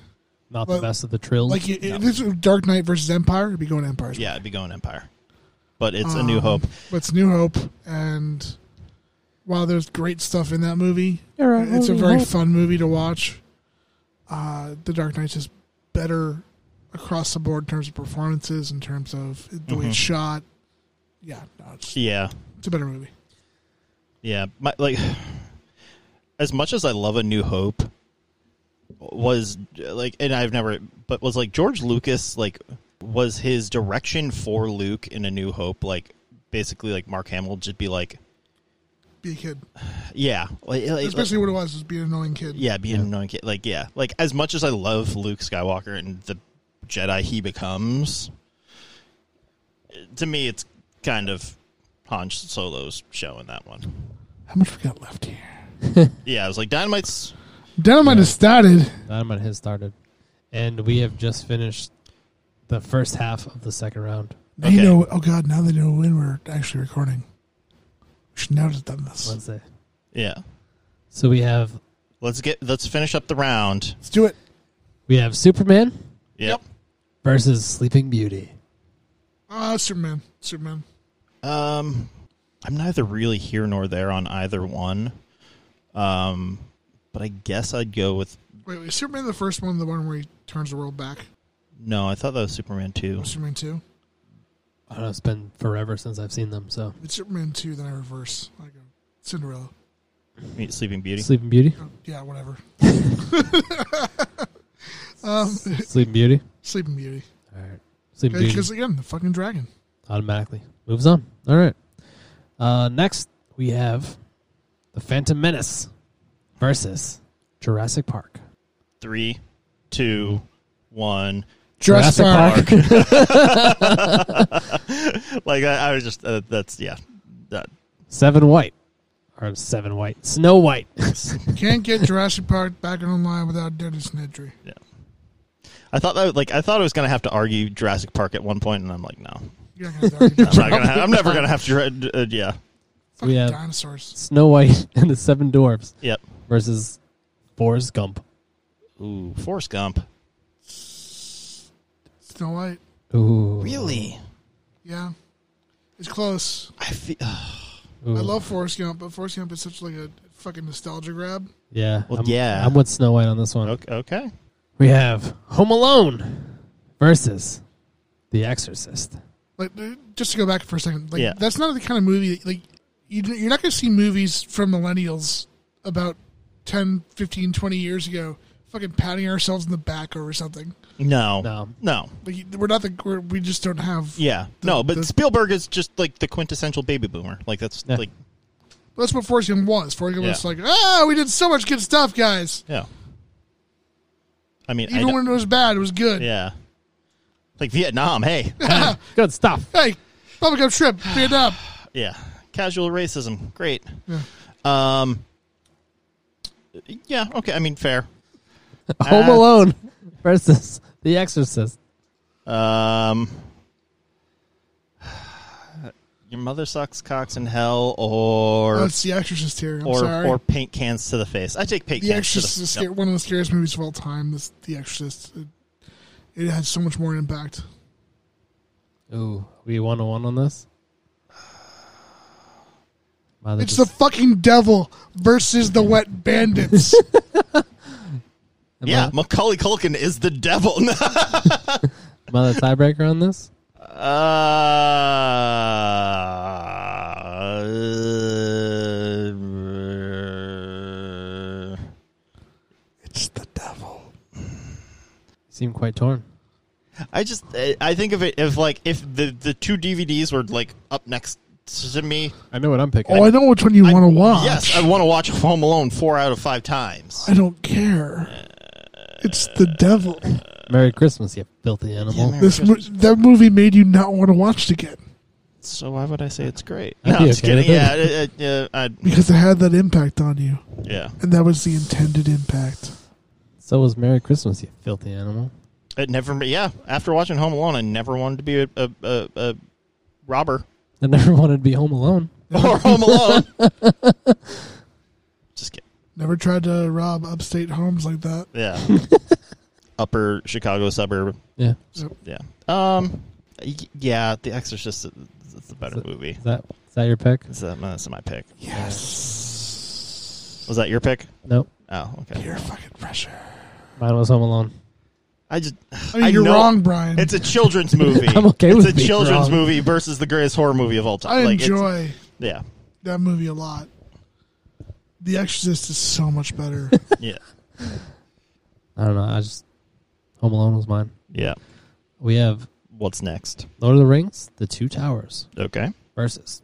Speaker 3: not the
Speaker 5: Well,
Speaker 3: best of the trills.
Speaker 5: Like you- if this was Dark Knight versus Empire, it'd be going Empire.
Speaker 4: Yeah, it'd be going Empire, but it's A New
Speaker 5: Um,
Speaker 4: Hope.
Speaker 5: But it's New Hope, and while there's great stuff in that movie,
Speaker 3: You're a
Speaker 5: it's a
Speaker 3: holy
Speaker 5: very
Speaker 3: hope.
Speaker 5: fun movie to watch. Uh, the Dark Knight's just better across the board in terms of performances, in terms of the
Speaker 4: Mm-hmm.
Speaker 5: way it's shot. Yeah, no, it's,
Speaker 4: Yeah,
Speaker 5: it's a better movie.
Speaker 4: yeah. My, like, as much as I love A New Hope, was like, and I've never, but was like George Lucas like was his direction for Luke in A New Hope like basically like Mark Hamill just be like,
Speaker 5: Be a kid,
Speaker 4: yeah, like, like-
Speaker 5: especially what it was, just be an annoying kid.
Speaker 4: Yeah, being an annoying kid. Like, yeah. Like, as much as I love Luke Skywalker and the Jedi he becomes, to me, it's kind of Han Solo's show in that one.
Speaker 5: How much we got left here?
Speaker 4: Yeah, I was like, Dynamite's.
Speaker 5: Dynamite has started.
Speaker 3: Dynamite has started, and we have just finished the first half of the second round.
Speaker 5: They
Speaker 4: Okay.
Speaker 5: know. Oh God, now they know when we're actually recording. We should now have done this.
Speaker 3: Wednesday.
Speaker 4: Yeah.
Speaker 3: So we have
Speaker 4: Let's get. Let's finish up the round.
Speaker 5: Let's do it.
Speaker 3: we have Superman
Speaker 4: Yep.
Speaker 3: versus Sleeping Beauty.
Speaker 5: Ah, Superman. Superman.
Speaker 4: Um, I'm neither really here nor there on either one. Um, but I guess I'd go with.
Speaker 5: Wait, wait, is Superman the first one, the one where he turns the world back?
Speaker 4: No, I thought that was Superman 2.
Speaker 5: Or Superman 2?
Speaker 3: I don't know. It's been forever since I've seen them. So
Speaker 5: It's Superman 2, then I reverse. I go Cinderella.
Speaker 4: Sleeping Beauty.
Speaker 3: Sleeping Beauty.
Speaker 5: Oh, yeah, whatever.
Speaker 3: Sleeping Beauty.
Speaker 5: Sleeping Beauty.
Speaker 3: All right. Sleeping Beauty
Speaker 5: Because, again, the fucking dragon.
Speaker 3: automatically moves on. All right. Uh, next we have the Phantom Menace versus Jurassic Park.
Speaker 4: Three, two, one.
Speaker 5: Jurassic Park.
Speaker 4: like I, I was just uh, that's yeah that
Speaker 3: Seven White or Seven White. Snow White.
Speaker 5: Can't get Jurassic Park back online without Dennis Nedry.
Speaker 4: I thought that like I thought I was gonna have to argue Jurassic Park at one point, and I'm like, no,
Speaker 5: You're not gonna have to argue
Speaker 4: I'm, not gonna have, I'm never gonna have to. Uh, uh, yeah,
Speaker 5: fucking
Speaker 3: have-
Speaker 5: dinosaurs.
Speaker 3: Snow White and the Seven Dwarfs
Speaker 4: yep.
Speaker 3: versus Forrest Gump.
Speaker 4: Ooh, Forrest Gump.
Speaker 5: Snow White.
Speaker 3: Ooh.
Speaker 4: Really?
Speaker 5: Yeah. It's close.
Speaker 4: I feel.
Speaker 3: Ooh.
Speaker 5: I love Forrest Gump, but Forrest Gump is such like a fucking nostalgia grab.
Speaker 3: Yeah.
Speaker 4: Well,
Speaker 3: I'm,
Speaker 4: yeah.
Speaker 3: I'm with Snow White on this one.
Speaker 4: okay, okay.
Speaker 3: We have Home Alone versus The Exorcist.
Speaker 5: Like, uh, just to go back for a second, like
Speaker 4: Yeah.
Speaker 5: that's not the kind of movie that, like you, you're not going to see movies from millennials about 10, 15, 20 years ago, fucking patting ourselves in the back over something.
Speaker 4: No,
Speaker 3: No.
Speaker 4: no.
Speaker 5: Like we're not the we're, we just don't have.
Speaker 4: Yeah, no. But
Speaker 5: the-
Speaker 4: Spielberg is just like the quintessential baby boomer. Like that's
Speaker 3: Yeah.
Speaker 4: like
Speaker 5: That's what Forrest Gump was. Forrest Gump was
Speaker 4: Yeah.
Speaker 5: like, ah, we did so much good stuff, guys.
Speaker 4: yeah. I mean, I
Speaker 5: Even
Speaker 4: don't-
Speaker 5: when it was bad, it was good.
Speaker 4: yeah, like Vietnam. Hey,
Speaker 3: Good stuff.
Speaker 5: Hey, Bubba Gump trip, Vietnam.
Speaker 4: yeah, casual racism. Great.
Speaker 5: Yeah.
Speaker 4: Um. Yeah. Okay. I mean, fair.
Speaker 3: Home
Speaker 4: Uh,
Speaker 3: Alone versus The Exorcist.
Speaker 4: Um. Your mother sucks cocks in hell, or
Speaker 5: That's The Exorcist here. I'm
Speaker 4: or
Speaker 5: sorry.
Speaker 4: or paint cans to the face. I take paint
Speaker 5: The
Speaker 4: cans
Speaker 5: Exorcist
Speaker 4: to
Speaker 5: is
Speaker 4: the
Speaker 5: scar- one of the scariest movies of all time. This, the Exorcist. It, it had so much more impact.
Speaker 3: Ooh. We one to one on this? Wow,
Speaker 5: It's the fucking devil versus the wet bandits.
Speaker 4: No. Yeah, Macaulay Culkin is the devil.
Speaker 3: Am I the tiebreaker on this?
Speaker 4: uh,
Speaker 5: it's the devil.
Speaker 3: You seem quite torn.
Speaker 4: I just I- I think of it if like if the the two DVDs were like up next to me.
Speaker 3: I know what I'm picking.
Speaker 5: Oh, I know which one you want to watch.
Speaker 4: Yes, I want to watch Home Alone four out of five times.
Speaker 5: I don't care. It's the devil.
Speaker 3: Merry Christmas, you filthy animal.
Speaker 5: This mo- that movie made you not want to watch it again
Speaker 4: So why would I say it's great?
Speaker 3: I'd
Speaker 4: No,
Speaker 3: be
Speaker 4: I'm just
Speaker 3: okay with
Speaker 4: kidding. Yeah,
Speaker 3: it.
Speaker 4: it- it- yeah, I'd-
Speaker 5: because it had that impact on you,
Speaker 4: yeah.
Speaker 5: and that was the intended impact.
Speaker 3: so was Merry Christmas, you filthy animal.
Speaker 4: It never. Yeah, after watching Home Alone, I never wanted to be a a, a, a robber
Speaker 3: I never wanted to be home alone.
Speaker 4: or Home Alone. just kidding.
Speaker 5: Never tried to rob upstate homes like that.
Speaker 4: Yeah. upper Chicago suburb.
Speaker 3: Yeah.
Speaker 4: Yeah. Um. y- Yeah, The Exorcist is it's a better movie.
Speaker 3: Is that is that your pick?
Speaker 4: Is that that's my pick? Yes. Was that your pick?
Speaker 3: Nope.
Speaker 4: Oh, okay.
Speaker 5: You're fucking pressure.
Speaker 3: Mine was Home Alone.
Speaker 4: I just.
Speaker 5: I mean, you're
Speaker 4: know-
Speaker 5: wrong, Brian.
Speaker 4: It's a children's movie.
Speaker 3: I'm okay
Speaker 4: it's
Speaker 3: with
Speaker 4: a
Speaker 3: being
Speaker 4: children's
Speaker 3: wrong.
Speaker 4: movie versus the greatest horror movie of all time.
Speaker 5: I
Speaker 4: Like, it's-
Speaker 5: enjoy
Speaker 4: Yeah.
Speaker 5: that movie a lot. The Exorcist is so much better.
Speaker 4: Yeah.
Speaker 3: I don't know. I just Home Alone was mine.
Speaker 4: Yeah.
Speaker 3: We have
Speaker 4: What's next?
Speaker 3: Lord of the Rings, The Two Towers
Speaker 4: Okay.
Speaker 3: versus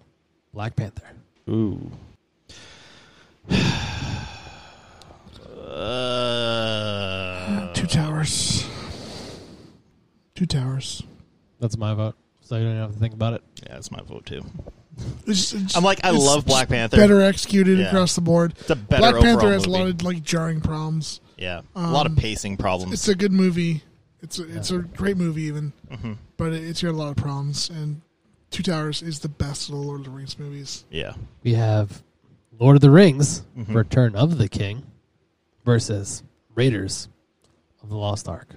Speaker 3: Black Panther.
Speaker 4: Ooh. uh,
Speaker 5: Two Towers. Two Towers.
Speaker 3: That's my vote. So you don't even have to think about it.
Speaker 4: yeah, that's my vote too.
Speaker 5: It's- it's-
Speaker 4: I'm like, I
Speaker 5: it's
Speaker 4: love
Speaker 5: just
Speaker 4: Black Panther.
Speaker 5: Better executed
Speaker 4: Yeah.
Speaker 5: across the board.
Speaker 4: It's a better
Speaker 5: Black Panther
Speaker 4: overall
Speaker 5: has a lot
Speaker 4: movie.
Speaker 5: of like jarring problems.
Speaker 4: Yeah, a lot of pacing problems.
Speaker 5: It's a good movie. It's a, it's a great movie even,
Speaker 4: Mm-hmm.
Speaker 5: but it, it's got a lot of problems. And Two Towers is the best of the Lord of the Rings movies.
Speaker 4: yeah,
Speaker 3: We have Lord of the Rings, Return of the King versus Raiders of the Lost Ark.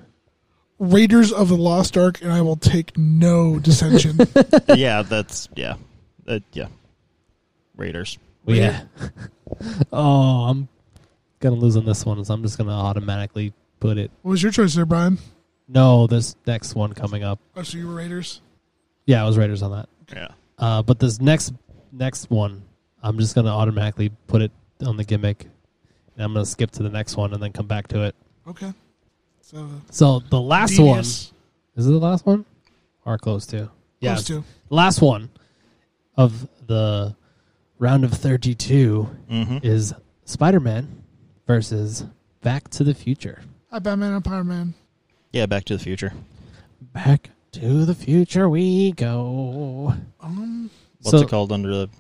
Speaker 5: Raiders of the Lost Ark, and I will take no dissension.
Speaker 4: yeah, that's yeah, uh, yeah. Raiders.
Speaker 3: We yeah. oh, I'm gonna lose on this one, so I'm just gonna automatically put it.
Speaker 5: what was your choice there, Brian?
Speaker 3: No, this next one coming up.
Speaker 5: Oh, so you were Raiders.
Speaker 3: Yeah, I was Raiders on that.
Speaker 4: Yeah,
Speaker 3: Uh, but this next next one, I'm just gonna automatically put it on the gimmick, and I'm gonna skip to the next one and then come back to it.
Speaker 5: Okay. So
Speaker 3: So the last one is
Speaker 5: devious.
Speaker 3: it the last one, or close to? Yeah,
Speaker 5: Close to.
Speaker 3: last one of the round of 32 is Spider-Man versus Back to the Future.
Speaker 5: Hi, Batman Empire Man.
Speaker 4: yeah. Back to the Future.
Speaker 3: Back to the Future we go.
Speaker 5: Um,
Speaker 4: What's
Speaker 3: So-
Speaker 4: it called under the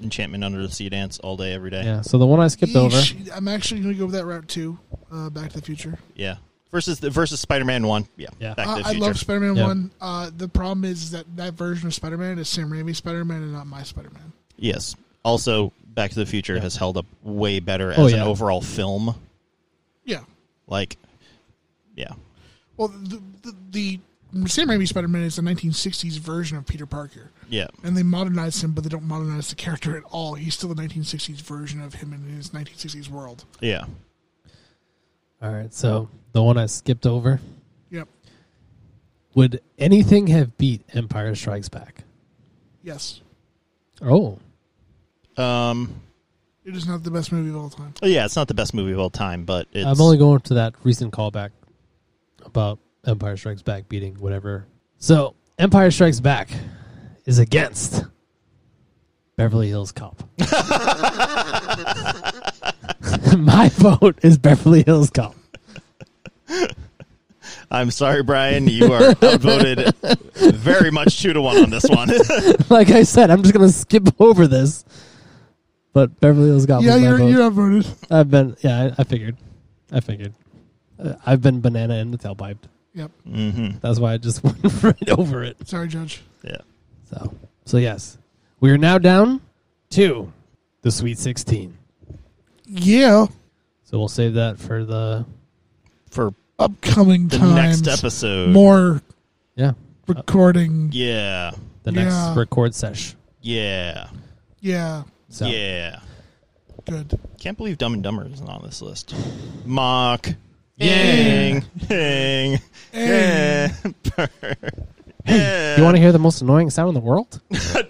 Speaker 4: enchantment under the sea dance all day every day?
Speaker 3: Yeah, so the one I skipped over.
Speaker 5: yeesh. I'm actually going to go with that route too. Uh, Back to the Future.
Speaker 4: Yeah. Versus the versus Spider Man one. Yeah.
Speaker 3: Yeah.
Speaker 4: Back
Speaker 5: Uh,
Speaker 4: to the
Speaker 5: I
Speaker 4: Future.
Speaker 5: love Spider-Man
Speaker 3: Yeah.
Speaker 5: One. Uh, the problem is that that version of Spider-Man is Sam Raimi's Spider-Man and not my Spider-Man.
Speaker 4: yes. Also, Back to the Future has held up way better as
Speaker 3: Oh,
Speaker 4: an
Speaker 3: yeah.
Speaker 4: overall film.
Speaker 5: Yeah.
Speaker 4: Like, yeah,
Speaker 5: Well, the, the, the Sam Raimi Spider-Man is a 1960s version of Peter Parker,
Speaker 4: yeah,
Speaker 5: and they modernized him, but they don't modernize the character at all. He's still the 1960s version of him in his 1960s world.
Speaker 4: yeah.
Speaker 3: All right, so the one I skipped over.
Speaker 5: Yep.
Speaker 3: Would anything have beat Empire Strikes Back?
Speaker 5: Yes.
Speaker 3: Oh,
Speaker 4: Um, oh,
Speaker 5: It is not the best movie of all time.
Speaker 4: yeah. It's not the best movie of all time, but it's
Speaker 3: I'm only going to that recent callback about Empire Strikes Back beating whatever. So, Empire Strikes Back is against Beverly Hills Cop. My vote is Beverly Hills Cop.
Speaker 4: I'm sorry, Brian. You are outvoted very much two to one on this one.
Speaker 3: Like I said, I'm just going to skip over this. But Beverly Hills Cop.
Speaker 5: yeah,
Speaker 3: was my
Speaker 5: you're
Speaker 3: vote.
Speaker 5: you're outvoted.
Speaker 3: I've been. Yeah, I, I figured. I figured. Uh, I've been banana in the tailpipe.
Speaker 5: Yep.
Speaker 3: Mm. That's why I just went right over it.
Speaker 5: Sorry, Judge.
Speaker 4: yeah.
Speaker 3: So, so yes, we are now down to the Sweet 16.
Speaker 5: Yeah.
Speaker 3: So we'll save that for the
Speaker 4: For
Speaker 5: Upcoming
Speaker 4: the
Speaker 5: times.
Speaker 4: next episode.
Speaker 5: More
Speaker 3: yeah
Speaker 5: recording.
Speaker 4: Uh, Yeah.
Speaker 3: the next
Speaker 5: Yeah.
Speaker 3: record sesh.
Speaker 4: Yeah.
Speaker 5: Yeah.
Speaker 3: So
Speaker 4: Yeah.
Speaker 5: Good.
Speaker 4: Can't believe Dumb and Dumber isn't on this list. Mock.
Speaker 5: Eh.
Speaker 4: Yang. Yang. Yeah.
Speaker 3: you want to hear the most annoying sound in the world?
Speaker 4: Eh.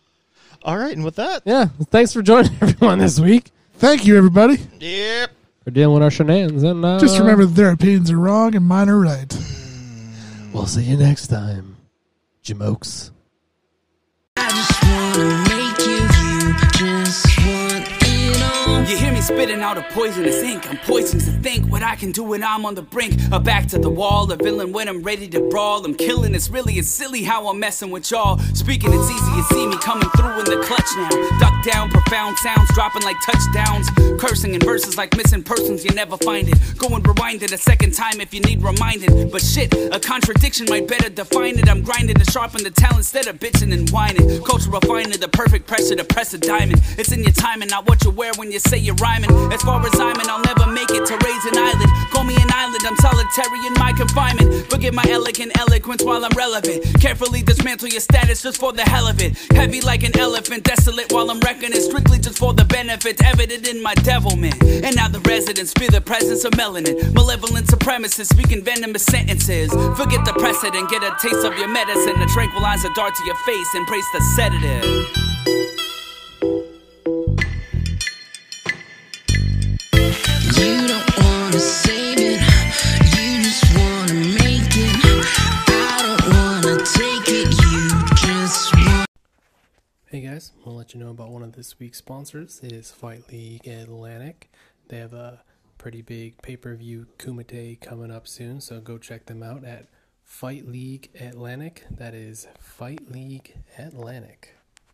Speaker 4: All right, and with that,
Speaker 3: yeah. Thanks for joining everyone this week
Speaker 5: Thank you, everybody.
Speaker 4: yep.
Speaker 3: for dealing with our shenanigans. And uh,
Speaker 5: Just remember that their opinions are wrong and mine are right.
Speaker 3: we'll see you next time, Jamokes.
Speaker 2: You hear me spitting out a poisonous ink. I'm poisoned to think what I can do when I'm on the brink. A back to the wall, a villain when I'm ready to brawl. I'm killing. It's really it's silly how I'm messing with y'all. Speaking, it's easy to see me coming through in the clutch now. Duck down, profound sounds dropping like touchdowns. Cursing in verses like missing persons. You never find it. Go and rewind it a second time if you need reminding. But shit, a contradiction might better define it. I'm grinding to sharpen the talent instead of bitching and whining. Culture refining the perfect pressure to press a diamond. It's in your timing, not what you wear when you you say you're rhyming. As far as I'm in, I'll never make it to raise an island. Call me an island, I'm solitary in my confinement. Forget my elegant eloquence while I'm relevant. Carefully dismantle your status just for the hell of it. Heavy like an elephant, desolate while I'm wrecking it. Strictly just for the benefits evident in my devilment. And now the residents fear the presence of melanin. Malevolent supremacists speaking venomous sentences. Forget the precedent, get a taste of your medicine. A tranquilizer dart to your face, embrace the sedative.
Speaker 8: You don't wanna save it, you just wanna make it. I don't wanna take it, you just want
Speaker 3: Hey guys, I want to let you know about one of this week's sponsors. It is Fight League Atlantic. They have a pretty big pay per view Kumite coming up soon, so go check them out at Fight League Atlantic. That is Fight League Atlantic.